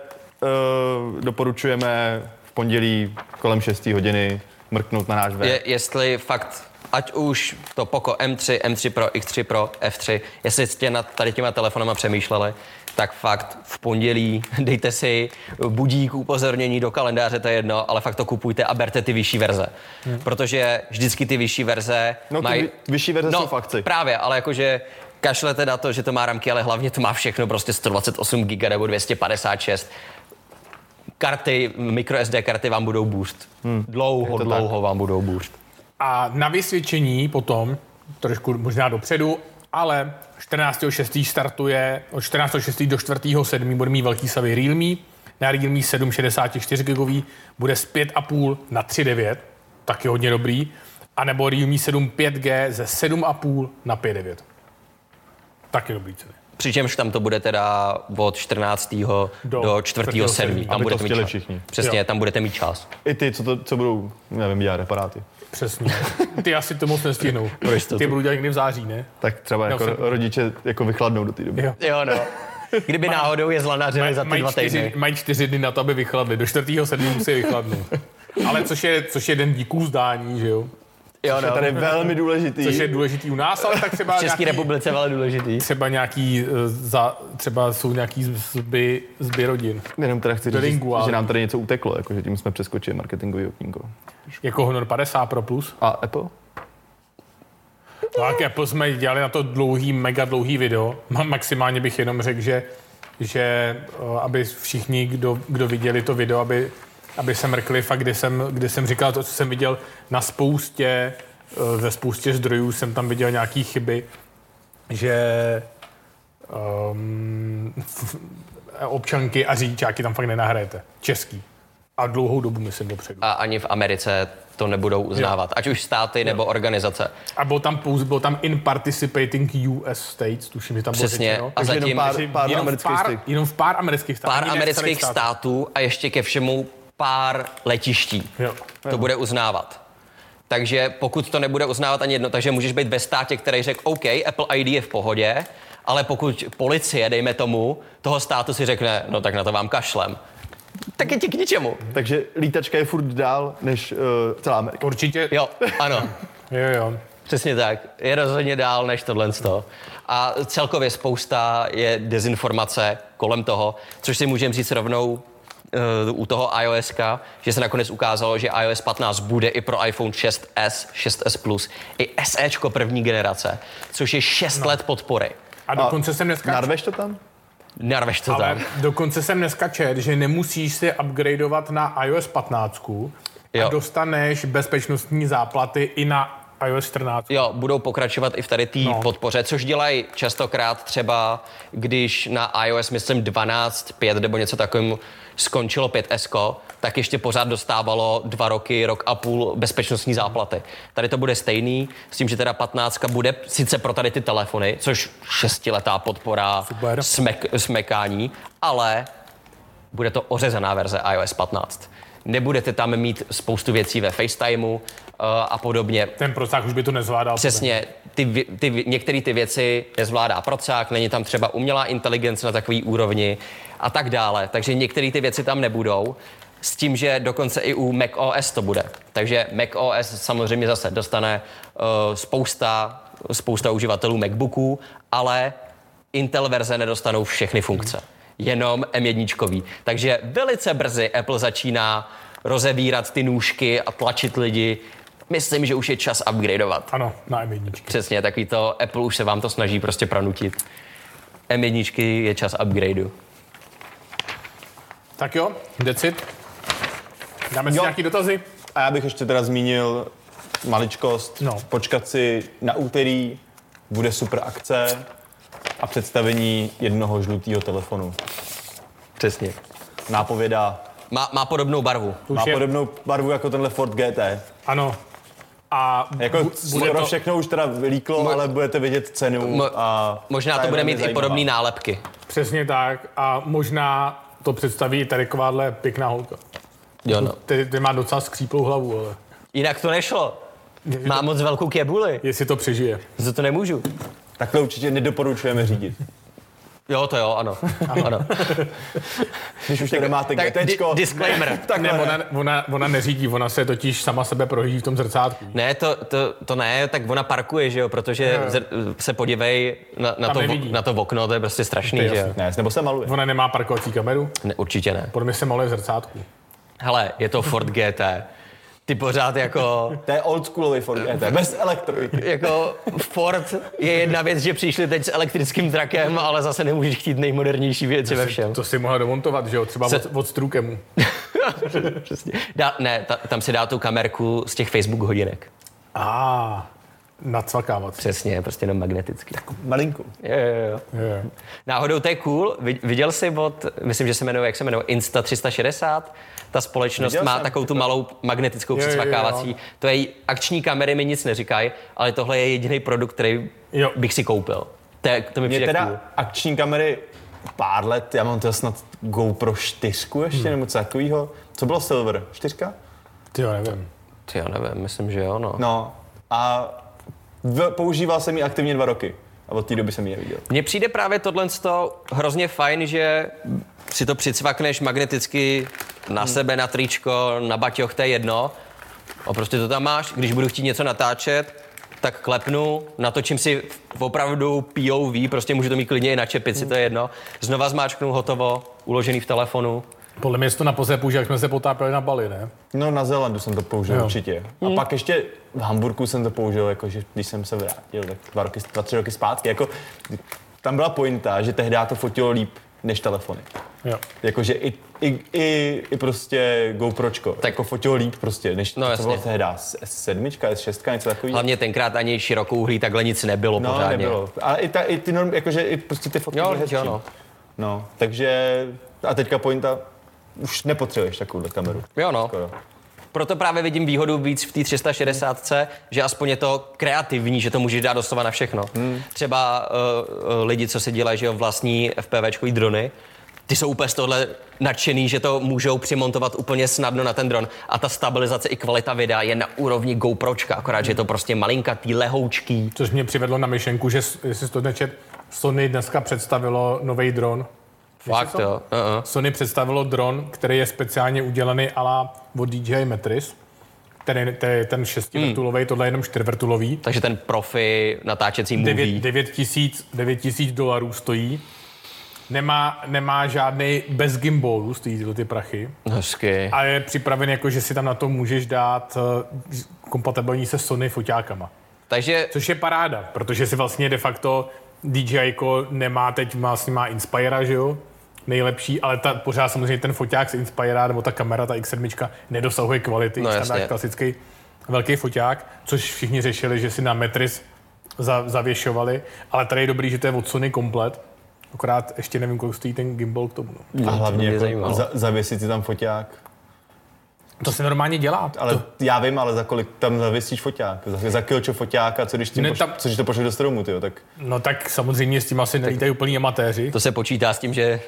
Speaker 2: uh, doporučujeme v pondělí kolem 6 hodiny mrknout na náš web.
Speaker 3: Je, jestli fakt ať už to Poco M3, M3 Pro, X3 Pro, F3, jestli jste nad tady těma telefonama přemýšleli, tak fakt v pondělí dejte si budík, upozornění do kalendáře, to je jedno, ale fakt to kupujte a berte ty vyšší verze. Hmm. Protože vždycky ty vyšší verze
Speaker 2: No, ty
Speaker 3: mají...
Speaker 2: vy- vyšší verze
Speaker 3: no,
Speaker 2: jsou v akci.
Speaker 3: Právě, ale jakože kašlete na to, že to má ramky, ale hlavně to má všechno prostě 128 GB nebo 256 karty, microSD karty vám budou boost. Hmm. Dlouho,
Speaker 2: tak.
Speaker 3: dlouho vám budou boost.
Speaker 1: A na vysvědčení potom, trošku možná dopředu, ale 14.6. startuje, od 14.6. do 4.7. bude mít velký savy Realme, na Realme 7 64 GB bude z 5,5 na 3,9, taky hodně dobrý, a nebo Realme 7 5G ze 7,5 na 5,9. Taky dobrý ceny.
Speaker 3: Přičemž tam to bude teda od 14. do,
Speaker 1: Do
Speaker 3: do
Speaker 1: 4.
Speaker 3: 4. 7. Tam
Speaker 2: Aby to
Speaker 3: budete mít
Speaker 2: chtěli
Speaker 3: čas.
Speaker 2: všichni.
Speaker 3: Přesně,
Speaker 1: Jo.
Speaker 3: tam budete mít čas.
Speaker 2: I ty, co, to, co budou, nevím, dělat reparáty.
Speaker 1: Přesně. Ty asi to moc nestihnou.
Speaker 3: Proč to
Speaker 1: Ty
Speaker 3: tu-
Speaker 1: budou dělat někdy v září, ne?
Speaker 2: Tak třeba jako
Speaker 1: jsem-
Speaker 2: rodiče jako vychladnou do té doby.
Speaker 1: Jo.
Speaker 3: Jo, no. Kdyby náhodou je zlanařili za ty dva
Speaker 1: čtyři,
Speaker 3: týdny.
Speaker 1: mají čtyři dny na to, aby vychladli. Do 4. 7. musí vychladnout. Ale což je, což je den díků zdání, že jo?
Speaker 3: Jo,
Speaker 2: To je
Speaker 3: no.
Speaker 2: tady velmi důležitý.
Speaker 1: Což je důležitý u nás, ale tak třeba
Speaker 3: V České
Speaker 1: nějaký,
Speaker 3: republice ale důležitý.
Speaker 1: třeba nějaký, eh, za, třeba jsou nějaký zby, zby rodin.
Speaker 2: Jenom teda chci říct,
Speaker 1: Bilinguální.
Speaker 2: že nám tady něco uteklo, jako že tím jsme přeskočili marketingový okýnko.
Speaker 1: Jako Honor 50 Pro Plus.
Speaker 2: A Apple?
Speaker 1: No a k Apple jsme dělali na to dlouhý, mega dlouhý video. Ma- Maximálně bych jenom řekl, že, že eh, aby všichni, kdo, kdo viděli to video, aby, aby se mrkli fakt, kde jsem, kde jsem říkal to, co jsem viděl na spoustě, eh, ve spoustě zdrojů jsem tam viděl nějaký chyby, že um, občanky a řidičáky tam fakt nenahrajete. Český. A dlouhou dobu, myslím, dopředu.
Speaker 3: A ani v Americe to nebudou uznávat. Ať už státy nebo organizace.
Speaker 1: A byl tam, pouze, byl tam in participating US states, tuším, že tam bylo
Speaker 3: Přesně.
Speaker 1: řečeno.
Speaker 3: A
Speaker 2: Takže jenom
Speaker 3: zatím
Speaker 2: pár-
Speaker 1: Že
Speaker 2: pár
Speaker 1: jenom, v
Speaker 2: amerických
Speaker 1: pár,
Speaker 2: států.
Speaker 1: jenom v pár amerických států.
Speaker 3: pár
Speaker 1: ani ne v
Speaker 3: amerických
Speaker 1: celých
Speaker 3: států a ještě ke všemu pár letiští.
Speaker 1: Jo.
Speaker 3: To bude uznávat. Takže pokud to nebude uznávat ani jedno, takže můžeš být ve státě, který řekl OK, Apple ID je v pohodě, ale pokud policie, dejme tomu, toho státu si řekne, no tak na to vám kašlem, tak je ti k ničemu.
Speaker 2: Takže lítačka je furt dál než uh, celá Amerika.
Speaker 1: Určitě, jo.
Speaker 3: Jo, ano.
Speaker 1: jo, jo.
Speaker 3: Přesně tak. Je rozhodně dál než tohle. To. A celkově spousta je dezinformace kolem toho, což si můžeme říct rovnou eh, u toho iOS, že se nakonec ukázalo, že iOS 15 bude i pro iPhone 6s, 6s Plus, i SEčko první generace, což je 6 let podpory.
Speaker 1: A dokonce jsem dneska...
Speaker 2: Narveš to tam?
Speaker 3: Narveš to
Speaker 1: Ale
Speaker 3: tam.
Speaker 1: dokonce jsem dneska čet, že nemusíš si upgradeovat na iOS 15 a
Speaker 3: Jo.
Speaker 1: dostaneš bezpečnostní záplaty i na iOS 14.
Speaker 3: Jo, budou pokračovat i v tady té
Speaker 1: No.
Speaker 3: no. podpoře, což dělají častokrát třeba, když na iOS, myslím 12, 5 nebo něco takovým skončilo 5S, tak ještě pořád dostávalo dva roky, rok a půl bezpečnostní záplaty. Tady to bude stejný, s tím, že teda 15 bude sice pro tady ty telefony, což šestiletá podpora
Speaker 1: Super.
Speaker 3: smek, smekání, ale bude to ořezaná verze iOS 15. Nebudete tam mít spoustu věcí ve FaceTimeu eh, a podobně.
Speaker 1: Ten procák už by to nezvládal.
Speaker 3: Přesně, ty, vě- ty, vě- některé ty věci nezvládá procák, není tam třeba umělá inteligence na takové úrovni a tak dále. Takže některé ty věci tam nebudou, s tím, že dokonce i u macOS to bude. Takže macOS samozřejmě zase dostane uh, spousta, spousta uživatelů MacBooků, ale Intel verze nedostanou všechny funkce. Jenom M1. Takže velice brzy Apple začíná rozevírat ty nůžky a tlačit lidi. Myslím, že už je čas upgradeovat.
Speaker 1: Ano, na M1.
Speaker 3: Přesně, takový to Apple už se vám to snaží prostě pranutit. M1 je čas upgradeu.
Speaker 1: Tak jo, decit. Dáme si
Speaker 2: Jo.
Speaker 1: nějaký dotazy?
Speaker 2: A já bych ještě teda zmínil maličkost.
Speaker 1: No.
Speaker 2: Počkat si na úterý, bude super akce a představení jednoho žlutého telefonu.
Speaker 3: Přesně.
Speaker 2: Nápověda
Speaker 3: Má, má podobnou barvu.
Speaker 1: Už
Speaker 2: má
Speaker 1: je-
Speaker 2: podobnou barvu jako tenhle Ford GT.
Speaker 1: Ano. A
Speaker 2: Jako
Speaker 1: bu-
Speaker 2: skoro to... všechno už teda vylíklo,
Speaker 3: Mo-
Speaker 2: ale budete vědět cenu.
Speaker 3: Mo-
Speaker 2: a
Speaker 3: Možná
Speaker 2: ta
Speaker 3: to
Speaker 2: je
Speaker 3: bude
Speaker 2: velmi
Speaker 3: mít i
Speaker 2: zajímavá.
Speaker 3: podobné nálepky.
Speaker 1: Přesně tak. A možná to představí i tady takováhle pěkná holka.
Speaker 3: Jo, no.
Speaker 1: Tedy ty má docela skříplou hlavu, ale
Speaker 3: Jinak to nešlo. Má moc velkou kebuli.
Speaker 1: jestli to přežije.
Speaker 3: Za to nemůžu.
Speaker 2: Takhle určitě nedoporučujeme řídit.
Speaker 3: Jo, to jo, ano. ano.
Speaker 2: Když už tady máte GTčko,
Speaker 3: di- disclaimer.
Speaker 2: tak
Speaker 1: Ne,
Speaker 2: ne,
Speaker 1: ona, ona, ona neřídí, ona se totiž sama sebe prohlíží v tom zrcátku.
Speaker 3: Ne, to, to, to ne, tak ona parkuje, že jo, protože zr, se podívej na, na,
Speaker 1: Tam
Speaker 3: to,
Speaker 1: nevidí.
Speaker 3: vo- na to okno, to je prostě strašný,
Speaker 1: To je
Speaker 3: že jo.
Speaker 1: jasný.
Speaker 2: ne, nebo se maluje.
Speaker 1: Ona nemá parkovací kameru,
Speaker 3: Ne, určitě ne.
Speaker 1: podle mě se maluje v zrcátku.
Speaker 3: Hele, je to Ford GT. Ty pořád jako...
Speaker 2: To je oldschoolový Ford GT, bez elektroniky.
Speaker 3: Jako Ford je jedna věc, že přišli teď s elektrickým drakem, ale zase nemůžeš chtít nejmodernější věci ve všem.
Speaker 1: To si mohla domontovat, že jo, třeba
Speaker 3: Se-
Speaker 1: od, od Strukemu.
Speaker 3: Přesně. Dá, ne, ta, tam si dá tu kamerku z těch Facebook hodinek.
Speaker 1: A ah, nacvakávat.
Speaker 3: Přesně, prostě jenom magneticky.
Speaker 2: Malinku.
Speaker 3: Jo, jo, jo.
Speaker 1: Jo, jo.
Speaker 3: Náhodou to je cool. Vi- Viděl jsi od, myslím, že se jmenuje, jak se jmenuje, Insta360? Ta společnost
Speaker 2: Viděl
Speaker 3: má
Speaker 2: jsem.
Speaker 3: takovou tu malou magnetickou
Speaker 1: Jo, jo, jo,
Speaker 3: přesmakávací.
Speaker 1: jo.
Speaker 3: To je akční kamery mi nic neříkají, ale tohle je jediný produkt, který
Speaker 1: Jo.
Speaker 3: bych si koupil. To, je, to mi
Speaker 2: Mě
Speaker 3: přijde cool.
Speaker 2: teda akční kamery pár let, já mám teda snad GoPro 4 ještě, nebo co takovýho. Co bylo Silver? 4?
Speaker 1: Ty jo, nevím.
Speaker 3: Ty já nevím, myslím, že jo, no.
Speaker 2: No a v, používal jsem ji aktivně dva roky. A od té doby jsem ji neviděl.
Speaker 3: Mně přijde právě tohle hrozně fajn, že si to přicvakneš magneticky
Speaker 2: Hmm.
Speaker 3: na sebe, na tričko, na baťoch, to je jedno. A prostě to tam máš, když budu chtít něco natáčet, tak klepnu, natočím si opravdu POV, prostě můžu to mít klidně i na
Speaker 2: Hmm.
Speaker 3: čepici, to je jedno. Znova zmáčknu, hotovo, uložený v telefonu.
Speaker 2: Hmm.
Speaker 1: Podle mě jsi to na pozdě použil, jak jsme se potápěli na Bali, ne?
Speaker 2: No na Zélandu jsem to použil
Speaker 1: Jo.
Speaker 2: jo. určitě. A pak ještě v Hamburgu jsem to použil, jakože když jsem se vrátil, tak dva, roky, dva tři roky zpátky. Jako, tam byla pointa, že tehdy to fotilo líp než telefony.
Speaker 1: Jo.
Speaker 2: Jakože i, i, i, i prostě GoPročko. Tak. Jako fotilo líp prostě, než
Speaker 3: No,
Speaker 2: no, to, co
Speaker 3: jasně.
Speaker 2: bylo tehdy. S7, S6, něco takového.
Speaker 3: Hlavně tenkrát ani širokouhlý takhle nic nebylo
Speaker 2: No,
Speaker 3: pořádně.
Speaker 2: nebylo. Ale i, ta, i ty norm, jakože i prostě ty fotky
Speaker 3: Jo,
Speaker 2: byly
Speaker 3: jo,
Speaker 2: hezčí.
Speaker 3: no.
Speaker 2: no. takže, a teďka pointa, už nepotřebuješ takovou kameru. Jako
Speaker 3: Jo, no.
Speaker 2: Skoro.
Speaker 3: Proto právě vidím výhodu víc v té 360, že aspoň je to kreativní, že to můžeš dát doslova na všechno. Hmm. Třeba uh, lidi, co si dělají že jo, vlastní FPVčkový drony, ty jsou úplně z tohle nadšený, že to můžou přimontovat úplně snadno na ten dron. A ta stabilizace i kvalita videa je na úrovni GoPročka, akorát, že je to prostě malinkatý, lehoučký.
Speaker 1: Což mě přivedlo na myšlenku, že s- jestli jsi to nečet, Sony dneska představilo nový dron.
Speaker 3: Fakt,
Speaker 1: to?
Speaker 3: jo. Uh-uh.
Speaker 1: Sony představilo dron, který je speciálně udělaný ala od DJI Metris. Ten, ten, je ten 6-vrtulový, tohle je jenom 4-vrtulový.
Speaker 3: Takže ten profi natáčecí mluví.
Speaker 1: 9, 9, tisíc, 9 tisíc dolarů stojí. Nemá, nemá žádný bez gimbalu, stojí tyhle ty prachy.
Speaker 3: Hezky.
Speaker 1: A je připraven jako, že si tam na to můžeš dát eh, kompatibilní se Sony foťákama.
Speaker 3: Takže
Speaker 1: Což je paráda, protože si vlastně de facto DJI nemá teď, má, vlastně má Inspira, že jo? nejlepší, ale ta, pořád samozřejmě ten foťák z Inspira nebo ta kamera, ta X7, nedosahuje kvality,
Speaker 3: No,
Speaker 1: no, tam dáš
Speaker 3: jasně.
Speaker 1: klasický velký foťák, což všichni řešili, že si na Metris za, zavěšovali, ale tady je dobrý, že to je od Sony komplet, akorát ještě nevím, kolik stojí ten gimbal k tomu. No.
Speaker 2: A hlavně
Speaker 3: mě
Speaker 2: jako
Speaker 3: zajímalo.
Speaker 2: za, zavěsit si tam foťák.
Speaker 1: To se normálně dělá.
Speaker 2: Ale já vím, ale za kolik tam zavěsíš foťák? Za, za kilčo foťáka, co když, tím
Speaker 1: Ne,
Speaker 2: poš,
Speaker 1: tam-
Speaker 2: co když to pošleš do stromu, tyjo, tak
Speaker 1: No tak samozřejmě s tím asi nelítají úplní amatéři.
Speaker 3: to se počítá s tím, že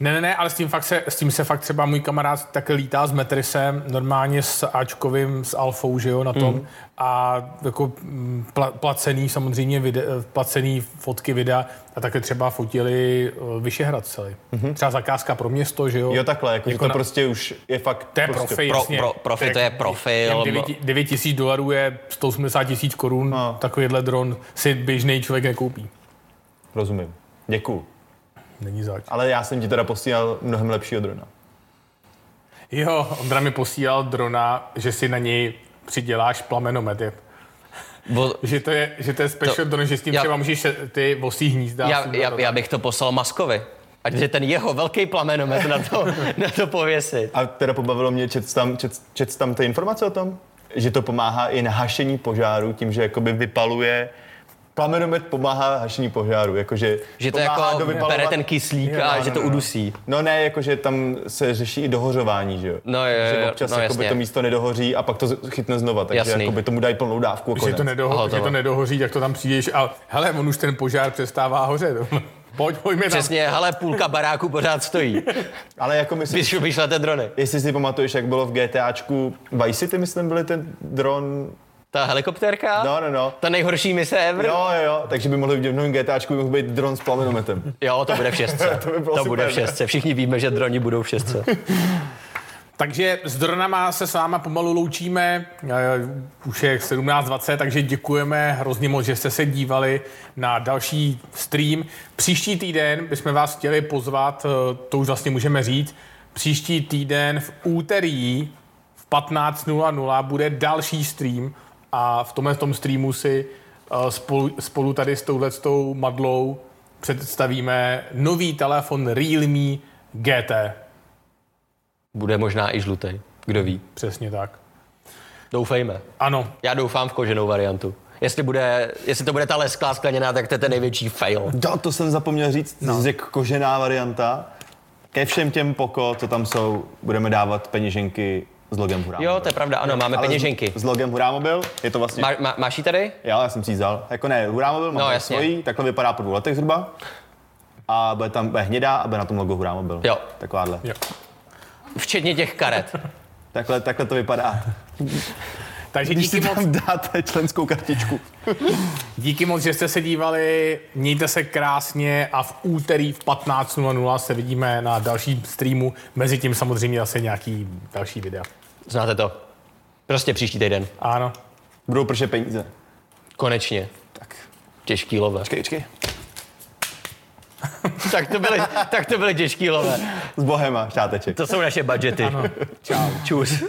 Speaker 1: Ne, ne, ne, ale s tím, fakt se, s tím se fakt třeba můj kamarád také lítá s Metrisem, normálně s Ačkovým, s Alfou, že jo, na tom.
Speaker 3: Hmm.
Speaker 1: Mm. A jako mm, pla, placený samozřejmě, vide, eh, placený fotky videa a také třeba fotili eh, Vyšehrad celý.
Speaker 3: Mhm.
Speaker 1: Mm-hmm. Třeba zakázka pro město, že jo.
Speaker 2: jo takhle, jako,
Speaker 1: Jako
Speaker 2: že to
Speaker 1: na-
Speaker 2: prostě už je fakt
Speaker 1: to je
Speaker 2: prostě
Speaker 1: profi,
Speaker 3: pro-
Speaker 1: jasně.
Speaker 3: pro- profi, to je profil.
Speaker 1: 9 tisíc dolarů je 180 tisíc korun,
Speaker 2: No.
Speaker 1: takovýhle dron si běžný člověk nekoupí.
Speaker 2: Rozumím. Děkuju.
Speaker 1: Není zač.
Speaker 2: Ale já jsem ti teda posílal mnohem lepšího drona.
Speaker 1: Jo, Ondra mi posílal drona, že si na něj přiděláš plamenomet. je-
Speaker 3: o,
Speaker 1: Že to je, že to je special
Speaker 3: To-
Speaker 1: to, dron, že s tím
Speaker 3: já-
Speaker 1: já, třeba můžeš se- ty vosí hnízda.
Speaker 3: já,
Speaker 1: si udělat
Speaker 3: já,
Speaker 1: dodat.
Speaker 3: já bych to poslal Maskovi. Ať je ten jeho velký plamenomet na to, na to pověsit.
Speaker 2: A teda pobavilo mě, čet tam, čet, čet tam ty informace o tom, že to pomáhá i na hašení požáru tím, že jakoby vypaluje Plamenomet pomáhá hašení požáru, jakože
Speaker 3: Že to
Speaker 2: pomáhá
Speaker 3: jako bere ten kyslík
Speaker 1: Jo,
Speaker 3: a
Speaker 1: no,
Speaker 3: že to
Speaker 1: no, no.
Speaker 3: udusí.
Speaker 2: No ne, jakože tam se řeší i dohořování, že jo?
Speaker 3: No jo, jo,
Speaker 2: že
Speaker 3: jo,
Speaker 2: občas
Speaker 3: no
Speaker 2: jakoby
Speaker 3: jasně.
Speaker 2: to místo nedohoří a pak to z- chytne znova, takže
Speaker 3: Jasný.
Speaker 2: jakoby tomu dají plnou dávku.
Speaker 1: Že to, nedoho-
Speaker 3: Hotovo.
Speaker 1: že to nedohoří, tak to tam přijdeš a hele, on už ten požár přestává hořet. Pojď, pojďme tam.
Speaker 3: Přesně, hele, půlka baráku pořád stojí.
Speaker 2: Ale jako myslím,
Speaker 3: Když vyšlete drony.
Speaker 2: jestli si pamatuješ, jak bylo v GTAčku Vice City, myslím, byly ten dron
Speaker 3: Ta helikoptérka?
Speaker 2: No, no, no.
Speaker 3: Ta nejhorší mise ever?
Speaker 2: Jo, jo, jo, takže by mohli být v novém GTAčku, by mohl být dron s plamenometem.
Speaker 3: Jo, to bude v šestce.
Speaker 2: To by bylo
Speaker 3: to
Speaker 2: super,
Speaker 3: bude v
Speaker 2: ne?
Speaker 3: šestce. Všichni víme, že droni budou v šestce.
Speaker 1: Takže s dronama se s váma pomalu loučíme, Eh, už je 17.20, takže děkujeme hrozně moc, že jste se dívali na další stream. Příští týden bychom vás chtěli pozvat, eh, to už vlastně můžeme říct, příští týden v úterý v 15.00 bude další stream a v tomhle tom streamu si eh, spolu, spolu tady s touhletou madlou představíme nový telefon Realme GT.
Speaker 3: Bude možná i žlutý. Kdo ví.
Speaker 1: Přesně tak.
Speaker 3: Doufejme.
Speaker 1: Ano,
Speaker 3: Já doufám v koženou variantu. Jestli, bude, jestli to bude ta lesklá skleněná, tak to je ten největší fail.
Speaker 2: Jo, to jsem zapomněl říct, no. řekl kožená varianta. Ke všem těm poko, co tam jsou, budeme dávat peněženky s logem Hurá.
Speaker 3: Jo,
Speaker 2: Mobil.
Speaker 3: to je pravda, ano, máme
Speaker 2: Ale s-
Speaker 3: peněženky.
Speaker 2: S logem Hurá mobil, je to vlastně...
Speaker 3: Má, má, máš ji tady?
Speaker 2: Jo, já jsem si ji vzal. Jako ne, Hurá mobil, mám
Speaker 3: No,
Speaker 2: no,
Speaker 3: jasně.
Speaker 2: svojí, takhle vypadá po dvou letech zhruba. A bude tam bude hnědá a bude na tom logo Hurá mobil.
Speaker 3: Jo.
Speaker 2: Takováhle.
Speaker 1: jo.
Speaker 3: Včetně těch karet.
Speaker 2: Takhle, takhle to vypadá.
Speaker 1: Takže
Speaker 2: Když
Speaker 1: díky
Speaker 2: si
Speaker 1: moc,
Speaker 2: tam dáte členskou kartičku.
Speaker 1: díky moc, že jste se dívali, mějte se krásně a v úterý v 15.00 se vidíme na dalším streamu. Mezi tím samozřejmě zase nějaký další videa.
Speaker 3: Znáte to. Prostě příští týden.
Speaker 1: Ano.
Speaker 2: Budou pršet peníze.
Speaker 3: Konečně.
Speaker 2: Tak,
Speaker 3: Těžký love.
Speaker 2: počkej, počkej.
Speaker 3: tak, to byly, tak to byly těžký love.
Speaker 2: S Bohem a šáteček.
Speaker 3: To jsou naše budgety. Ano.
Speaker 1: Čau.
Speaker 3: Čus.